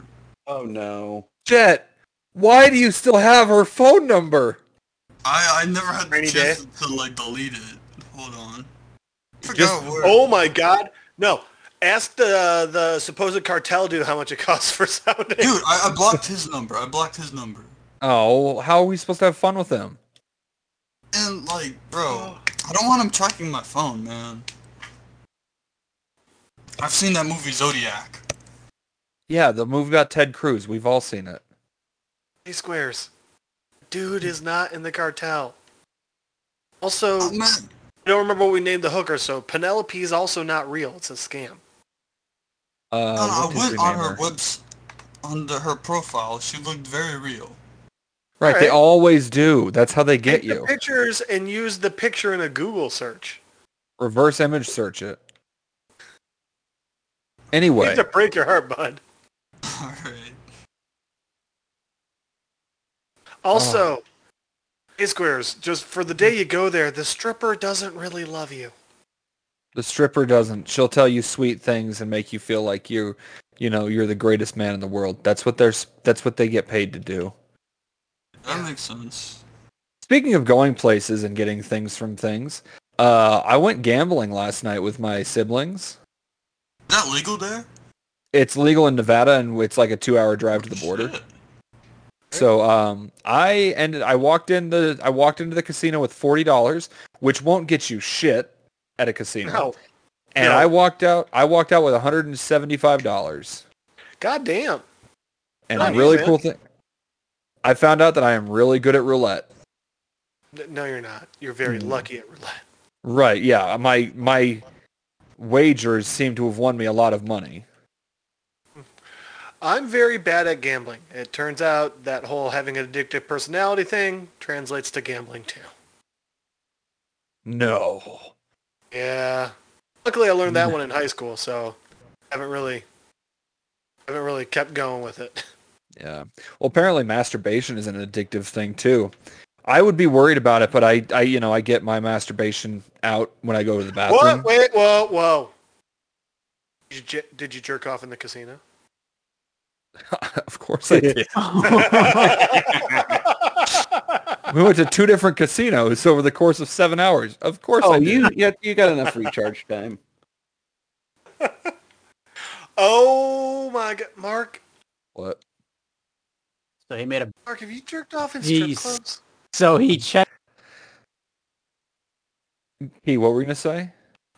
[SPEAKER 6] Oh no!
[SPEAKER 2] Jet. Why do you still have her phone number?
[SPEAKER 5] I I never had the
[SPEAKER 4] Rainy
[SPEAKER 5] chance to like delete it. Hold on. I forgot
[SPEAKER 2] Just-
[SPEAKER 5] where.
[SPEAKER 4] Oh my God! No, ask the the supposed cartel dude how much it costs for sounding.
[SPEAKER 5] Dude, I, I blocked his number. I blocked his number.
[SPEAKER 2] Oh, how are we supposed to have fun with him?
[SPEAKER 5] And like, bro, I don't want him tracking my phone, man. I've seen that movie Zodiac.
[SPEAKER 2] Yeah, the movie about Ted Cruz. We've all seen it.
[SPEAKER 4] Hey, Squares, dude is not in the cartel. Also,
[SPEAKER 5] Oh, man,
[SPEAKER 4] I don't remember what we named the hooker, so Penelope's also not real. It's a scam.
[SPEAKER 2] Uh,
[SPEAKER 5] no, no,
[SPEAKER 2] what
[SPEAKER 5] Oh, I
[SPEAKER 2] did we
[SPEAKER 5] went on
[SPEAKER 2] name
[SPEAKER 5] her webs, on the, her profile. She looked very real.
[SPEAKER 2] Right, they
[SPEAKER 4] Alright.
[SPEAKER 2] always do. That's how they
[SPEAKER 4] Take
[SPEAKER 2] get you.
[SPEAKER 4] the pictures and use the picture in a Google search.
[SPEAKER 2] Reverse image search it.
[SPEAKER 4] You
[SPEAKER 2] Anyway,
[SPEAKER 4] have to break your heart, bud.
[SPEAKER 5] Alright.
[SPEAKER 4] Also,
[SPEAKER 2] Oh.
[SPEAKER 4] A squares, just for the day you go there, the stripper doesn't really love you.
[SPEAKER 2] the stripper doesn't. She'll tell you sweet things and make you feel like you, you know, you're the greatest man in the world. That's what they're. s- That's what they get paid to do.
[SPEAKER 5] That makes sense.
[SPEAKER 2] Speaking of going places and getting things from things, uh, I went gambling last night with my siblings.
[SPEAKER 5] Is that legal there?
[SPEAKER 2] It's legal in Nevada, and it's like a two-hour drive to the border.
[SPEAKER 5] Shit.
[SPEAKER 2] So um, I ended. I walked in the. I walked into the casino with forty dollars, which won't get you shit at a casino.
[SPEAKER 4] No.
[SPEAKER 2] and
[SPEAKER 4] no.
[SPEAKER 2] I walked out. I walked out with one hundred and seventy-five dollars.
[SPEAKER 4] God damn.
[SPEAKER 2] And
[SPEAKER 4] Nice,
[SPEAKER 2] a really
[SPEAKER 4] man.
[SPEAKER 2] cool thing. I found out that I am really good at roulette.
[SPEAKER 4] N- No, you're not. You're very
[SPEAKER 2] Hmm.
[SPEAKER 4] lucky at roulette.
[SPEAKER 2] Right? Yeah. My my wagers seem to have won me a lot of money.
[SPEAKER 4] I'm very bad at gambling. It turns out that whole having an addictive personality thing translates to gambling too.
[SPEAKER 2] No.
[SPEAKER 4] Yeah. Luckily, I learned that
[SPEAKER 6] Mm-hmm.
[SPEAKER 4] one in high school, so haven't really, haven't really kept going with it.
[SPEAKER 2] Yeah. Well, apparently masturbation is an addictive thing too. I would be worried about it, but I, I, you know, I get my masturbation out when I go to the
[SPEAKER 6] Uh,
[SPEAKER 2] bathroom.
[SPEAKER 6] mm-hmm.
[SPEAKER 4] What? Wait, whoa, whoa. Did you, j- did you jerk off in the casino?
[SPEAKER 2] of course I did.
[SPEAKER 4] I
[SPEAKER 2] We went to two different casinos over the course of seven hours. Of course
[SPEAKER 6] Oh,
[SPEAKER 2] I did.
[SPEAKER 6] you you, you got enough recharge time.
[SPEAKER 4] Oh my god, Mark,
[SPEAKER 2] What?
[SPEAKER 3] So he made a.
[SPEAKER 4] Mark, have you jerked off in
[SPEAKER 3] Jeez.
[SPEAKER 4] strip clubs?
[SPEAKER 3] So he checked.
[SPEAKER 2] Hey, what were we gonna say?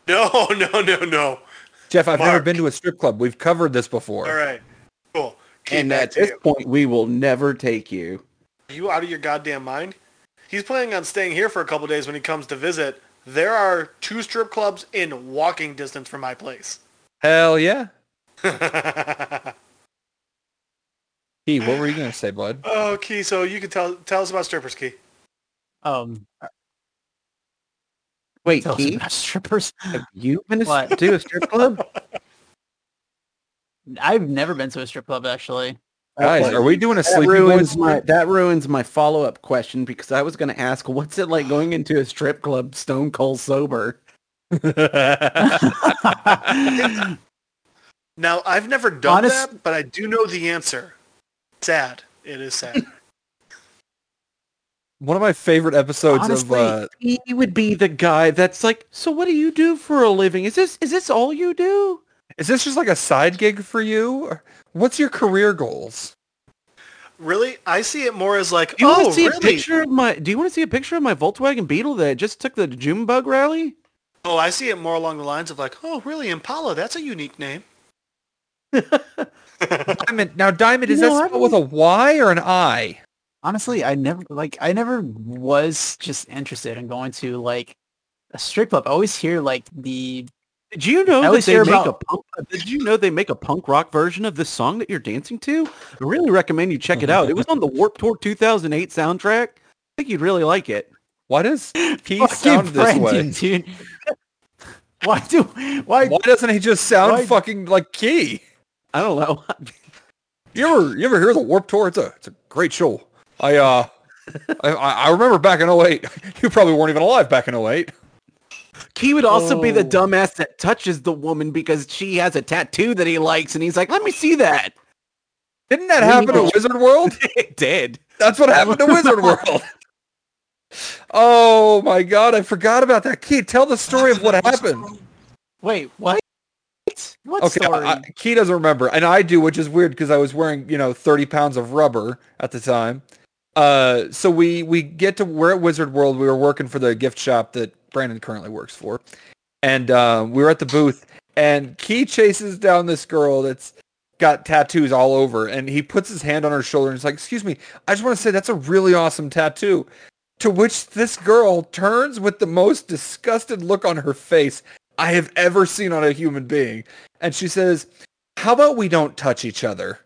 [SPEAKER 4] No, no, no, no.
[SPEAKER 2] Jeff, I've never
[SPEAKER 4] Mark.
[SPEAKER 2] been to a strip club. We've covered this before.
[SPEAKER 4] All right, cool. Keep
[SPEAKER 6] and
[SPEAKER 4] that
[SPEAKER 6] at
[SPEAKER 4] to
[SPEAKER 6] this
[SPEAKER 4] you.
[SPEAKER 6] point, we will never take you.
[SPEAKER 4] Are you out of your goddamn mind? He's planning on staying here for a couple days when he comes to visit. There are two strip clubs in walking distance from my place.
[SPEAKER 2] Hell yeah.
[SPEAKER 4] oh,
[SPEAKER 2] Hey, what were you gonna say, bud?
[SPEAKER 4] Oh, Key, so you can tell tell us about strippers, Key.
[SPEAKER 3] Um,
[SPEAKER 6] Wait,
[SPEAKER 3] tell us
[SPEAKER 6] Keith,
[SPEAKER 3] about strippers.
[SPEAKER 6] have you been to
[SPEAKER 3] What?
[SPEAKER 6] to a strip club?
[SPEAKER 3] I've never been to a strip club actually.
[SPEAKER 2] Guys, are we doing a
[SPEAKER 6] That
[SPEAKER 2] sleepy
[SPEAKER 6] ruins
[SPEAKER 2] boys?
[SPEAKER 6] my that ruins my follow up question because I was going to ask, what's it like going into a strip club stone cold sober?
[SPEAKER 4] Now, I've never done
[SPEAKER 3] Honest-
[SPEAKER 4] that, but I do know the answer. Sad. It is sad.
[SPEAKER 2] One of my favorite episodes
[SPEAKER 6] Honestly,
[SPEAKER 2] of uh,
[SPEAKER 6] he would be the guy that's like, so what do you do for a living? Is this is this all you do?
[SPEAKER 2] Is this just like a side gig for you? Or What's your career goals?
[SPEAKER 4] really? I see it more as like,
[SPEAKER 6] Do you want
[SPEAKER 4] oh,
[SPEAKER 6] to see
[SPEAKER 4] really?
[SPEAKER 6] a picture of my? Do you want to see a picture of my Volkswagen Beetle that just took the June Bug rally?
[SPEAKER 4] Oh, I see it more along the lines of like, oh, really? Impala, that's a unique name.
[SPEAKER 2] Diamond. Now, Diamond, is
[SPEAKER 6] No,
[SPEAKER 2] that
[SPEAKER 6] I
[SPEAKER 2] spelled with a Y or an I?
[SPEAKER 3] Honestly, I never like I never was just interested in going to like a strip club. I always hear like the
[SPEAKER 6] Did you
[SPEAKER 3] I
[SPEAKER 6] know that
[SPEAKER 3] always
[SPEAKER 6] they
[SPEAKER 3] hear
[SPEAKER 6] make
[SPEAKER 3] about-
[SPEAKER 6] a punk, uh, Did you know they make a punk rock version of this song that you're dancing to? I really recommend you check it out. It was on the Warp Tour 2008 soundtrack. I think you'd really like it.
[SPEAKER 2] Why does P
[SPEAKER 3] fucking
[SPEAKER 2] sound this
[SPEAKER 3] Brendan,
[SPEAKER 2] way?
[SPEAKER 3] dude. Why do why
[SPEAKER 2] Why doesn't he just sound
[SPEAKER 3] Why-
[SPEAKER 2] fucking like Key?
[SPEAKER 6] I don't know.
[SPEAKER 2] You ever you ever hear the Warp Tour? It's a it's a great show. I uh I, I I remember back in 08. You probably weren't even alive back in 08.
[SPEAKER 6] He would also be the
[SPEAKER 3] Oh.
[SPEAKER 6] dumbass that touches the woman because she has a tattoo that he likes, and he's like, "Let me see that."
[SPEAKER 2] Didn't that
[SPEAKER 3] We
[SPEAKER 2] happen
[SPEAKER 3] need to-
[SPEAKER 2] at Wizard World?
[SPEAKER 6] it did.
[SPEAKER 2] That's what happened to Wizard World. Oh my god, I forgot about that. Key, tell the story of what happened.
[SPEAKER 3] wait, what? What
[SPEAKER 2] Okay,
[SPEAKER 3] story?
[SPEAKER 2] I, I- Key doesn't remember, and I do, which is weird because I was wearing you know thirty pounds of rubber at the time. Uh, so we we get to we're at Wizard World. We were working for the gift shop that Brandon currently works for, and uh, we were at the booth, and Key chases down this girl that's got tattoos all over, and he puts his hand on her shoulder and is like, "Excuse me, I just want to say that's a really awesome tattoo." To which this girl turns with the most disgusted look on her face I have ever seen on a human being and she says, "How about we don't touch each other?"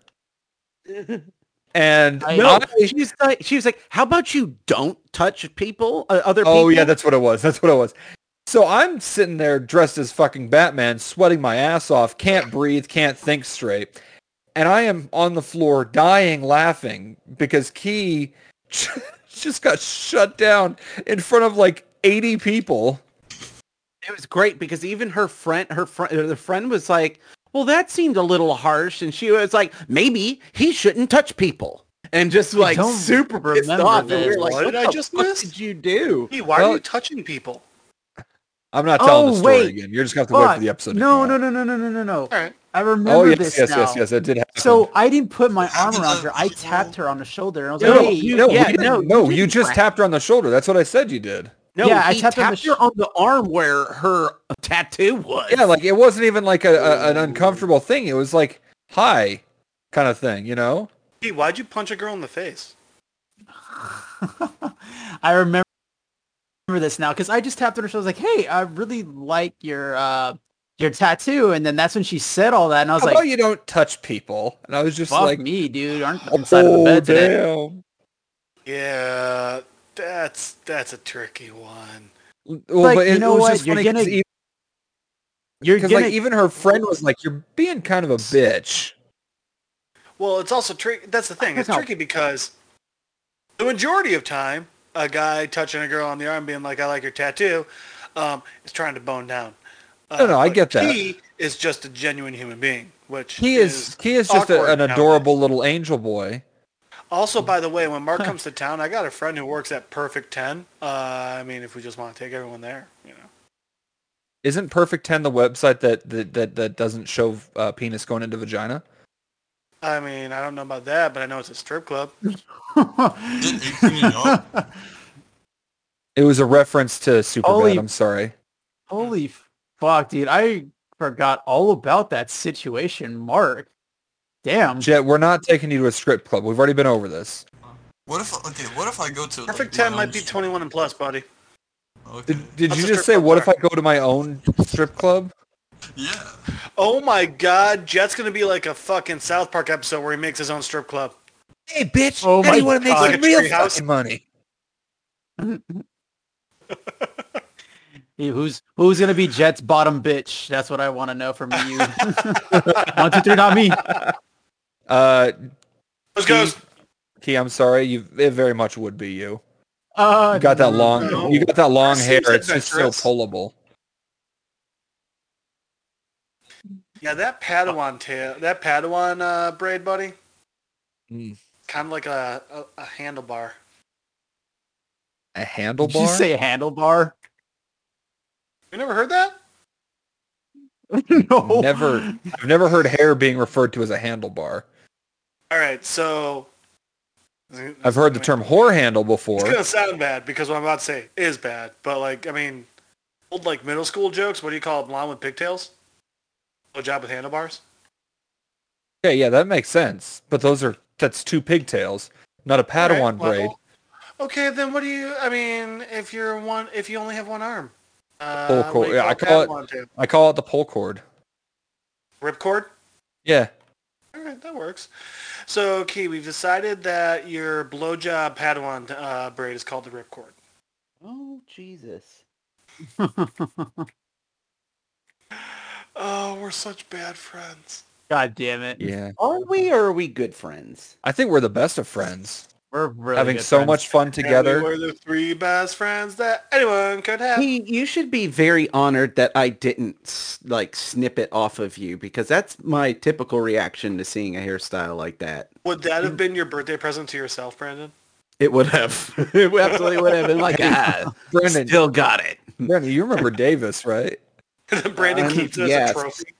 [SPEAKER 2] And
[SPEAKER 3] I-
[SPEAKER 6] No,
[SPEAKER 2] I-
[SPEAKER 6] she was like, she was like, "How about you don't touch people, uh, other people?"
[SPEAKER 2] oh yeah, that's what it was. That's what it was. So I'm sitting there dressed as fucking Batman, sweating my ass off, can't breathe, can't think straight. And I am on the floor dying laughing because Key just got shut down in front of like 80 people.
[SPEAKER 6] It was great because even her friend, her friend, the friend was like, "Well, that seemed a little harsh," and she was like, "Maybe he shouldn't touch people." And just like
[SPEAKER 3] don't
[SPEAKER 6] super pissed
[SPEAKER 3] remember
[SPEAKER 6] off, and we
[SPEAKER 3] this.
[SPEAKER 6] were like,
[SPEAKER 4] What
[SPEAKER 6] "What
[SPEAKER 4] did I
[SPEAKER 6] the
[SPEAKER 4] just
[SPEAKER 6] fuck
[SPEAKER 4] miss?"
[SPEAKER 6] did you do?"
[SPEAKER 4] Hey, why
[SPEAKER 2] Well-
[SPEAKER 4] are you touching people?
[SPEAKER 2] I'm not telling
[SPEAKER 3] Oh,
[SPEAKER 2] the story
[SPEAKER 3] wait.
[SPEAKER 2] again. You're just going to have to wait
[SPEAKER 3] Fuck.
[SPEAKER 2] for the episode. to
[SPEAKER 3] No,
[SPEAKER 2] come
[SPEAKER 3] no,
[SPEAKER 2] out.
[SPEAKER 3] no, no, no, no, no, no.
[SPEAKER 4] All right.
[SPEAKER 3] I remember
[SPEAKER 2] Oh, yes,
[SPEAKER 3] this
[SPEAKER 2] yes,
[SPEAKER 3] now.
[SPEAKER 2] yes, yes. That did happen.
[SPEAKER 3] So I didn't put my arm
[SPEAKER 5] Happened
[SPEAKER 3] around
[SPEAKER 5] to
[SPEAKER 3] her. I
[SPEAKER 5] people.
[SPEAKER 3] tapped her on the shoulder and I was
[SPEAKER 6] No,
[SPEAKER 3] like, "Hey,
[SPEAKER 6] you-
[SPEAKER 2] no,
[SPEAKER 3] yeah,
[SPEAKER 2] we didn't.
[SPEAKER 3] no,
[SPEAKER 2] no, you
[SPEAKER 3] didn't
[SPEAKER 2] just
[SPEAKER 3] crack."
[SPEAKER 2] tapped her on the shoulder. That's what I said you did.
[SPEAKER 6] No,
[SPEAKER 3] Yeah, I
[SPEAKER 6] he
[SPEAKER 3] tapped
[SPEAKER 6] tapped,
[SPEAKER 3] her on the
[SPEAKER 6] her on the arm where her tattoo was.
[SPEAKER 2] Yeah, like it wasn't even like a, a, an uncomfortable thing. It was like hi, kind of thing, you know.
[SPEAKER 4] Hey, why'd you punch a girl in the face?
[SPEAKER 3] I remember this now because I just tapped her on her shoulder. I was like, "Hey, I really like your uh, your tattoo," and then that's when she said all that, and I was
[SPEAKER 2] How about
[SPEAKER 3] like,
[SPEAKER 2] you don't touch people? And I was just
[SPEAKER 3] "Fuck
[SPEAKER 2] like,
[SPEAKER 3] me, dude! Aren't on
[SPEAKER 2] oh
[SPEAKER 3] the side of the bed today?"
[SPEAKER 2] damn.
[SPEAKER 4] Yeah, that's that's a tricky one.
[SPEAKER 2] Well,
[SPEAKER 3] Like,
[SPEAKER 2] but
[SPEAKER 3] you
[SPEAKER 2] it,
[SPEAKER 3] know
[SPEAKER 2] it was
[SPEAKER 3] what?
[SPEAKER 2] just
[SPEAKER 3] You're
[SPEAKER 2] funny because
[SPEAKER 3] gonna- You're gonna,
[SPEAKER 2] like even her friend was like, "You're being kind of a bitch."
[SPEAKER 4] Well, it's also tricky. That's the thing. It's
[SPEAKER 3] No.
[SPEAKER 4] tricky because the majority of time, a guy touching a girl on the arm, being like, "I like your tattoo," um, is trying to bone down. Uh,
[SPEAKER 2] No, no, I
[SPEAKER 4] but
[SPEAKER 2] get that.
[SPEAKER 4] He is just a genuine human being, which
[SPEAKER 2] He is he is just a,
[SPEAKER 4] awkward
[SPEAKER 2] an
[SPEAKER 4] nowadays.
[SPEAKER 2] adorable little angel boy.
[SPEAKER 4] Also, by the way, when Mark comes to town, I got a friend who works at Perfect Ten. Uh, I mean, if we just want to take everyone there, you know.
[SPEAKER 2] Isn't Perfect Ten the website that that that, that doesn't show uh, penis going into vagina?
[SPEAKER 4] I mean, I don't know about that, but I know it's a strip club.
[SPEAKER 5] Did they clean it up?
[SPEAKER 2] It was a reference to Super
[SPEAKER 3] Holy-
[SPEAKER 2] I'm sorry.
[SPEAKER 3] Holy fuck, dude! I forgot all about that situation, Mark. Damn.
[SPEAKER 2] Jet, we're not taking you to a strip club. We've already been over this.
[SPEAKER 5] What if okay? What if I go to
[SPEAKER 4] Perfect
[SPEAKER 5] like,
[SPEAKER 4] Ten
[SPEAKER 5] my
[SPEAKER 4] might be
[SPEAKER 5] own-
[SPEAKER 4] 21 and plus, buddy.
[SPEAKER 5] Okay.
[SPEAKER 2] Did, did
[SPEAKER 4] That's
[SPEAKER 2] you
[SPEAKER 4] a
[SPEAKER 2] just
[SPEAKER 4] strip
[SPEAKER 2] say,
[SPEAKER 4] club
[SPEAKER 2] what if I
[SPEAKER 4] there.
[SPEAKER 2] go to my own strip club?
[SPEAKER 5] Yeah.
[SPEAKER 4] Oh my God, Jet's gonna be like a fucking South Park episode where he makes his own strip club.
[SPEAKER 2] Hey, bitch,
[SPEAKER 3] Oh
[SPEAKER 2] how do you
[SPEAKER 3] my
[SPEAKER 2] want to make
[SPEAKER 4] God.
[SPEAKER 2] some real
[SPEAKER 4] Treehouse.
[SPEAKER 2] fucking money?
[SPEAKER 3] Hey, Who's who's gonna be Jet's bottom bitch? That's what I want to know from you. One, two, three, not me.
[SPEAKER 2] Uh,
[SPEAKER 4] Let's go.
[SPEAKER 2] Key, I'm sorry. You, it very much would be you.
[SPEAKER 3] Uh,
[SPEAKER 2] You got that
[SPEAKER 3] no.
[SPEAKER 2] long,
[SPEAKER 4] no.
[SPEAKER 2] you got that long
[SPEAKER 4] That
[SPEAKER 2] hair.
[SPEAKER 4] seems
[SPEAKER 2] It's just so
[SPEAKER 4] adventurous.
[SPEAKER 2] pullable.
[SPEAKER 4] Yeah, that Padawan tail, that Padawan uh, braid, buddy,
[SPEAKER 2] Mm,
[SPEAKER 4] kind of like a, a, a handlebar.
[SPEAKER 2] A
[SPEAKER 3] Did you
[SPEAKER 2] handlebar?
[SPEAKER 3] say handlebar?
[SPEAKER 4] You never heard that?
[SPEAKER 3] no.
[SPEAKER 2] Never. I've never heard hair being referred to as a handlebar.
[SPEAKER 4] All right, so
[SPEAKER 2] I've heard the term whore handle before.
[SPEAKER 4] It's gonna sound bad because what I'm about to say is bad, but like I mean, old like middle school jokes. What do you call a blonde with pigtails? No job with handlebars.
[SPEAKER 2] Okay, yeah, that makes sense. But those are, that's two pigtails, not a
[SPEAKER 4] Alright, well,
[SPEAKER 2] Padawan braid.
[SPEAKER 4] Okay, then what do you? I mean, if you're one, if you only have one arm, uh,
[SPEAKER 2] Pull
[SPEAKER 4] what
[SPEAKER 2] cord-
[SPEAKER 4] do you
[SPEAKER 2] yeah, I
[SPEAKER 4] a
[SPEAKER 2] call it-
[SPEAKER 4] Padawan tail?
[SPEAKER 2] I call it the pole cord.
[SPEAKER 4] ripcord.
[SPEAKER 2] Yeah.
[SPEAKER 4] All right, that works. So, Key, we've decided that your blowjob Padawan uh, braid is called the ripcord.
[SPEAKER 6] Oh Jesus!
[SPEAKER 4] Oh, we're such bad friends.
[SPEAKER 3] God damn it.
[SPEAKER 2] Yeah.
[SPEAKER 6] Are we or are we good friends?
[SPEAKER 2] I think we're the best of friends.
[SPEAKER 3] We're really
[SPEAKER 2] having
[SPEAKER 3] good
[SPEAKER 2] so
[SPEAKER 3] friends.
[SPEAKER 2] much fun
[SPEAKER 4] And we
[SPEAKER 2] together.
[SPEAKER 4] were the three best friends that anyone could have.
[SPEAKER 6] He, you should be very honored that I didn't s- like snip it off of you because that's my typical reaction to seeing a hairstyle like that.
[SPEAKER 4] Would that have been your birthday present to yourself, Brandon?
[SPEAKER 6] It would have. it absolutely would have been like, ah,
[SPEAKER 2] Brandon,
[SPEAKER 6] still got it.
[SPEAKER 2] Brandon, you remember Davis, right?
[SPEAKER 4] Brandon
[SPEAKER 6] Um,
[SPEAKER 4] keeps it as
[SPEAKER 6] yes.
[SPEAKER 4] a trophy.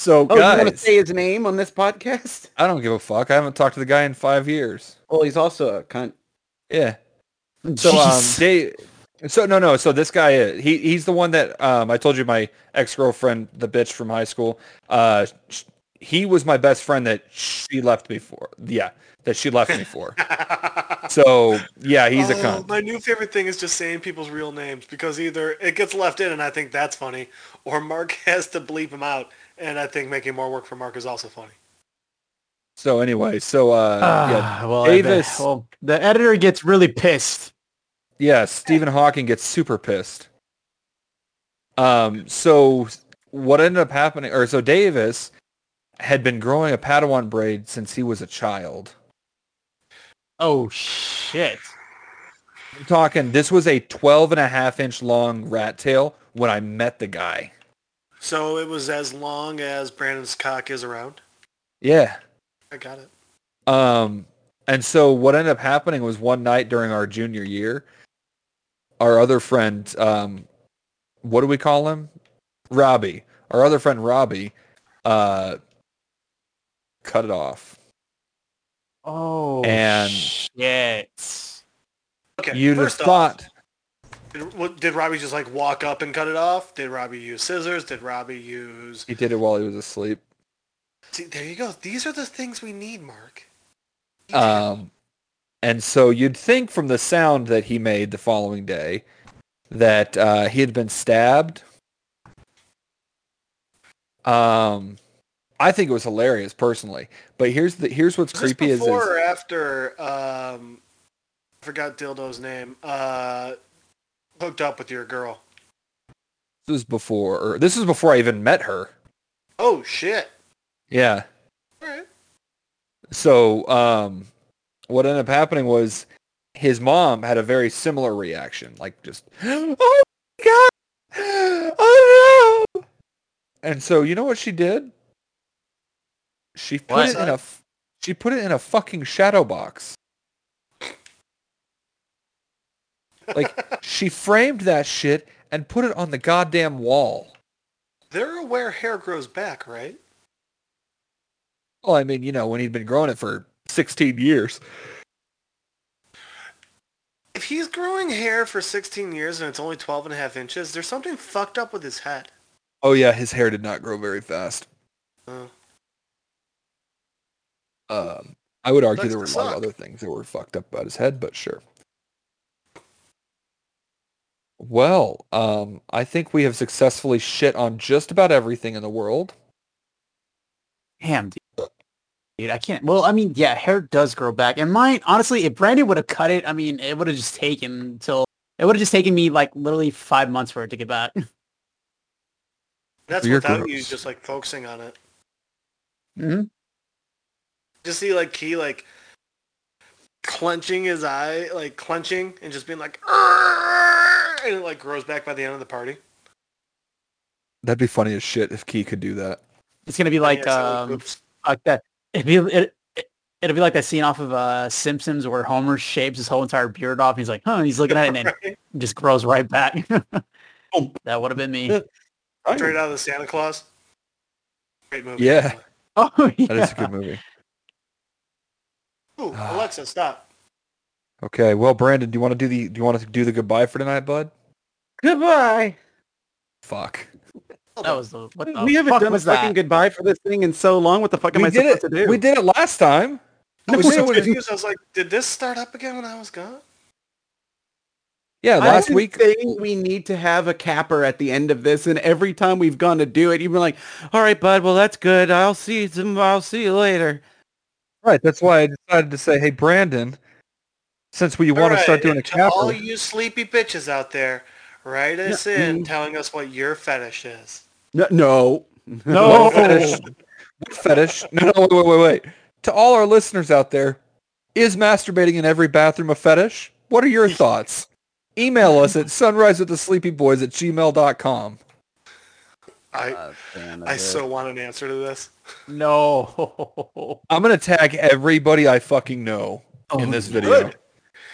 [SPEAKER 2] So
[SPEAKER 6] Oh, you want to
[SPEAKER 2] guys,
[SPEAKER 6] say his name on this podcast?
[SPEAKER 2] I don't give a fuck. I haven't talked to the guy in five years.
[SPEAKER 6] Oh, he's also a cunt.
[SPEAKER 2] Yeah. So um,
[SPEAKER 3] Jeez.
[SPEAKER 2] Dave. So no, no. So this guy, uh, he he's the one that um, I told you my ex girlfriend, the bitch from high school. Uh, sh- he was my best friend that she left me for. Yeah, that she left me for. so yeah, he's a
[SPEAKER 4] Oh,
[SPEAKER 2] cunt.
[SPEAKER 4] My new favorite thing is just saying people's real names because either it gets left in and I think that's funny, or Mark has to bleep him out, and I think making more work for Mark is also funny.
[SPEAKER 2] So anyway, so uh, yeah,
[SPEAKER 3] Ah, well, I bet-
[SPEAKER 2] Davis-
[SPEAKER 3] well, the editor gets really pissed.
[SPEAKER 2] yeah, Stephen Hawking gets super pissed. Um, so what ended up happening, or so Davis had been growing a Padawan braid since he was a child.
[SPEAKER 3] Oh shit!
[SPEAKER 2] I'm talking, this was a 12 and a half inch long rat tail when I met the guy.
[SPEAKER 4] So it was as long as Brandon's cock is around.
[SPEAKER 2] Yeah.
[SPEAKER 4] I got it.
[SPEAKER 2] Um, and so what ended up happening was one night during our junior year, our other friend, um, what do we call him? Robbie. Our other friend Robbie, uh, cut it off.
[SPEAKER 3] Oh
[SPEAKER 2] And-
[SPEAKER 3] shit!
[SPEAKER 4] Okay.
[SPEAKER 2] You'd have
[SPEAKER 4] first
[SPEAKER 2] thought,
[SPEAKER 4] Off, did, what- did Robbie just like walk up and cut it off? Did Robbie use scissors? Did Robbie use?
[SPEAKER 2] he did it while he was asleep.
[SPEAKER 4] See, there you go. These are the things we need, Mark.
[SPEAKER 2] Um, and so you'd think from the sound that he made the following day that uh, he had been stabbed. Um, I think it was hilarious personally, but here's the here's what's
[SPEAKER 4] Was
[SPEAKER 2] creepy
[SPEAKER 4] this
[SPEAKER 2] is,
[SPEAKER 4] before
[SPEAKER 2] is
[SPEAKER 4] or after? Um, I forgot Dildo's name. Uh, hooked up with your girl.
[SPEAKER 2] this was before or this was before I even met her.
[SPEAKER 4] Oh shit!
[SPEAKER 2] Yeah.
[SPEAKER 4] All right.
[SPEAKER 2] So um, what ended up happening was his mom had a very similar reaction, like just oh my god, oh no. And so you know what she did? She put
[SPEAKER 3] What?
[SPEAKER 2] it in a f- she put it in a fucking shadow box. Like she framed that shit and put it on the goddamn wall.
[SPEAKER 4] They're aware hair grows back, right?
[SPEAKER 2] Well, I mean, you know, when he'd been growing it for 16 years.
[SPEAKER 4] If he's growing hair for 16 years and it's only 12 and a half inches, there's something fucked up with his head.
[SPEAKER 2] Oh yeah, his hair did not grow very fast.
[SPEAKER 4] Uh,
[SPEAKER 2] Um, I would argue
[SPEAKER 4] Sucks
[SPEAKER 2] there were a
[SPEAKER 4] to
[SPEAKER 2] lot of
[SPEAKER 4] suck.
[SPEAKER 2] other things that were fucked up about his head, but sure. Well, um, I think we have successfully shit on just about everything in the world.
[SPEAKER 3] Damn, dude. Dude, I can't. Well, I mean, yeah, hair does grow back. And mine, honestly, if Brandon would have cut it, I mean, it would have just taken until it would have just taken me like literally five months for it to get back.
[SPEAKER 4] that's
[SPEAKER 2] You're
[SPEAKER 4] without you
[SPEAKER 2] gross.
[SPEAKER 4] just like focusing on it.
[SPEAKER 3] hmm
[SPEAKER 4] Just see like Key like clenching his eye, like clenching and just being like, "Arrgh!" and it like grows back by the end of the party.
[SPEAKER 2] That'd be funny as shit if Key could do that.
[SPEAKER 3] It's gonna be like
[SPEAKER 4] Yeah, so,
[SPEAKER 3] um,
[SPEAKER 4] oops.
[SPEAKER 3] like that. It'd be, it, it, it'll be like that scene off of uh, Simpsons where Homer shaves his whole entire beard off. And he's like, huh? and he's looking at it and
[SPEAKER 4] Right?
[SPEAKER 3] it just grows right back.
[SPEAKER 6] Oh.
[SPEAKER 3] that would have been me.
[SPEAKER 4] straight out of the Santa Claus. Great movie.
[SPEAKER 2] Yeah.
[SPEAKER 4] by the
[SPEAKER 3] Oh,
[SPEAKER 4] way.
[SPEAKER 3] yeah.
[SPEAKER 2] That is a good movie.
[SPEAKER 4] Ooh, Alexa, stop.
[SPEAKER 2] Okay, well, Brandon, do you want to do the do you want to do the goodbye for tonight, bud?
[SPEAKER 6] Goodbye.
[SPEAKER 2] Fuck.
[SPEAKER 3] That was the what the
[SPEAKER 6] we haven't
[SPEAKER 3] fuck
[SPEAKER 6] done a
[SPEAKER 3] was
[SPEAKER 6] fucking
[SPEAKER 3] that?
[SPEAKER 6] goodbye for this thing in so long. What the fuck am
[SPEAKER 2] we
[SPEAKER 6] I
[SPEAKER 2] did
[SPEAKER 6] supposed
[SPEAKER 2] it.
[SPEAKER 6] to do?
[SPEAKER 2] We did it last time.
[SPEAKER 4] I was
[SPEAKER 2] We did
[SPEAKER 4] so
[SPEAKER 2] it with-
[SPEAKER 4] confused. I was like, did this start up again when I was gone?
[SPEAKER 2] yeah,
[SPEAKER 6] I
[SPEAKER 2] last
[SPEAKER 6] was
[SPEAKER 2] week.
[SPEAKER 6] saying we need to have a capper at the end of this, and every time we've gone to do it, you've been like, "All right, bud. Well, that's good. I'll see you. tom- I'll see you later."
[SPEAKER 2] Right. That's why I decided to say, hey, Brandon, since we want to
[SPEAKER 4] Alright,
[SPEAKER 2] start doing a
[SPEAKER 4] and to All
[SPEAKER 2] capper,
[SPEAKER 4] you sleepy bitches out there, write us
[SPEAKER 2] mm-hmm.
[SPEAKER 4] in telling us what your fetish is.
[SPEAKER 6] No, no,
[SPEAKER 2] What fetish? What fetish? No, no, wait, wait, wait, wait. To all our listeners out there, is masturbating in every bathroom a fetish? What are your thoughts? Email us at sunrisewiththesleepyboys at gmail.com.
[SPEAKER 4] I I so want an answer to this.
[SPEAKER 3] No.
[SPEAKER 2] I'm going to tag everybody I fucking know in this video.
[SPEAKER 4] good.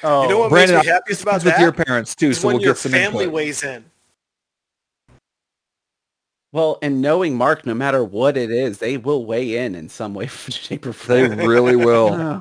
[SPEAKER 3] Oh.
[SPEAKER 4] You know what
[SPEAKER 2] Brandon,
[SPEAKER 4] makes me
[SPEAKER 2] I'm
[SPEAKER 4] happiest about
[SPEAKER 2] friends with
[SPEAKER 4] that?
[SPEAKER 2] your parents too,
[SPEAKER 4] Is
[SPEAKER 2] so
[SPEAKER 4] when
[SPEAKER 2] we'll
[SPEAKER 4] your
[SPEAKER 2] get some
[SPEAKER 4] family
[SPEAKER 2] input.
[SPEAKER 4] weighs in.
[SPEAKER 6] Well, and knowing Mark, no matter what it is, they will weigh in in some way, shape, or
[SPEAKER 2] They
[SPEAKER 6] form.
[SPEAKER 2] really will.